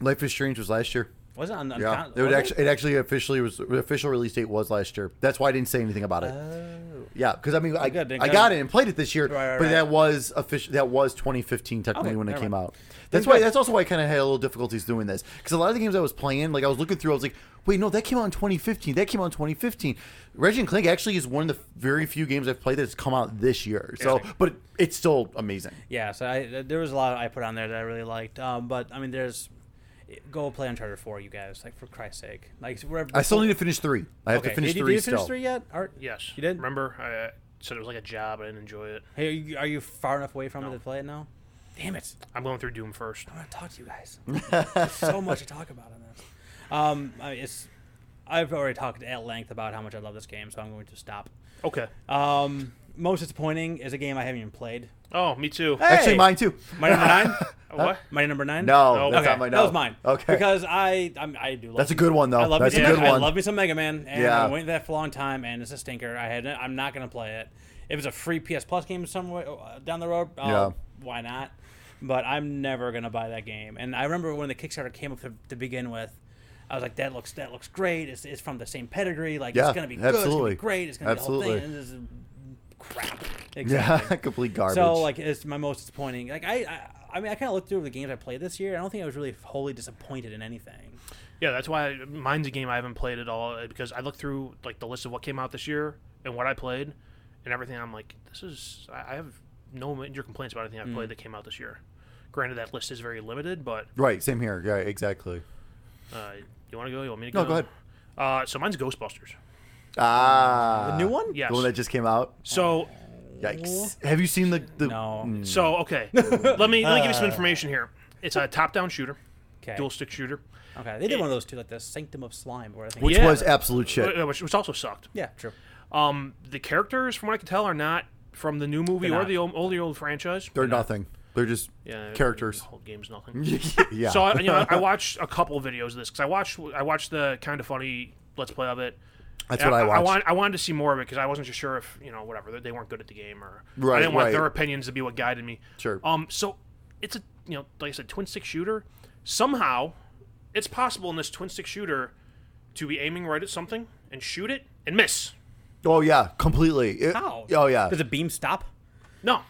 [SPEAKER 5] Life is Strange was last year.
[SPEAKER 4] was it on? on
[SPEAKER 5] Yeah,
[SPEAKER 4] con-
[SPEAKER 5] it would
[SPEAKER 4] was
[SPEAKER 5] actually it actually officially was the official release date was last year. That's why I didn't say anything about it.
[SPEAKER 4] Oh.
[SPEAKER 5] yeah, because I mean I,
[SPEAKER 4] good, then
[SPEAKER 5] I
[SPEAKER 4] good.
[SPEAKER 5] got it and played it this year,
[SPEAKER 4] Right, right,
[SPEAKER 5] but
[SPEAKER 4] right.
[SPEAKER 5] that was official. That was 2015 technically
[SPEAKER 4] Okay,
[SPEAKER 5] when it
[SPEAKER 4] never
[SPEAKER 5] came
[SPEAKER 4] mind.
[SPEAKER 5] out. That's why. That's also why I kind of had a little difficulties doing this because a lot of the games I was playing, like I was looking through, I was like, wait, no, that came out in 2015. That came out in 2015. Ratchet and Clank actually is one of the very few games I've played that's come out this year. So, but it's still amazing.
[SPEAKER 4] yeah so I, th- there was a lot i put on there that i really liked um, but i mean there's eh, go play uncharted 4 you guys like for christ's sake like wherever
[SPEAKER 5] I still need to finish three. I have
[SPEAKER 4] okay.
[SPEAKER 5] to finish
[SPEAKER 4] did, you-
[SPEAKER 5] three
[SPEAKER 4] did you
[SPEAKER 5] still.
[SPEAKER 4] finish three yet Art?
[SPEAKER 6] yes.
[SPEAKER 4] you did
[SPEAKER 6] Remember I uh, said it was like a job. I didn't enjoy it.
[SPEAKER 4] hey are you, are you far enough away from it to play it now damn it
[SPEAKER 6] I'm going through Doom first.
[SPEAKER 4] I want to talk to you [LAUGHS] guys. There's so much to talk about on this. Um, I mean, it's I've already talked at length about how much I love this game, so I'm going to stop.
[SPEAKER 6] Okay.
[SPEAKER 4] Um, most disappointing is a game I haven't even played.
[SPEAKER 6] Oh, me too. Uh,
[SPEAKER 5] Actually,
[SPEAKER 4] Hey!
[SPEAKER 5] mine too.
[SPEAKER 4] My number [LAUGHS] nine.
[SPEAKER 6] What?
[SPEAKER 4] My number nine.
[SPEAKER 5] No,
[SPEAKER 6] No,
[SPEAKER 5] that's
[SPEAKER 4] okay.
[SPEAKER 5] not my. No.
[SPEAKER 4] That was mine.
[SPEAKER 5] Okay,
[SPEAKER 4] Because I I'm, I do love.
[SPEAKER 5] that's a good one though.
[SPEAKER 4] I love
[SPEAKER 5] that's
[SPEAKER 4] me
[SPEAKER 5] a
[SPEAKER 4] some,
[SPEAKER 5] good one.
[SPEAKER 4] [LAUGHS] I love me some Mega Man, and
[SPEAKER 5] Yeah.
[SPEAKER 4] I waited that for a long time, and it's a stinker. I had I'm not gonna play it. If it's a free PS Plus game somewhere uh, down the road, uh, why not? But I'm never gonna buy that game. And I remember when the Kickstarter came up to, to begin with, I was like, that looks that looks great. It's, it's from the same pedigree. Like
[SPEAKER 5] Yeah,
[SPEAKER 4] it's gonna be good.
[SPEAKER 5] absolutely.
[SPEAKER 4] It's gonna be great. It's gonna be the whole thing.
[SPEAKER 5] Absolutely.
[SPEAKER 4] And this is crap.
[SPEAKER 5] [LAUGHS] Yeah,
[SPEAKER 4] Exactly.
[SPEAKER 5] complete garbage.
[SPEAKER 4] So like it's my most disappointing. Like I, I, I mean I kind of looked through the games I played this year. I don't think I was really wholly disappointed in anything.
[SPEAKER 6] Yeah, that's why mine's a game I haven't played at all uh, because I looked through like the list of what came out this year and what I played and everything. I'm like, this is I I have no major complaints about anything I've
[SPEAKER 5] Mm.
[SPEAKER 6] played that came out this year. Granted, that list is very limited, but
[SPEAKER 5] right, same here. Yeah, exactly.
[SPEAKER 6] uh, you want to go? You want me to go?
[SPEAKER 5] No, go ahead.
[SPEAKER 6] Uh, so mine's Ghostbusters.
[SPEAKER 5] Ah,
[SPEAKER 4] The new one?
[SPEAKER 6] Yes.
[SPEAKER 5] the one that just came out.
[SPEAKER 6] So
[SPEAKER 5] Yikes! Have you seen the the?
[SPEAKER 4] No.
[SPEAKER 5] Mm. [LAUGHS]
[SPEAKER 6] so okay. let me let me give you
[SPEAKER 5] Uh.
[SPEAKER 6] some information here. It's a top-down shooter,
[SPEAKER 4] Okay.
[SPEAKER 6] dual stick shooter,
[SPEAKER 4] Okay, they did one of those too, like the Sanctum of Slime, where I think.
[SPEAKER 5] which
[SPEAKER 6] Yeah.
[SPEAKER 5] was absolute shit.
[SPEAKER 6] uh, which, which also sucked.
[SPEAKER 4] yeah, true.
[SPEAKER 6] Um, the characters, from what I can tell, are not from the new movie
[SPEAKER 4] They're
[SPEAKER 6] or
[SPEAKER 4] not.
[SPEAKER 6] the old, old the old franchise.
[SPEAKER 5] They're nothing. They're just
[SPEAKER 6] Yeah,
[SPEAKER 5] characters.
[SPEAKER 6] The whole game's nothing.
[SPEAKER 5] [LAUGHS] yeah.
[SPEAKER 6] So I, you know, I watched a couple videos of this because I watched I watched the kind of funny let's play of it,
[SPEAKER 5] That's
[SPEAKER 6] Yeah,
[SPEAKER 5] what I watched.
[SPEAKER 6] I, want, I wanted to see more of it because I wasn't sure if you know whatever they- they weren't good at the game or
[SPEAKER 5] Right,
[SPEAKER 6] I didn't want
[SPEAKER 5] right.
[SPEAKER 6] their opinions to be what guided me.
[SPEAKER 5] Sure.
[SPEAKER 6] Um. So it's a you know like I said twin stick shooter. Somehow, it's possible in this twin stick shooter to be aiming right at something and shoot it and miss.
[SPEAKER 5] oh yeah, completely. It-
[SPEAKER 4] How?
[SPEAKER 5] Oh yeah.
[SPEAKER 4] Does the beam stop?
[SPEAKER 6] No,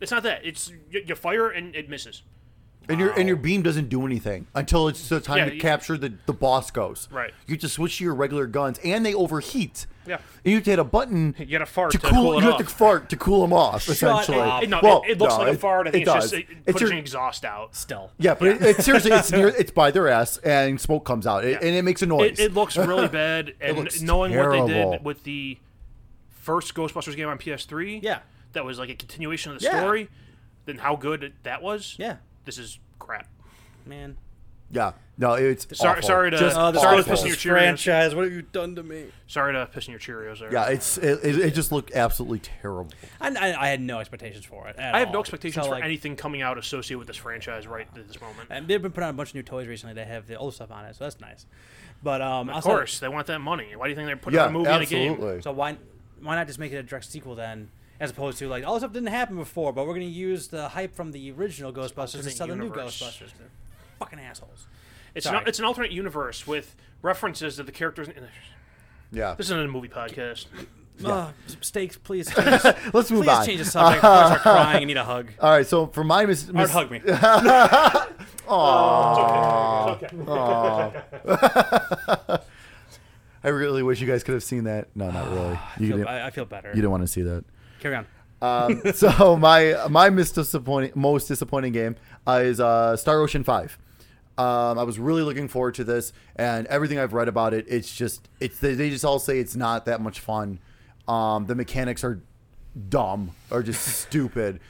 [SPEAKER 6] it's not that. It's you, you fire and it misses.
[SPEAKER 5] And your and your beam doesn't do anything until it's the time
[SPEAKER 6] Yeah,
[SPEAKER 5] to
[SPEAKER 6] you-
[SPEAKER 5] capture the, the boss goes.
[SPEAKER 6] Right.
[SPEAKER 5] You just switch to your regular guns, and they overheat.
[SPEAKER 6] Yeah.
[SPEAKER 5] And you have to hit a button.
[SPEAKER 6] You gotta fart
[SPEAKER 5] to
[SPEAKER 6] to
[SPEAKER 5] cool.
[SPEAKER 6] cool it
[SPEAKER 5] you
[SPEAKER 6] off.
[SPEAKER 5] have to fart to cool them off. essentially.
[SPEAKER 4] up.
[SPEAKER 6] It, no,
[SPEAKER 5] Well,
[SPEAKER 6] it, it looks
[SPEAKER 5] no,
[SPEAKER 6] like a fart. I think
[SPEAKER 5] it
[SPEAKER 6] it's
[SPEAKER 5] does.
[SPEAKER 6] just it
[SPEAKER 5] It's
[SPEAKER 6] puts
[SPEAKER 5] your-
[SPEAKER 6] an exhaust out.
[SPEAKER 4] Still.
[SPEAKER 5] yeah, but It, it's seriously
[SPEAKER 6] [LAUGHS]
[SPEAKER 5] it's near it's by their ass, and smoke comes out, it, and it makes a noise.
[SPEAKER 6] It, it
[SPEAKER 5] [LAUGHS]
[SPEAKER 6] looks really bad, and
[SPEAKER 5] looks
[SPEAKER 6] knowing what they
[SPEAKER 5] terrible.
[SPEAKER 6] did with the first Ghostbusters game on PS3,
[SPEAKER 4] Yeah.
[SPEAKER 6] that was like a continuation of the
[SPEAKER 4] Yeah.
[SPEAKER 6] story. Then how good it- that was.
[SPEAKER 4] Yeah.
[SPEAKER 6] this is crap.
[SPEAKER 4] Man.
[SPEAKER 5] yeah, no, it's
[SPEAKER 6] Sorry,
[SPEAKER 5] awful.
[SPEAKER 6] sorry to
[SPEAKER 5] Just
[SPEAKER 4] Oh, this
[SPEAKER 6] sorry
[SPEAKER 5] awful.
[SPEAKER 6] to piss in your
[SPEAKER 4] This
[SPEAKER 6] Cheerios.
[SPEAKER 4] franchise. What have you done to me?
[SPEAKER 6] Sorry to piss in your Cheerios. There.
[SPEAKER 5] Yeah, it's it, it, it just looked absolutely terrible.
[SPEAKER 4] I, I, I had no expectations for it. at
[SPEAKER 6] I have no
[SPEAKER 4] all.
[SPEAKER 6] expectations
[SPEAKER 4] So,
[SPEAKER 6] for
[SPEAKER 4] like,
[SPEAKER 6] anything coming out associated with this franchise right at this moment.
[SPEAKER 4] And they've been putting out a bunch of new toys recently that have the old stuff on it, so that's nice. But um,
[SPEAKER 6] Of course, they want that money. Why do you think they're putting
[SPEAKER 5] Yeah,
[SPEAKER 6] out a movie and a game?
[SPEAKER 5] absolutely.
[SPEAKER 4] So why why not just make it a direct sequel then, as opposed to like all this stuff didn't happen before, but we're gonna use the hype from the original Ghostbusters to
[SPEAKER 6] alternate
[SPEAKER 4] sell the new
[SPEAKER 6] universe.
[SPEAKER 4] Ghostbusters. They're fucking assholes.
[SPEAKER 6] It's
[SPEAKER 4] Sorry.
[SPEAKER 6] not. It's an alternate universe with references to the characters. In
[SPEAKER 5] Yeah,
[SPEAKER 6] this isn't a movie podcast.
[SPEAKER 4] Ugh, steaks, Oh,
[SPEAKER 5] [LAUGHS]
[SPEAKER 4] please. Please
[SPEAKER 5] let's move on.
[SPEAKER 4] change the subject. People start crying and need
[SPEAKER 5] [LAUGHS]
[SPEAKER 4] a hug.
[SPEAKER 5] All right, so for my mis-
[SPEAKER 4] Or
[SPEAKER 5] mis- [LAUGHS]
[SPEAKER 4] hug me.
[SPEAKER 5] I really wish you guys could have seen that. No, not really. You
[SPEAKER 4] Feel-
[SPEAKER 5] didn't.
[SPEAKER 4] Ah, I, I feel better.
[SPEAKER 5] you didn't want to see that.
[SPEAKER 4] Carry on.
[SPEAKER 5] Um, [LAUGHS] so my my most disappointing most disappointing game uh, is uh, Star Ocean Five. Um, I was really looking forward to this, and everything I've read about it, it's just it's they, they just all say it's not that much fun. Um, the mechanics are dumb or just [LAUGHS] stupid.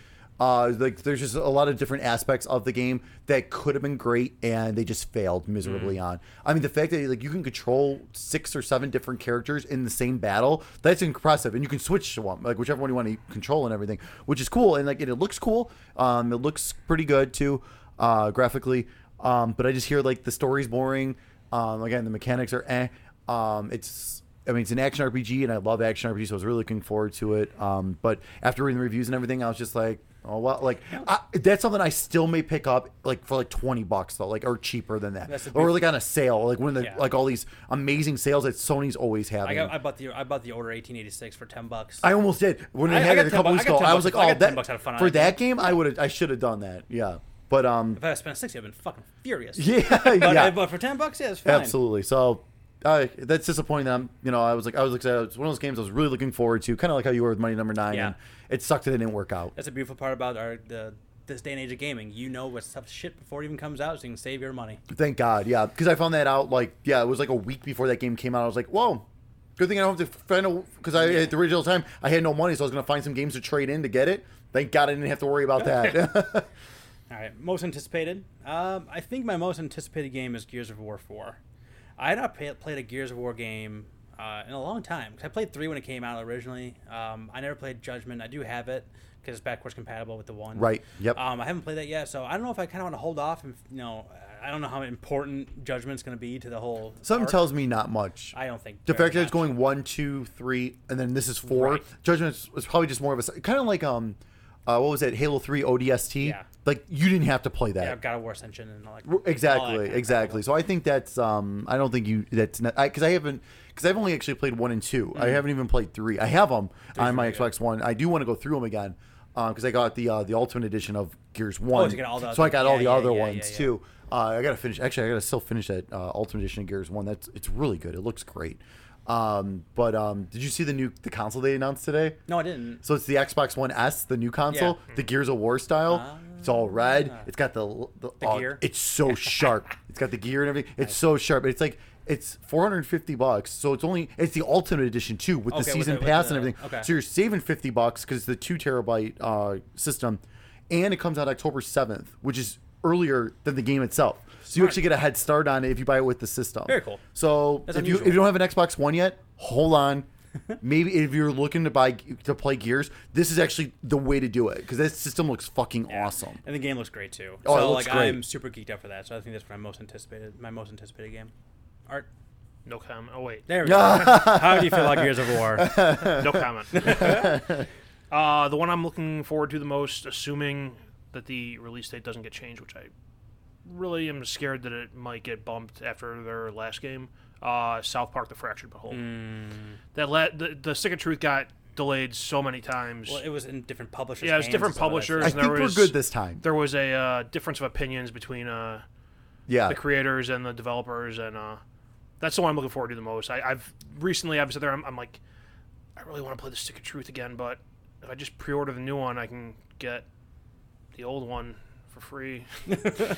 [SPEAKER 5] Uh, like there's just a lot of different aspects of the game that could have been great and they just failed miserably on. I mean the fact that like you can control six or seven different characters in the same battle, that's impressive. And you can switch to one, like whichever one you want to control and everything, which is cool. And like it, it looks cool. Um, it looks pretty good too, uh, graphically. Um, but I just hear like the story's boring. Um, again, the mechanics are eh. Um, it's I mean, it's an action RPG, and I love action RPGs, so I was really looking forward to it. Um, but after reading the reviews and everything, I was just like, oh well, like I, that's something I still may pick up, like for like twenty bucks though, like or cheaper than that,
[SPEAKER 4] That's the
[SPEAKER 5] or like on a sale, like one of the
[SPEAKER 4] Yeah.
[SPEAKER 5] like all these amazing sales that Sony's always
[SPEAKER 4] I
[SPEAKER 5] having. I,
[SPEAKER 4] got. I bought the. I bought the order 1886 for 10 bucks.
[SPEAKER 5] almost did when they
[SPEAKER 4] I- I
[SPEAKER 5] had it
[SPEAKER 4] got
[SPEAKER 5] a
[SPEAKER 4] 10
[SPEAKER 5] couple
[SPEAKER 4] bu-
[SPEAKER 5] weeks
[SPEAKER 4] I got
[SPEAKER 5] ago.
[SPEAKER 4] 10
[SPEAKER 5] I was like,
[SPEAKER 4] bucks- I
[SPEAKER 5] oh,
[SPEAKER 4] got 10
[SPEAKER 5] that
[SPEAKER 4] bucks out of fun on
[SPEAKER 5] for
[SPEAKER 4] it.
[SPEAKER 5] that game, I would have, I should have done that, yeah. But um,
[SPEAKER 4] if I had spent 60, I'd been fucking furious.
[SPEAKER 5] yeah,
[SPEAKER 4] But,
[SPEAKER 5] yeah.
[SPEAKER 4] but for 10 bucks, yeah, it's fine.
[SPEAKER 5] Absolutely. So I that's disappointing. That I'm, you know, I was like, I was excited. It's one of those games I was really looking forward to, kind of like how you were with Money Number Nine.
[SPEAKER 4] Yeah.
[SPEAKER 5] And it sucked that it didn't work out.
[SPEAKER 4] That's the beautiful part about our the this day and age of gaming. You know what stuff shit before it even comes out, so you can save your money.
[SPEAKER 5] Thank God. Yeah, because I found that out. Like, yeah, it was like a week before that game came out. I was like, whoa. Good thing I don't have to find a because I at the original time I had no money, so I was gonna find some games to trade in to get it. Thank God I didn't have to worry about that. [LAUGHS]
[SPEAKER 4] All right, most anticipated. Um, I think my most anticipated game is Gears of War 4. I had not pay, played a Gears of War game uh, in a long time. 'cause I played 3 when it came out originally. Um, I never played Judgment. I do have it because it's backwards compatible with the 1.
[SPEAKER 5] Right, yep.
[SPEAKER 4] Um, I haven't played that yet, so I don't know if I kind of want to hold off. And, you know, I don't know how important Judgment's going to be to the whole.
[SPEAKER 5] Something
[SPEAKER 4] arc.
[SPEAKER 5] tells me not much.
[SPEAKER 4] I don't think.
[SPEAKER 5] the
[SPEAKER 4] very
[SPEAKER 5] fact that it's
[SPEAKER 4] much.
[SPEAKER 5] going one, two, three, and then this is four.
[SPEAKER 6] Right.
[SPEAKER 5] Judgment is- is probably just more of a kind of like um, uh, what was it? Halo Three ODST.
[SPEAKER 4] Yeah.
[SPEAKER 5] Like you didn't have to play
[SPEAKER 4] Yeah,
[SPEAKER 5] that.
[SPEAKER 4] God of War Ascension and all that. all
[SPEAKER 5] R-
[SPEAKER 4] that kind
[SPEAKER 5] Exactly,
[SPEAKER 4] of crap.
[SPEAKER 5] exactly. So I think that's um, I don't think you that's not because I, haven't because I've only actually played one and 2 I
[SPEAKER 4] Mm-hmm.
[SPEAKER 5] haven't even played three. I have them on my Xbox One. I do want to go through them again because I got the uh, the Ultimate Edition of Gears One.
[SPEAKER 4] Oh, you got all the
[SPEAKER 5] so I got
[SPEAKER 4] other-
[SPEAKER 5] all
[SPEAKER 4] yeah,
[SPEAKER 5] the
[SPEAKER 4] yeah,
[SPEAKER 5] other
[SPEAKER 4] yeah, yeah,
[SPEAKER 5] ones
[SPEAKER 4] yeah.
[SPEAKER 5] too. Uh, I gotta finish. Actually, I gotta still finish that uh, Ultimate Edition of Gears One. That's it's really good. It looks great. Um, but um, did you see the new the console they announced today?
[SPEAKER 4] No, I didn't.
[SPEAKER 5] So it's the Xbox One S, the new console,
[SPEAKER 4] Yeah. Ah.
[SPEAKER 5] the Gears of War style. it's all red. It's got the the, oh,
[SPEAKER 4] gear?
[SPEAKER 5] It's
[SPEAKER 4] [LAUGHS]
[SPEAKER 5] so sharp. it's got the gear and everything. It's so sharp. It's like it's 450 bucks. So it's only it's the ultimate edition too with
[SPEAKER 4] Okay,
[SPEAKER 5] the
[SPEAKER 4] with
[SPEAKER 5] season
[SPEAKER 4] the- with
[SPEAKER 5] pass
[SPEAKER 4] the-
[SPEAKER 5] and everything.
[SPEAKER 4] okay.
[SPEAKER 5] So you're saving 50 bucks because the two terabyte uh, system, and it comes out October 7th, which is earlier than the game itself. So you actually get a head start on it if you buy it with the system.
[SPEAKER 4] Very cool.
[SPEAKER 5] So
[SPEAKER 4] That's
[SPEAKER 5] if you, if
[SPEAKER 4] unusual.
[SPEAKER 5] you don't have an Xbox One yet, hold on. Maybe if you're looking to buy to play Gears, this is actually the way to do it because that system looks fucking awesome.
[SPEAKER 4] And the game looks great too.
[SPEAKER 5] Oh, it
[SPEAKER 4] so
[SPEAKER 5] looks
[SPEAKER 4] like
[SPEAKER 5] great.
[SPEAKER 4] I'm super geeked up for that. So I think that's my most anticipated my most anticipated game. Art.
[SPEAKER 6] No comment. Oh wait,
[SPEAKER 5] [LAUGHS]
[SPEAKER 4] There we go. How do you feel about Gears of War?
[SPEAKER 6] no comment. uh, the one I'm looking forward to the most, assuming that the release date doesn't get changed, which I really am scared that it might get bumped after their last game. Uh, South Park: The Fractured Butthole.
[SPEAKER 4] Hmm.
[SPEAKER 6] That la- the the Stick of Truth got delayed so many times.
[SPEAKER 4] Well, it was in different publishers.
[SPEAKER 6] Yeah, it was
[SPEAKER 4] hands
[SPEAKER 6] different
[SPEAKER 4] and stuff like that, so-
[SPEAKER 5] I
[SPEAKER 6] publishers.
[SPEAKER 5] think we're
[SPEAKER 6] was-
[SPEAKER 5] good this time.
[SPEAKER 6] there was a uh, difference of opinions between uh,
[SPEAKER 5] Yeah.
[SPEAKER 6] the creators and the developers, and uh, that's the one I'm looking forward to the most. I, I've recently I've sat there, I'm, I'm like, I really want to play the Stick of Truth again, but if I just pre-order the new one, I can get the old one
[SPEAKER 5] [LAUGHS]
[SPEAKER 6] for free.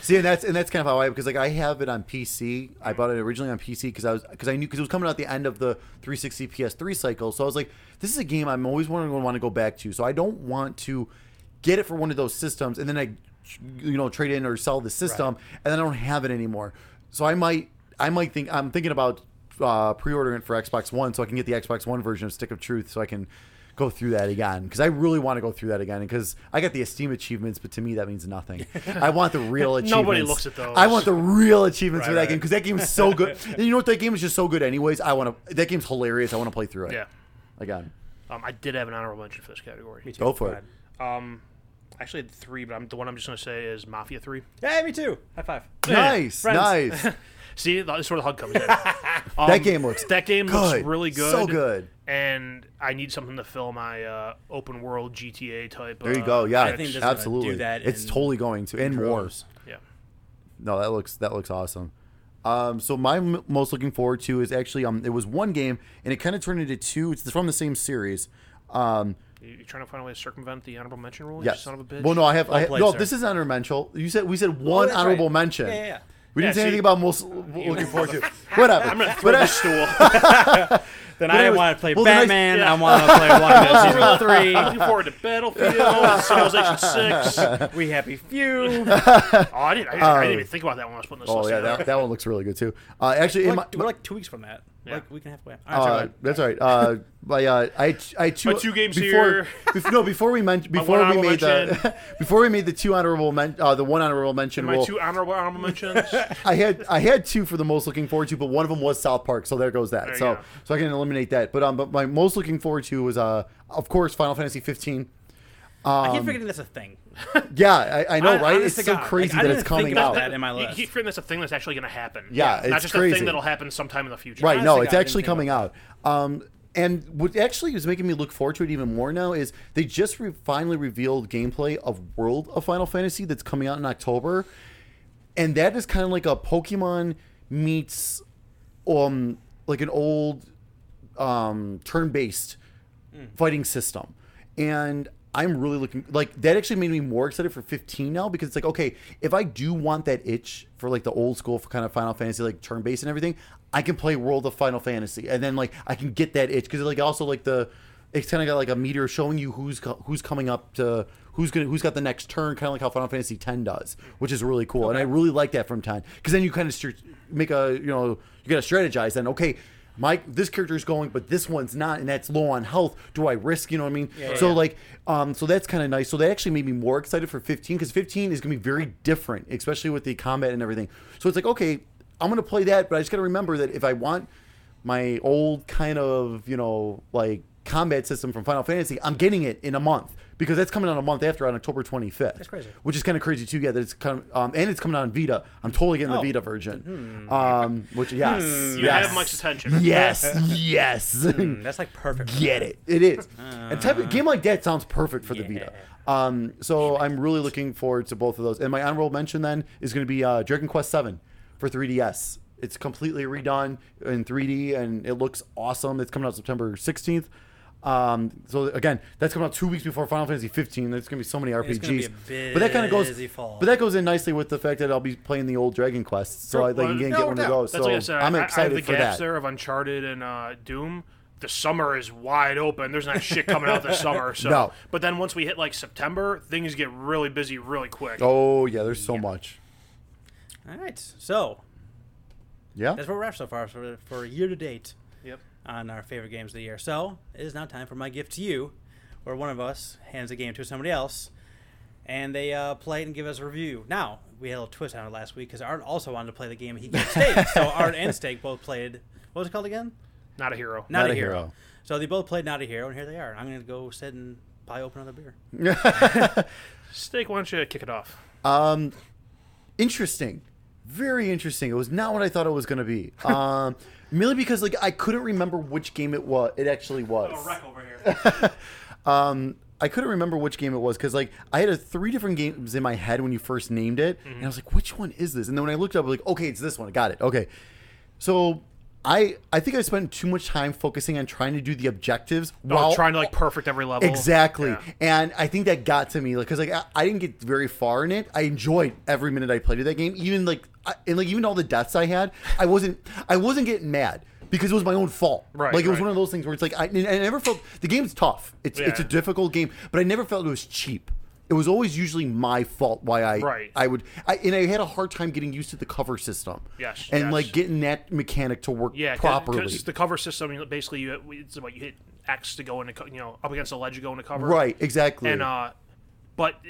[SPEAKER 5] See, and that's and that's kind of how I because like I have it on PC. I bought it originally on PC because I was because I knew because it was coming out the end of the 360 PS3 cycle. So I was like, this is a game I'm always going to want to go back to. So I don't want to get it for one of those systems and then I, you know, trade in or sell the system and then I don't have it anymore. So I might I might think I'm thinking about uh, pre-ordering it for Xbox One so I can get the Xbox One version of Stick of Truth so I can go through that again because I really want to go through that again because I got the esteem achievements, but to me that means nothing. I want the real achievements.
[SPEAKER 6] Nobody looks at those.
[SPEAKER 5] I want the real achievements for that
[SPEAKER 4] right.
[SPEAKER 5] game because that game is so
[SPEAKER 4] [LAUGHS]
[SPEAKER 5] good. and you know what? That game is just so good. Anyways, I want to. That game's hilarious. I want to play through it.
[SPEAKER 6] yeah,
[SPEAKER 5] Again,
[SPEAKER 6] um, I did have an honorable mention for this category.
[SPEAKER 5] go for it.
[SPEAKER 6] Um, I actually had three, but I'm, the one I'm just gonna say is
[SPEAKER 5] [LAUGHS]
[SPEAKER 6] Mafia Three.
[SPEAKER 4] Hey, me too. High five.
[SPEAKER 5] Nice,
[SPEAKER 4] friends. [LAUGHS]
[SPEAKER 5] nice.
[SPEAKER 6] See, that's where the
[SPEAKER 5] [LAUGHS]
[SPEAKER 6] hug comes in. Um,
[SPEAKER 5] That game looks
[SPEAKER 6] that game looks
[SPEAKER 5] good.
[SPEAKER 6] really good,
[SPEAKER 5] So good.
[SPEAKER 6] And I need something to fill my uh, open world GTA type.
[SPEAKER 5] There you
[SPEAKER 6] uh,
[SPEAKER 5] go. Yeah,
[SPEAKER 4] I think there's gonna do
[SPEAKER 5] absolutely.
[SPEAKER 4] that
[SPEAKER 5] it's
[SPEAKER 4] in
[SPEAKER 5] totally going to and more.
[SPEAKER 6] Yeah.
[SPEAKER 5] No, that looks that looks awesome. Um, so my m- most looking forward to is actually um, it was one game and it kind of turned into two. It's from the same series. Um,
[SPEAKER 6] You- You're trying to find a way to circumvent the honorable mention rule. You
[SPEAKER 5] yes.
[SPEAKER 6] son of a bitch.
[SPEAKER 5] Well, no, I have. I,
[SPEAKER 4] played,
[SPEAKER 5] no,
[SPEAKER 4] sir.
[SPEAKER 5] this is honorable mention. You said we said one
[SPEAKER 4] Oh, that's right.
[SPEAKER 5] honorable mention.
[SPEAKER 4] Yeah, yeah, yeah.
[SPEAKER 5] We didn't
[SPEAKER 6] Yeah,
[SPEAKER 5] say
[SPEAKER 6] see-
[SPEAKER 5] anything about [LAUGHS] most looking forward to. Whatever. I'm
[SPEAKER 6] [LAUGHS]
[SPEAKER 5] [LAUGHS]
[SPEAKER 6] Throw [LAUGHS] the stool.
[SPEAKER 4] Then
[SPEAKER 5] it
[SPEAKER 4] I
[SPEAKER 5] was-
[SPEAKER 4] want to play
[SPEAKER 5] well, then I-
[SPEAKER 4] Batman. I, want to play One Piece Season
[SPEAKER 6] Three. Looking forward to Battlefield,
[SPEAKER 5] [LAUGHS]
[SPEAKER 6] Civilization Six. Oh,
[SPEAKER 4] Three. We happy few.
[SPEAKER 6] I didn't. I, didn't I didn't even think about that when I was putting this
[SPEAKER 5] Oh
[SPEAKER 6] list
[SPEAKER 5] yeah,
[SPEAKER 6] together.
[SPEAKER 5] that, that one looks really good too. Uh, actually,
[SPEAKER 4] We're
[SPEAKER 5] in my,
[SPEAKER 4] like, we're like two weeks from that.
[SPEAKER 6] Yeah.
[SPEAKER 4] Like we can halfway. All right,
[SPEAKER 5] uh,
[SPEAKER 4] sorry, go ahead.
[SPEAKER 5] that's all right. Uh, but uh, I I two,
[SPEAKER 6] My two games
[SPEAKER 5] before,
[SPEAKER 6] here.
[SPEAKER 5] [LAUGHS] bef- no, before we mentioned
[SPEAKER 6] one
[SPEAKER 5] before we
[SPEAKER 6] honorable
[SPEAKER 5] made the [LAUGHS] before we made the two honorable men uh, the one honorable mention
[SPEAKER 6] My
[SPEAKER 5] rule.
[SPEAKER 6] two honorable honorable mentions.
[SPEAKER 4] [LAUGHS]
[SPEAKER 5] I had I had two for the most looking forward to, but one of them was South Park, so there goes that.
[SPEAKER 6] There you
[SPEAKER 5] so
[SPEAKER 6] go.
[SPEAKER 5] so I can eliminate that. But um, but my most looking forward to was uh, of course, Final Fantasy 15.
[SPEAKER 4] I
[SPEAKER 5] um,
[SPEAKER 4] keep forgetting that's a thing.
[SPEAKER 5] Yeah, I, I know,
[SPEAKER 4] Hon-
[SPEAKER 5] right?
[SPEAKER 4] honest
[SPEAKER 5] It's
[SPEAKER 4] to
[SPEAKER 5] so
[SPEAKER 4] God, like,
[SPEAKER 5] crazy
[SPEAKER 4] I
[SPEAKER 5] that
[SPEAKER 4] didn't
[SPEAKER 5] it's
[SPEAKER 4] think
[SPEAKER 5] coming
[SPEAKER 4] about
[SPEAKER 5] out.
[SPEAKER 4] that in my
[SPEAKER 6] You
[SPEAKER 4] list.
[SPEAKER 6] keep forgetting that's a thing that's actually going to happen.
[SPEAKER 5] Yeah,
[SPEAKER 6] not
[SPEAKER 5] it's
[SPEAKER 6] just a
[SPEAKER 5] crazy.
[SPEAKER 6] thing that'll happen sometime in the future.
[SPEAKER 5] Right.
[SPEAKER 4] Honest
[SPEAKER 5] No,
[SPEAKER 4] to
[SPEAKER 5] it's
[SPEAKER 4] God, I
[SPEAKER 5] actually
[SPEAKER 4] didn't think
[SPEAKER 5] coming out. Um, and what actually is making me look forward to it even more now is they just re- finally revealed gameplay of World of Final Fantasy that's coming out in October, and that is kind of like a Pokemon meets, um, like an old, um, turn-based fighting system. And I'm really looking like that actually made me more excited for 15 now because it's like, okay, if I do want that itch for like the old school for kind of Final Fantasy, like turn based and everything, I can play World of Final Fantasy and then like I can get that itch because like also like the it's kind of got like a meter showing you who's co- who's coming up to who's gonna who's got the next turn, kind of like how Final Fantasy X does, which is really cool. And I really like that from 10 because then you kind of str- make a you know you got to strategize. Then okay, my this character is going, but this one's not, and that's low on health. Do I risk? You know what I mean? so like, um, so that's kind of nice. So that actually made me more excited for 15 because 15 is gonna be very different, especially with the combat and everything. So it's like okay, I'm gonna play that, but I just gotta remember that if I want my old kind of you know like combat system from Final Fantasy, I'm getting it in a month because that's coming out a month after on October 25th. That's
[SPEAKER 4] crazy.
[SPEAKER 5] Which is kind of crazy too. Yeah, that it's kind of, um, and it's coming out on Vita. I'm totally getting the Vita version. Um, which yes,
[SPEAKER 6] Hmm. You
[SPEAKER 5] yes.
[SPEAKER 6] have Mike's attention.
[SPEAKER 5] Yes, yes.
[SPEAKER 4] Hmm, That's like perfect.
[SPEAKER 5] Get it. It is. a type of game like that sounds perfect for the Vita. Um, so I'm really looking forward to both of those. And my honorable mention then is going to be uh, Dragon Quest Seven for 3DS. It's completely redone in 3D and it looks awesome. It's coming out September 16th. Um, so again, that's coming out two weeks before Final Fantasy 15. There's going to be so many RPGs.
[SPEAKER 4] gonna be a
[SPEAKER 5] but that kind of goes.
[SPEAKER 4] busy fall.
[SPEAKER 5] But that goes in nicely with the fact that I'll be playing the old Dragon Quest, so I like, can get
[SPEAKER 6] No
[SPEAKER 5] one
[SPEAKER 6] doubt.
[SPEAKER 5] of those.
[SPEAKER 6] That's
[SPEAKER 5] so
[SPEAKER 6] like I said.
[SPEAKER 5] I'm
[SPEAKER 6] I- I have
[SPEAKER 5] excited
[SPEAKER 6] the
[SPEAKER 5] for that.
[SPEAKER 6] gaps there of Uncharted and uh, Doom. The summer is wide open. There's not shit coming out this summer.
[SPEAKER 5] [LAUGHS]
[SPEAKER 6] So,
[SPEAKER 5] No.
[SPEAKER 6] but then once we hit like September, things get really busy really quick.
[SPEAKER 5] Oh yeah, there's so much.
[SPEAKER 4] All right. So
[SPEAKER 5] Yeah.
[SPEAKER 4] that's what we're at so far for, for year to date
[SPEAKER 6] Yep.
[SPEAKER 4] on our favorite games of the year. So it is now time for my gift to you, where one of us hands a game to somebody else, and they uh, play it and give us a review. Now we had a little twist on it last week because Art also wanted to play the game. He [LAUGHS] gave Steak, so Art and Steak both played. What was it called again?
[SPEAKER 6] Not a hero.
[SPEAKER 4] Not, a, hero. So they both played Not a Hero, and here they are. I'm gonna go sit and probably open another beer.
[SPEAKER 6] Steak, why don't you kick it off?
[SPEAKER 5] Um, interesting, very interesting. It was not what I thought it was going to
[SPEAKER 6] [LAUGHS]
[SPEAKER 5] be. Um, merely because like I couldn't remember which game it was. It actually was.
[SPEAKER 2] Little wreck over
[SPEAKER 1] [LAUGHS]
[SPEAKER 2] here.
[SPEAKER 5] [LAUGHS] um, I couldn't remember which game it was because like I had a three different games in my head when you first named it,
[SPEAKER 6] Mm-hmm.
[SPEAKER 5] and I was like, which one is this? And then when I looked up, I was like, okay, it's this one. Got it. Okay, so. I, I think I spent too much time focusing on trying to do the objectives
[SPEAKER 6] Oh, trying to like perfect every level.
[SPEAKER 5] Exactly.
[SPEAKER 6] Oh, Yeah.
[SPEAKER 5] And I think that got to me, like, cause like I, I didn't get very far in it. I enjoyed every minute I played of that game, even like, I, and like even all the deaths I had, I wasn't, I wasn't getting mad because it was my own fault.
[SPEAKER 6] Right,
[SPEAKER 5] Like it was
[SPEAKER 6] right.
[SPEAKER 5] one of those things where it's like I, and I never felt the game's tough. It's it's a
[SPEAKER 6] Yeah.
[SPEAKER 5] difficult game, but I never felt it was cheap. It was always usually my fault why I
[SPEAKER 6] Right.
[SPEAKER 5] I would I, and I had a hard time getting used to the cover system.
[SPEAKER 6] Yes,
[SPEAKER 5] And
[SPEAKER 6] yes.
[SPEAKER 5] like getting that mechanic to work
[SPEAKER 6] Yeah,
[SPEAKER 5] properly.
[SPEAKER 6] Because the cover system, you know, basically, you, it's what you hit X to go into, co- you know, up against the ledge to go into cover.
[SPEAKER 5] Right, exactly.
[SPEAKER 6] And uh, but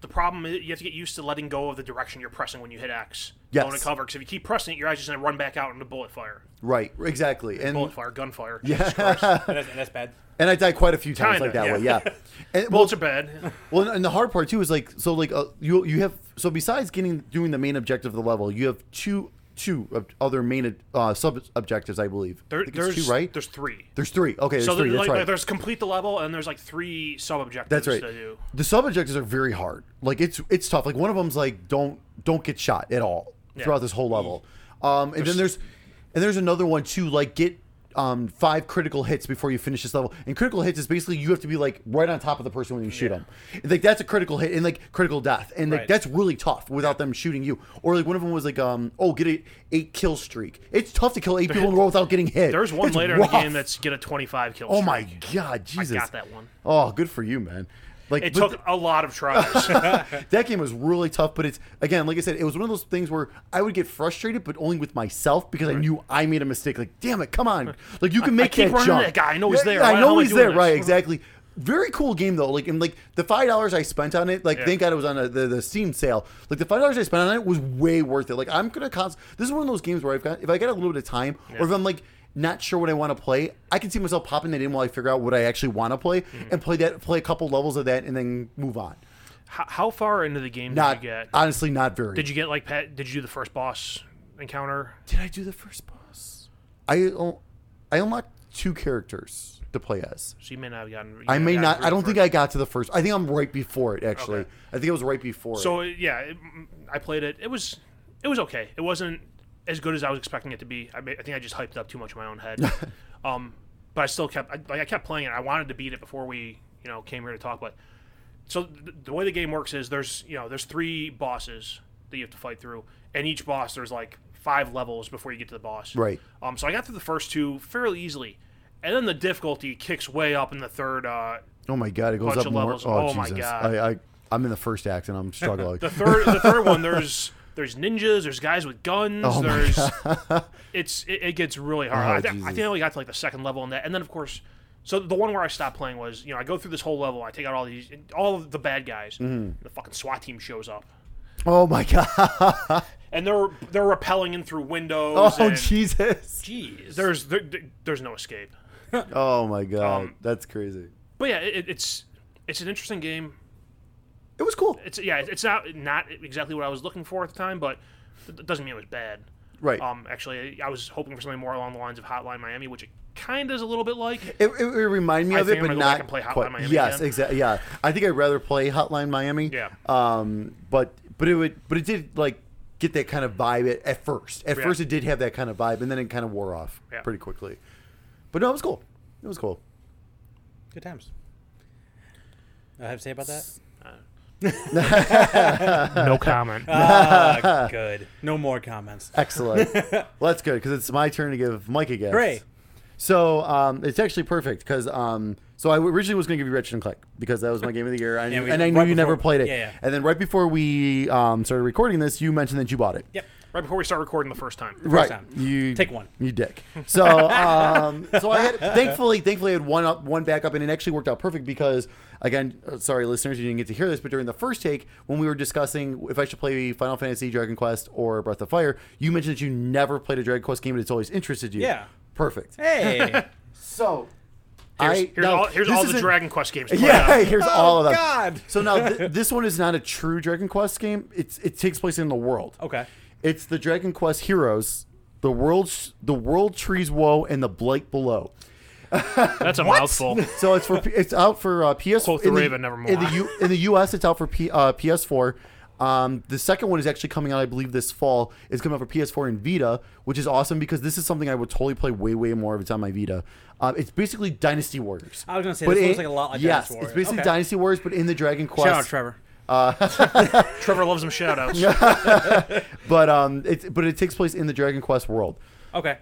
[SPEAKER 6] the problem is you have to get used to letting go of the direction you're pressing when you hit X. to Go
[SPEAKER 5] Yes.
[SPEAKER 6] into cover because if you keep pressing it, your eyes just gonna run back out into bullet fire,
[SPEAKER 5] right, exactly. And [LAUGHS]
[SPEAKER 6] bullet fire, gunfire.
[SPEAKER 5] Yeah.
[SPEAKER 6] Jesus Christ.
[SPEAKER 4] And [LAUGHS] that's, and that's bad.
[SPEAKER 5] And I died quite a few times
[SPEAKER 6] Kinda,
[SPEAKER 5] like that
[SPEAKER 6] yeah.
[SPEAKER 5] way,
[SPEAKER 6] [LAUGHS]
[SPEAKER 5] yeah. And, well,
[SPEAKER 6] bullets
[SPEAKER 5] [LAUGHS]
[SPEAKER 6] are bad.
[SPEAKER 5] well, and the hard part too is like so like uh, you you have so besides getting doing the main objective of the level, you have two two ob- other main uh, sub objectives, I believe. I
[SPEAKER 6] There,
[SPEAKER 5] think it's
[SPEAKER 6] there's
[SPEAKER 5] two, right?
[SPEAKER 6] There's three.
[SPEAKER 5] There's three. Okay, there's
[SPEAKER 6] so
[SPEAKER 5] three.
[SPEAKER 6] there-
[SPEAKER 5] That's
[SPEAKER 6] like,
[SPEAKER 5] right.
[SPEAKER 6] there's complete the level and there's like three sub objectives.
[SPEAKER 5] That's right.
[SPEAKER 6] To do.
[SPEAKER 5] The sub objectives are very hard. Like it's it's tough. Like one of them's like don't don't get shot at all throughout this whole level. Um, and then there's and there's another one too. Like get um five critical hits before you finish this level. And critical hits is basically you have to be like right on top of the person when you shoot them. Like that's a critical hit and like critical death. And like
[SPEAKER 4] Right.
[SPEAKER 5] that's really tough without them shooting you. Or like one of them was like um oh get a eight kill streak. It's tough to kill eight people in a row without getting hit.
[SPEAKER 6] There's one
[SPEAKER 5] It's
[SPEAKER 6] later in the
[SPEAKER 5] rough.
[SPEAKER 6] game that's get a 25 kill.
[SPEAKER 5] oh my
[SPEAKER 6] streak.
[SPEAKER 5] god Jesus
[SPEAKER 6] got that one.
[SPEAKER 5] Oh good for you man. Like
[SPEAKER 6] It
[SPEAKER 5] but
[SPEAKER 6] took a lot
[SPEAKER 5] [LAUGHS]
[SPEAKER 6] of tries.
[SPEAKER 5] that game was really tough, but it's again, like I said, it was one of those things where I would get frustrated, but only with myself because I knew I made a mistake. Like, damn it, come on! Like you can make
[SPEAKER 6] keep
[SPEAKER 5] that
[SPEAKER 6] running
[SPEAKER 5] jump.
[SPEAKER 6] into that guy. I know he's
[SPEAKER 5] Yeah,
[SPEAKER 6] there.
[SPEAKER 5] yeah, I
[SPEAKER 6] Why- how
[SPEAKER 5] know
[SPEAKER 6] am I
[SPEAKER 5] he's
[SPEAKER 6] doing
[SPEAKER 5] there.
[SPEAKER 6] this?
[SPEAKER 5] Right, exactly. Very cool game though. Like and like the five dollars I spent on it. Like
[SPEAKER 6] Yeah.
[SPEAKER 5] thank God it was on a, the the Steam sale. Like the five dollars I spent on it was way worth it. Like I'm gonna cons- This is one of those games where I've got if I got a little bit of time or if I'm like. Not sure what I want to play. I can see myself popping that in while I figure out what I actually want to play
[SPEAKER 6] Mm-hmm.
[SPEAKER 5] and play that, play a couple levels of that, and then move on.
[SPEAKER 6] how, how far into the game
[SPEAKER 5] Not
[SPEAKER 6] did you get?
[SPEAKER 5] honestly, not very.
[SPEAKER 6] Did you get like pet? Did you do the first boss encounter?
[SPEAKER 5] Did I do the first boss? I un- I unlocked two characters to play as.
[SPEAKER 6] So you may not have gotten. you
[SPEAKER 5] I may
[SPEAKER 6] have gotten
[SPEAKER 5] not.
[SPEAKER 6] through
[SPEAKER 5] I don't
[SPEAKER 6] the
[SPEAKER 5] think
[SPEAKER 6] first-
[SPEAKER 5] I got to the first. I think I'm right before it. Actually,
[SPEAKER 6] Okay.
[SPEAKER 5] I think it was right before.
[SPEAKER 6] So
[SPEAKER 5] it.
[SPEAKER 6] yeah, it, I played it. It was, it was okay. It wasn't as good as I was expecting it to be. I, ma- I think I just hyped up too much in my
[SPEAKER 5] [LAUGHS]
[SPEAKER 6] own head. um, but I still kept. I, like I kept playing it. I wanted to beat it before we, you know, came here to talk. But so th- the way the game works is there's you know there's three bosses that you have to fight through, and each boss there's like five levels before you get to the boss.
[SPEAKER 5] Right.
[SPEAKER 6] Um, so I got through the first two fairly easily, and then the difficulty kicks way up in the third. Uh,
[SPEAKER 5] oh my god, it goes
[SPEAKER 6] bunch
[SPEAKER 5] up
[SPEAKER 6] of
[SPEAKER 5] more.
[SPEAKER 6] levels.
[SPEAKER 5] Oh,
[SPEAKER 6] Oh my
[SPEAKER 5] Jesus.
[SPEAKER 6] God.
[SPEAKER 5] I, I I'm in the first act
[SPEAKER 6] [LAUGHS]
[SPEAKER 5] and I'm struggling.
[SPEAKER 6] the third, the third one there's there's ninjas, there's guys with guns,
[SPEAKER 5] Oh my
[SPEAKER 6] there's it's it, it gets really hard.
[SPEAKER 5] Oh,
[SPEAKER 6] I, thi- I
[SPEAKER 5] Jesus.
[SPEAKER 6] think I only got to like the second level on that, and then of course, so the one where I stopped playing was you know I go through this whole level, I take out all these all of the bad guys,
[SPEAKER 5] Mm-hmm.
[SPEAKER 6] and the fucking SWAT team shows up,
[SPEAKER 5] oh my god.
[SPEAKER 6] and they're they're rappelling in through windows.
[SPEAKER 5] [LAUGHS] Oh
[SPEAKER 6] and
[SPEAKER 5] Jesus.
[SPEAKER 4] Jeez.
[SPEAKER 6] There's there, there's no escape.
[SPEAKER 5] Oh my god.
[SPEAKER 6] Um,
[SPEAKER 5] That's crazy.
[SPEAKER 6] But yeah, it, it's it's an interesting game.
[SPEAKER 5] It was cool.
[SPEAKER 6] It's yeah, it's not not exactly what I was looking for at the time, but it doesn't mean it was bad.
[SPEAKER 5] Right.
[SPEAKER 6] Um, actually, I was hoping for something more along the lines of Hotline Miami, which it kind of is a little bit like.
[SPEAKER 5] [LAUGHS] It, it, it reminded me
[SPEAKER 6] I
[SPEAKER 5] of
[SPEAKER 6] think
[SPEAKER 5] it,
[SPEAKER 6] I'm
[SPEAKER 5] but
[SPEAKER 6] gonna go
[SPEAKER 5] not
[SPEAKER 6] back and play Hotline
[SPEAKER 5] quite.
[SPEAKER 6] Miami
[SPEAKER 5] yes,
[SPEAKER 6] again.
[SPEAKER 5] exactly. Yeah, I think I'd rather play Hotline Miami.
[SPEAKER 6] Yeah.
[SPEAKER 5] Um, but but it would but it did like get that kind of vibe at, at first. At
[SPEAKER 6] Yeah.
[SPEAKER 5] first, it did have that kind of vibe, and then it kind of wore off
[SPEAKER 6] Yeah.
[SPEAKER 5] pretty quickly. But no, it was cool. It was
[SPEAKER 6] [LAUGHS]
[SPEAKER 5] cool. [LAUGHS]
[SPEAKER 4] Good times. I have to say about that.
[SPEAKER 6] No comment.
[SPEAKER 4] [LAUGHS] Ah, good. No more comments.
[SPEAKER 5] Excellent. well, that's good because it's my turn to give Mike a guess.
[SPEAKER 4] Hooray.
[SPEAKER 5] So um, it's actually perfect because um, so I originally was going to give you Ratchet and Clank because that was my game of the year, I
[SPEAKER 4] Yeah,
[SPEAKER 5] knew-
[SPEAKER 4] we-
[SPEAKER 5] and I knew
[SPEAKER 4] right
[SPEAKER 5] you never
[SPEAKER 4] before-
[SPEAKER 5] played it.
[SPEAKER 4] yeah, yeah.
[SPEAKER 5] And then right before we um, started recording this, you mentioned that you bought it.
[SPEAKER 4] Yep.
[SPEAKER 6] right before we start recording the first time.
[SPEAKER 5] right.
[SPEAKER 4] time.
[SPEAKER 5] You
[SPEAKER 4] Take one.
[SPEAKER 5] You dick. So, um, so I had thankfully, thankfully, I had one up, one backup, and it actually worked out perfect because, again, uh, sorry, listeners, you didn't get to hear this, but during the first take when we were discussing if I should play Final Fantasy, Dragon Quest, or Breath of Fire, you mentioned that you never played a Dragon Quest game, but it's always interested you.
[SPEAKER 4] Yeah.
[SPEAKER 5] Perfect.
[SPEAKER 4] [LAUGHS] Hey.
[SPEAKER 5] So,
[SPEAKER 6] Here's,
[SPEAKER 5] I
[SPEAKER 6] here's
[SPEAKER 5] now,
[SPEAKER 6] all, here's
[SPEAKER 5] this
[SPEAKER 6] all the
[SPEAKER 5] isn't- [LAUGHS]
[SPEAKER 6] Dragon Quest games. played out.
[SPEAKER 5] Yeah, here's all of them.
[SPEAKER 4] Oh, God.
[SPEAKER 5] So now
[SPEAKER 4] [LAUGHS]
[SPEAKER 5] th- this one is not a true Dragon Quest game. It's it takes place in the world.
[SPEAKER 4] Okay.
[SPEAKER 5] It's the Dragon Quest Heroes, the world's the world trees woe and the blight below.
[SPEAKER 6] That's a mouthful.
[SPEAKER 5] So it's for it's out for uh, PS.
[SPEAKER 6] Quoth the
[SPEAKER 5] in
[SPEAKER 6] Raven, nevermore.
[SPEAKER 5] In the, U, in the U.S., it's out for P, uh, PS4. Um, the second one is actually coming out, I believe, this fall. It's coming out for PS4 and Vita, which is awesome because this is something I would totally play way, way more if it's on my Vita. Uh, it's basically Dynasty Warriors.
[SPEAKER 4] I was gonna say,
[SPEAKER 5] But
[SPEAKER 4] this looks
[SPEAKER 5] it-
[SPEAKER 4] like a lot like
[SPEAKER 5] yes,
[SPEAKER 4] Dynasty
[SPEAKER 5] it's
[SPEAKER 4] Warriors.
[SPEAKER 5] basically
[SPEAKER 4] Okay.
[SPEAKER 5] Dynasty Warriors, but in the Dragon Quest.
[SPEAKER 4] Shout out, Trevor.
[SPEAKER 6] Trevor loves them shout outs.
[SPEAKER 5] But um, it's but it takes place in the Dragon Quest world.
[SPEAKER 4] Okay.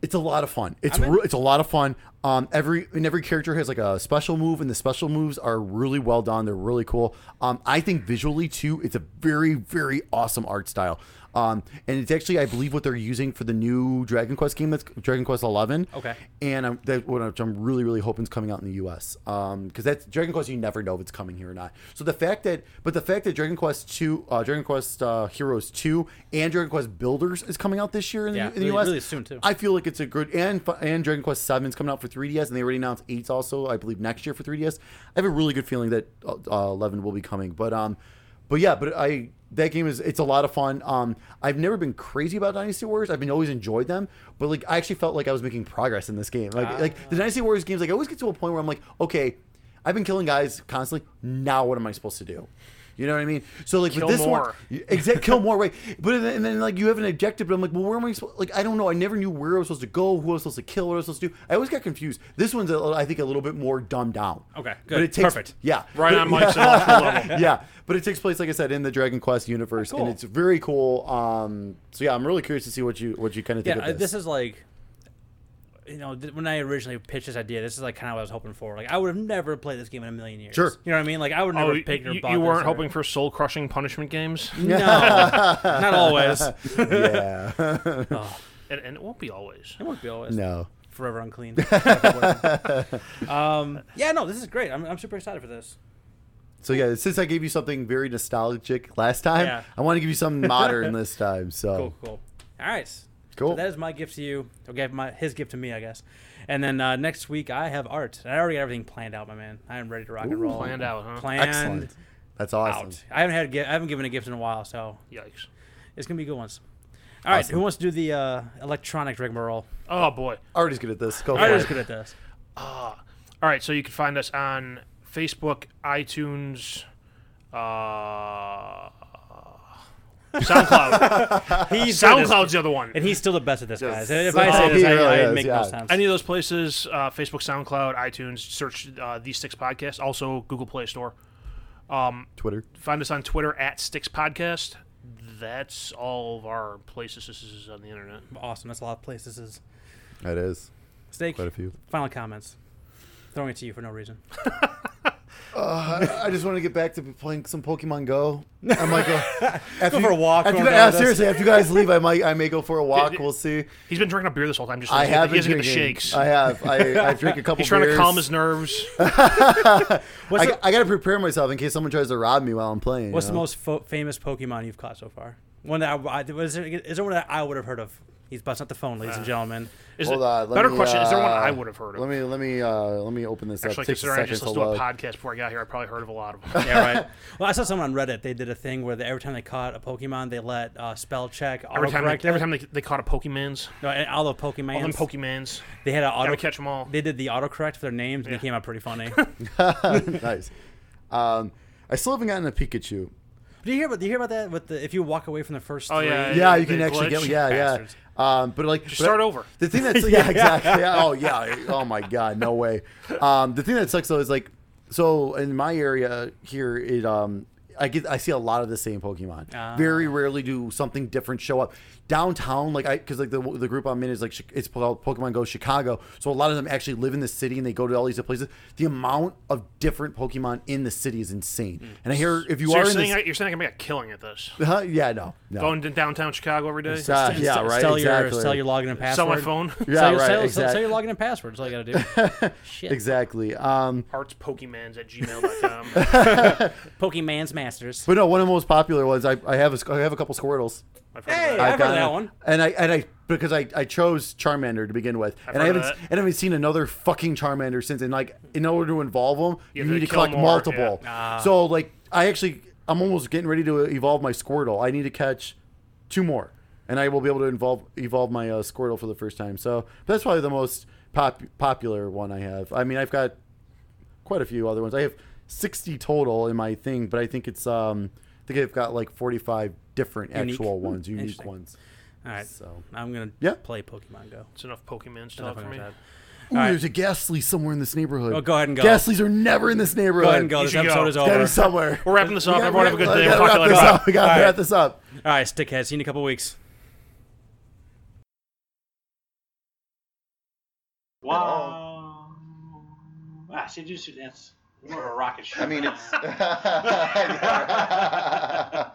[SPEAKER 5] It's a lot of fun. It's
[SPEAKER 4] I'm in.
[SPEAKER 5] re- it's a lot of fun. Um, every and every character has like a special move, and the special moves are really well done. They're really cool. Um, I think visually too, it's a very very awesome art style. Um, and it's actually I believe what they're using for the new Dragon Quest game that's Dragon Quest Eleven.
[SPEAKER 4] Okay.
[SPEAKER 5] And I'm, that, which I'm really really hoping is coming out in the U.S. because that's Dragon Quest. You never know if it's coming here or not. So the fact that but the fact that Dragon Quest two, uh, Dragon Quest uh, Heroes two, and Dragon Quest Builders is coming out this year in,
[SPEAKER 4] Yeah,
[SPEAKER 5] the, in the
[SPEAKER 4] really-
[SPEAKER 5] U.S.
[SPEAKER 4] really soon, too.
[SPEAKER 5] I feel like it's a good and and Dragon Quest Seven's coming out for 3DS, and they already announced eight's also, I believe, next year for 3DS. I have a really good feeling that uh, uh, eleven will be coming, but um, but yeah, but I that game is it's a lot of fun. Um, I've never been crazy about Dynasty Warriors. I've been always enjoyed them, but like I actually felt like I was making progress in this game. Like like the
[SPEAKER 6] Ah.
[SPEAKER 5] Dynasty Warriors games, like I always get to a point where I'm like, okay, I've been killing guys constantly. Now what am I supposed to do? You know what I mean? So like
[SPEAKER 6] Kill
[SPEAKER 5] with this one,
[SPEAKER 6] more.
[SPEAKER 5] Exact kill more, right? But then, and then like you have an objective, but I'm like, well, where am I supposed? Like, I don't know. I never knew where I was supposed to go, who I was supposed to kill, what I was supposed to do. I always got confused. This one's, a, I think, a little bit more dumbed down.
[SPEAKER 4] Okay,
[SPEAKER 5] But
[SPEAKER 4] good.
[SPEAKER 5] it takes,
[SPEAKER 4] Perfect.
[SPEAKER 5] Yeah,
[SPEAKER 6] Right
[SPEAKER 5] But-
[SPEAKER 6] on
[SPEAKER 5] [LAUGHS]
[SPEAKER 4] [LAUGHS]
[SPEAKER 6] Mike's intellectual level.
[SPEAKER 5] yeah, but it takes place, like I said, in the Dragon Quest universe,
[SPEAKER 4] cool.
[SPEAKER 5] and it's very cool. Um, so yeah, I'm really curious to see what you what you kind of think
[SPEAKER 4] Yeah, uh, I-
[SPEAKER 5] of this.
[SPEAKER 4] this is like, you know, th- when I originally pitched this idea, this is like kind of what I was hoping for. Like, I would have never played this game in a million years.
[SPEAKER 5] Sure.
[SPEAKER 4] You know what I mean? Like, I would never
[SPEAKER 6] you,
[SPEAKER 4] picked or
[SPEAKER 6] Oh, you-
[SPEAKER 4] bought
[SPEAKER 6] you
[SPEAKER 4] this
[SPEAKER 6] weren't
[SPEAKER 4] or-
[SPEAKER 6] hoping for soul crushing punishment games?
[SPEAKER 4] [LAUGHS] No,
[SPEAKER 6] [LAUGHS]
[SPEAKER 4] not always. It
[SPEAKER 5] [LAUGHS] yeah,
[SPEAKER 6] And, and it won't be always.
[SPEAKER 4] won't be always.
[SPEAKER 5] no, [LAUGHS]
[SPEAKER 4] Forever unclean. um, yeah, no, this is great. I'm, I'm super excited for this.
[SPEAKER 5] so yeah, since I gave you something very nostalgic last time,
[SPEAKER 4] Yeah.
[SPEAKER 5] I want to give you something modern this time.
[SPEAKER 4] Cool,
[SPEAKER 5] So
[SPEAKER 4] cool. All right.
[SPEAKER 5] Oh. Cool.
[SPEAKER 4] So that is my gift to you. Okay, my his gift to me, I guess. And then uh, next week I have art. And I already got everything planned out, my man. I am ready to rock and roll.
[SPEAKER 6] Planned out, huh?
[SPEAKER 4] Planned
[SPEAKER 5] excellent. That's awesome.
[SPEAKER 4] out. I haven't had a gi- I haven't given a gift in a while, so
[SPEAKER 6] Yikes.
[SPEAKER 4] it's gonna be good ones. All right,
[SPEAKER 5] Awesome.
[SPEAKER 4] who wants to do the uh, electronic rigmarole?
[SPEAKER 6] Oh, boy.
[SPEAKER 5] Artie's good at this. Go for
[SPEAKER 4] I
[SPEAKER 5] it.
[SPEAKER 4] was good
[SPEAKER 5] [LAUGHS]
[SPEAKER 4] at this.
[SPEAKER 6] All right, so you can find us on Facebook, iTunes,
[SPEAKER 4] [LAUGHS]
[SPEAKER 6] uh, SoundCloud.
[SPEAKER 4] He's good at this.
[SPEAKER 6] SoundCloud's the other one.
[SPEAKER 4] and he's still the best at this, guys. If
[SPEAKER 5] so-
[SPEAKER 4] I say this,
[SPEAKER 5] He
[SPEAKER 4] I,
[SPEAKER 5] really
[SPEAKER 4] I
[SPEAKER 5] is,
[SPEAKER 4] make
[SPEAKER 5] yeah.
[SPEAKER 4] no sense.
[SPEAKER 6] Any of those places, uh, Facebook, SoundCloud, iTunes, search uh, these six podcasts. Also, Google Play Store. Um,
[SPEAKER 5] Twitter.
[SPEAKER 6] Find us on Twitter at Sticks Podcast. That's all of our places this is on the internet.
[SPEAKER 4] awesome. That's a lot of places. Is
[SPEAKER 5] That is
[SPEAKER 4] steak.
[SPEAKER 5] quite a few.
[SPEAKER 4] Final comments. Throwing it to you for
[SPEAKER 5] [LAUGHS]
[SPEAKER 4] no reason.
[SPEAKER 5] I just want to get back to playing some Pokemon Go. I might [LAUGHS] go after
[SPEAKER 4] Go for a walk,
[SPEAKER 5] After you,
[SPEAKER 4] go down
[SPEAKER 5] yeah,
[SPEAKER 4] with us.
[SPEAKER 5] seriously, after you guys leave, I might I may go for a walk.
[SPEAKER 6] Dude,
[SPEAKER 5] We'll see.
[SPEAKER 6] He's been drinking a beer this whole time. Just
[SPEAKER 5] I
[SPEAKER 6] he doesn't
[SPEAKER 5] have been
[SPEAKER 6] get the
[SPEAKER 5] drinking.
[SPEAKER 6] shakes.
[SPEAKER 5] I have.
[SPEAKER 6] [LAUGHS]
[SPEAKER 5] I I drink a couple.
[SPEAKER 6] He's trying to calm
[SPEAKER 5] beers. [LAUGHS]
[SPEAKER 6] his nerves.
[SPEAKER 4] What's,
[SPEAKER 5] I,
[SPEAKER 4] the,
[SPEAKER 5] I gotta prepare myself in case someone tries to rob me while I'm playing.
[SPEAKER 4] what's
[SPEAKER 5] you
[SPEAKER 4] the
[SPEAKER 5] know?
[SPEAKER 4] most fo- famous Pokemon you've caught so far? One that I, I was there, is there one that I would have heard of? He's busting up the phone, ladies and
[SPEAKER 5] Uh.
[SPEAKER 4] gentlemen.
[SPEAKER 6] Is
[SPEAKER 5] Hold
[SPEAKER 6] it-
[SPEAKER 5] on, let
[SPEAKER 6] better
[SPEAKER 5] me,
[SPEAKER 6] question: Is there one
[SPEAKER 5] uh,
[SPEAKER 6] I would have heard of?
[SPEAKER 5] Let me let me uh, let me open this
[SPEAKER 6] Actually,
[SPEAKER 5] up. Takes a
[SPEAKER 6] considering I
[SPEAKER 5] second
[SPEAKER 6] just
[SPEAKER 5] to
[SPEAKER 6] listened to a
[SPEAKER 5] load.
[SPEAKER 6] podcast before I got here, I probably heard of a
[SPEAKER 5] [LAUGHS]
[SPEAKER 6] lot of them.
[SPEAKER 4] Yeah, right. well, I saw someone on Reddit. They did a thing where they, every time they caught a Pokemon, they let uh, spell check
[SPEAKER 6] every time,
[SPEAKER 4] autocorrect
[SPEAKER 6] they,
[SPEAKER 4] it.
[SPEAKER 6] every time they, they caught a Pokemans,
[SPEAKER 4] No, and all the Pokemon.
[SPEAKER 6] all them Pokemans,
[SPEAKER 4] they had an auto
[SPEAKER 6] gotta catch them all.
[SPEAKER 4] They did the autocorrect for their names, and it came out
[SPEAKER 6] [LAUGHS]
[SPEAKER 4] pretty funny.
[SPEAKER 5] [LAUGHS] nice. Um, I still haven't gotten a Pikachu.
[SPEAKER 4] do you hear about? Do you hear about that? With the if you walk away from the first
[SPEAKER 6] Oh,
[SPEAKER 4] three
[SPEAKER 6] yeah,
[SPEAKER 5] Yeah,
[SPEAKER 6] They-
[SPEAKER 5] you can
[SPEAKER 6] they
[SPEAKER 5] actually
[SPEAKER 6] glitch.
[SPEAKER 5] get. Yeah,
[SPEAKER 4] Bastards.
[SPEAKER 5] yeah. Um, but like,
[SPEAKER 6] just
[SPEAKER 5] but-
[SPEAKER 6] start over.
[SPEAKER 5] The thing that's yeah, exactly. Yeah, oh yeah. Oh my god, no way. Um, the thing that sucks though is like, so in my area here, it um, I get I see a lot of the same Pokemon.
[SPEAKER 4] Ah.
[SPEAKER 5] Very rarely do something different show up downtown. Like I because like the, the group I'm in is like Chi- it's called Pokemon Go Chicago. So a lot of them actually live in the city and they go to all these different places. The amount of different Pokemon in the city is insane. And I hear if you
[SPEAKER 6] So
[SPEAKER 5] are
[SPEAKER 6] you're
[SPEAKER 5] in
[SPEAKER 6] saying,
[SPEAKER 5] this,
[SPEAKER 6] I- you're saying I can make a killing at this.
[SPEAKER 5] [LAUGHS] Huh? yeah no no
[SPEAKER 6] Going to downtown Chicago every day. Sell
[SPEAKER 5] Oh. Uh, yeah right
[SPEAKER 4] Sell
[SPEAKER 5] exactly
[SPEAKER 4] your sell your login and password.
[SPEAKER 6] my phone.
[SPEAKER 5] [LAUGHS] yeah
[SPEAKER 4] sell, your-
[SPEAKER 5] right
[SPEAKER 4] sell,
[SPEAKER 5] exactly.
[SPEAKER 4] sell, sell your login and password. That's all you
[SPEAKER 5] [LAUGHS]
[SPEAKER 4] gotta do. Shit.
[SPEAKER 5] exactly um
[SPEAKER 6] Artspokemans
[SPEAKER 5] [LAUGHS]
[SPEAKER 6] at gmail.com.
[SPEAKER 4] Pokemon's Masters.
[SPEAKER 5] but no one of the most popular ones I, I have a, sc- I have a couple Squirtles
[SPEAKER 6] I've heard of
[SPEAKER 4] Hey,
[SPEAKER 6] that.
[SPEAKER 4] I've, heard
[SPEAKER 5] got-
[SPEAKER 4] of that one.
[SPEAKER 5] And I and I because I, I chose Charmander to begin with, and I
[SPEAKER 6] heard
[SPEAKER 5] haven't
[SPEAKER 6] of
[SPEAKER 5] s-
[SPEAKER 6] that.
[SPEAKER 5] and I haven't seen another fucking Charmander since. And like in order to involve them, you,
[SPEAKER 6] You have
[SPEAKER 5] need
[SPEAKER 6] to
[SPEAKER 5] to
[SPEAKER 6] kill
[SPEAKER 5] collect
[SPEAKER 6] more,
[SPEAKER 5] multiple.
[SPEAKER 4] yeah. Ah.
[SPEAKER 5] So like I actually I'm almost getting ready to evolve my Squirtle. I need to catch two more, and I will be able to involve evolve my uh, Squirtle for the first time. So that's probably the most pop, popular one I have. I mean I've got quite a few other ones. I have 60 total in my thing, but I think it's um I think I've got like 45 different
[SPEAKER 4] Unique.
[SPEAKER 5] actual
[SPEAKER 4] Hmm,
[SPEAKER 5] ones, unique
[SPEAKER 4] interesting.
[SPEAKER 5] ones.
[SPEAKER 4] All right,
[SPEAKER 5] So-
[SPEAKER 4] I'm gonna
[SPEAKER 5] Yeah.
[SPEAKER 4] play Pokemon Go.
[SPEAKER 6] It's enough Pokemans
[SPEAKER 4] Enough
[SPEAKER 6] talk for
[SPEAKER 4] about
[SPEAKER 6] me.
[SPEAKER 4] that.
[SPEAKER 5] Ooh,
[SPEAKER 4] All right.
[SPEAKER 5] there's a ghastly somewhere in this neighborhood.
[SPEAKER 4] Oh, go ahead and go.
[SPEAKER 5] Ghastlies are never in this neighborhood.
[SPEAKER 4] Go ahead and go.
[SPEAKER 6] You
[SPEAKER 4] This
[SPEAKER 6] should
[SPEAKER 4] episode
[SPEAKER 6] go.
[SPEAKER 4] is
[SPEAKER 5] Gotta be
[SPEAKER 4] over. All
[SPEAKER 5] somewhere.
[SPEAKER 6] We're wrapping this up. Everyone have a good day.
[SPEAKER 5] We
[SPEAKER 6] We'll talk to
[SPEAKER 5] gotta
[SPEAKER 6] you
[SPEAKER 5] wrap
[SPEAKER 6] later.
[SPEAKER 5] this
[SPEAKER 6] Bye.
[SPEAKER 5] up. We gotta
[SPEAKER 4] All right.
[SPEAKER 5] wrap this up.
[SPEAKER 4] right, stickhead. See you in a couple weeks.
[SPEAKER 2] Wow. Ah, see, dude should dance. More of a rocket ship.
[SPEAKER 1] I mean, it's.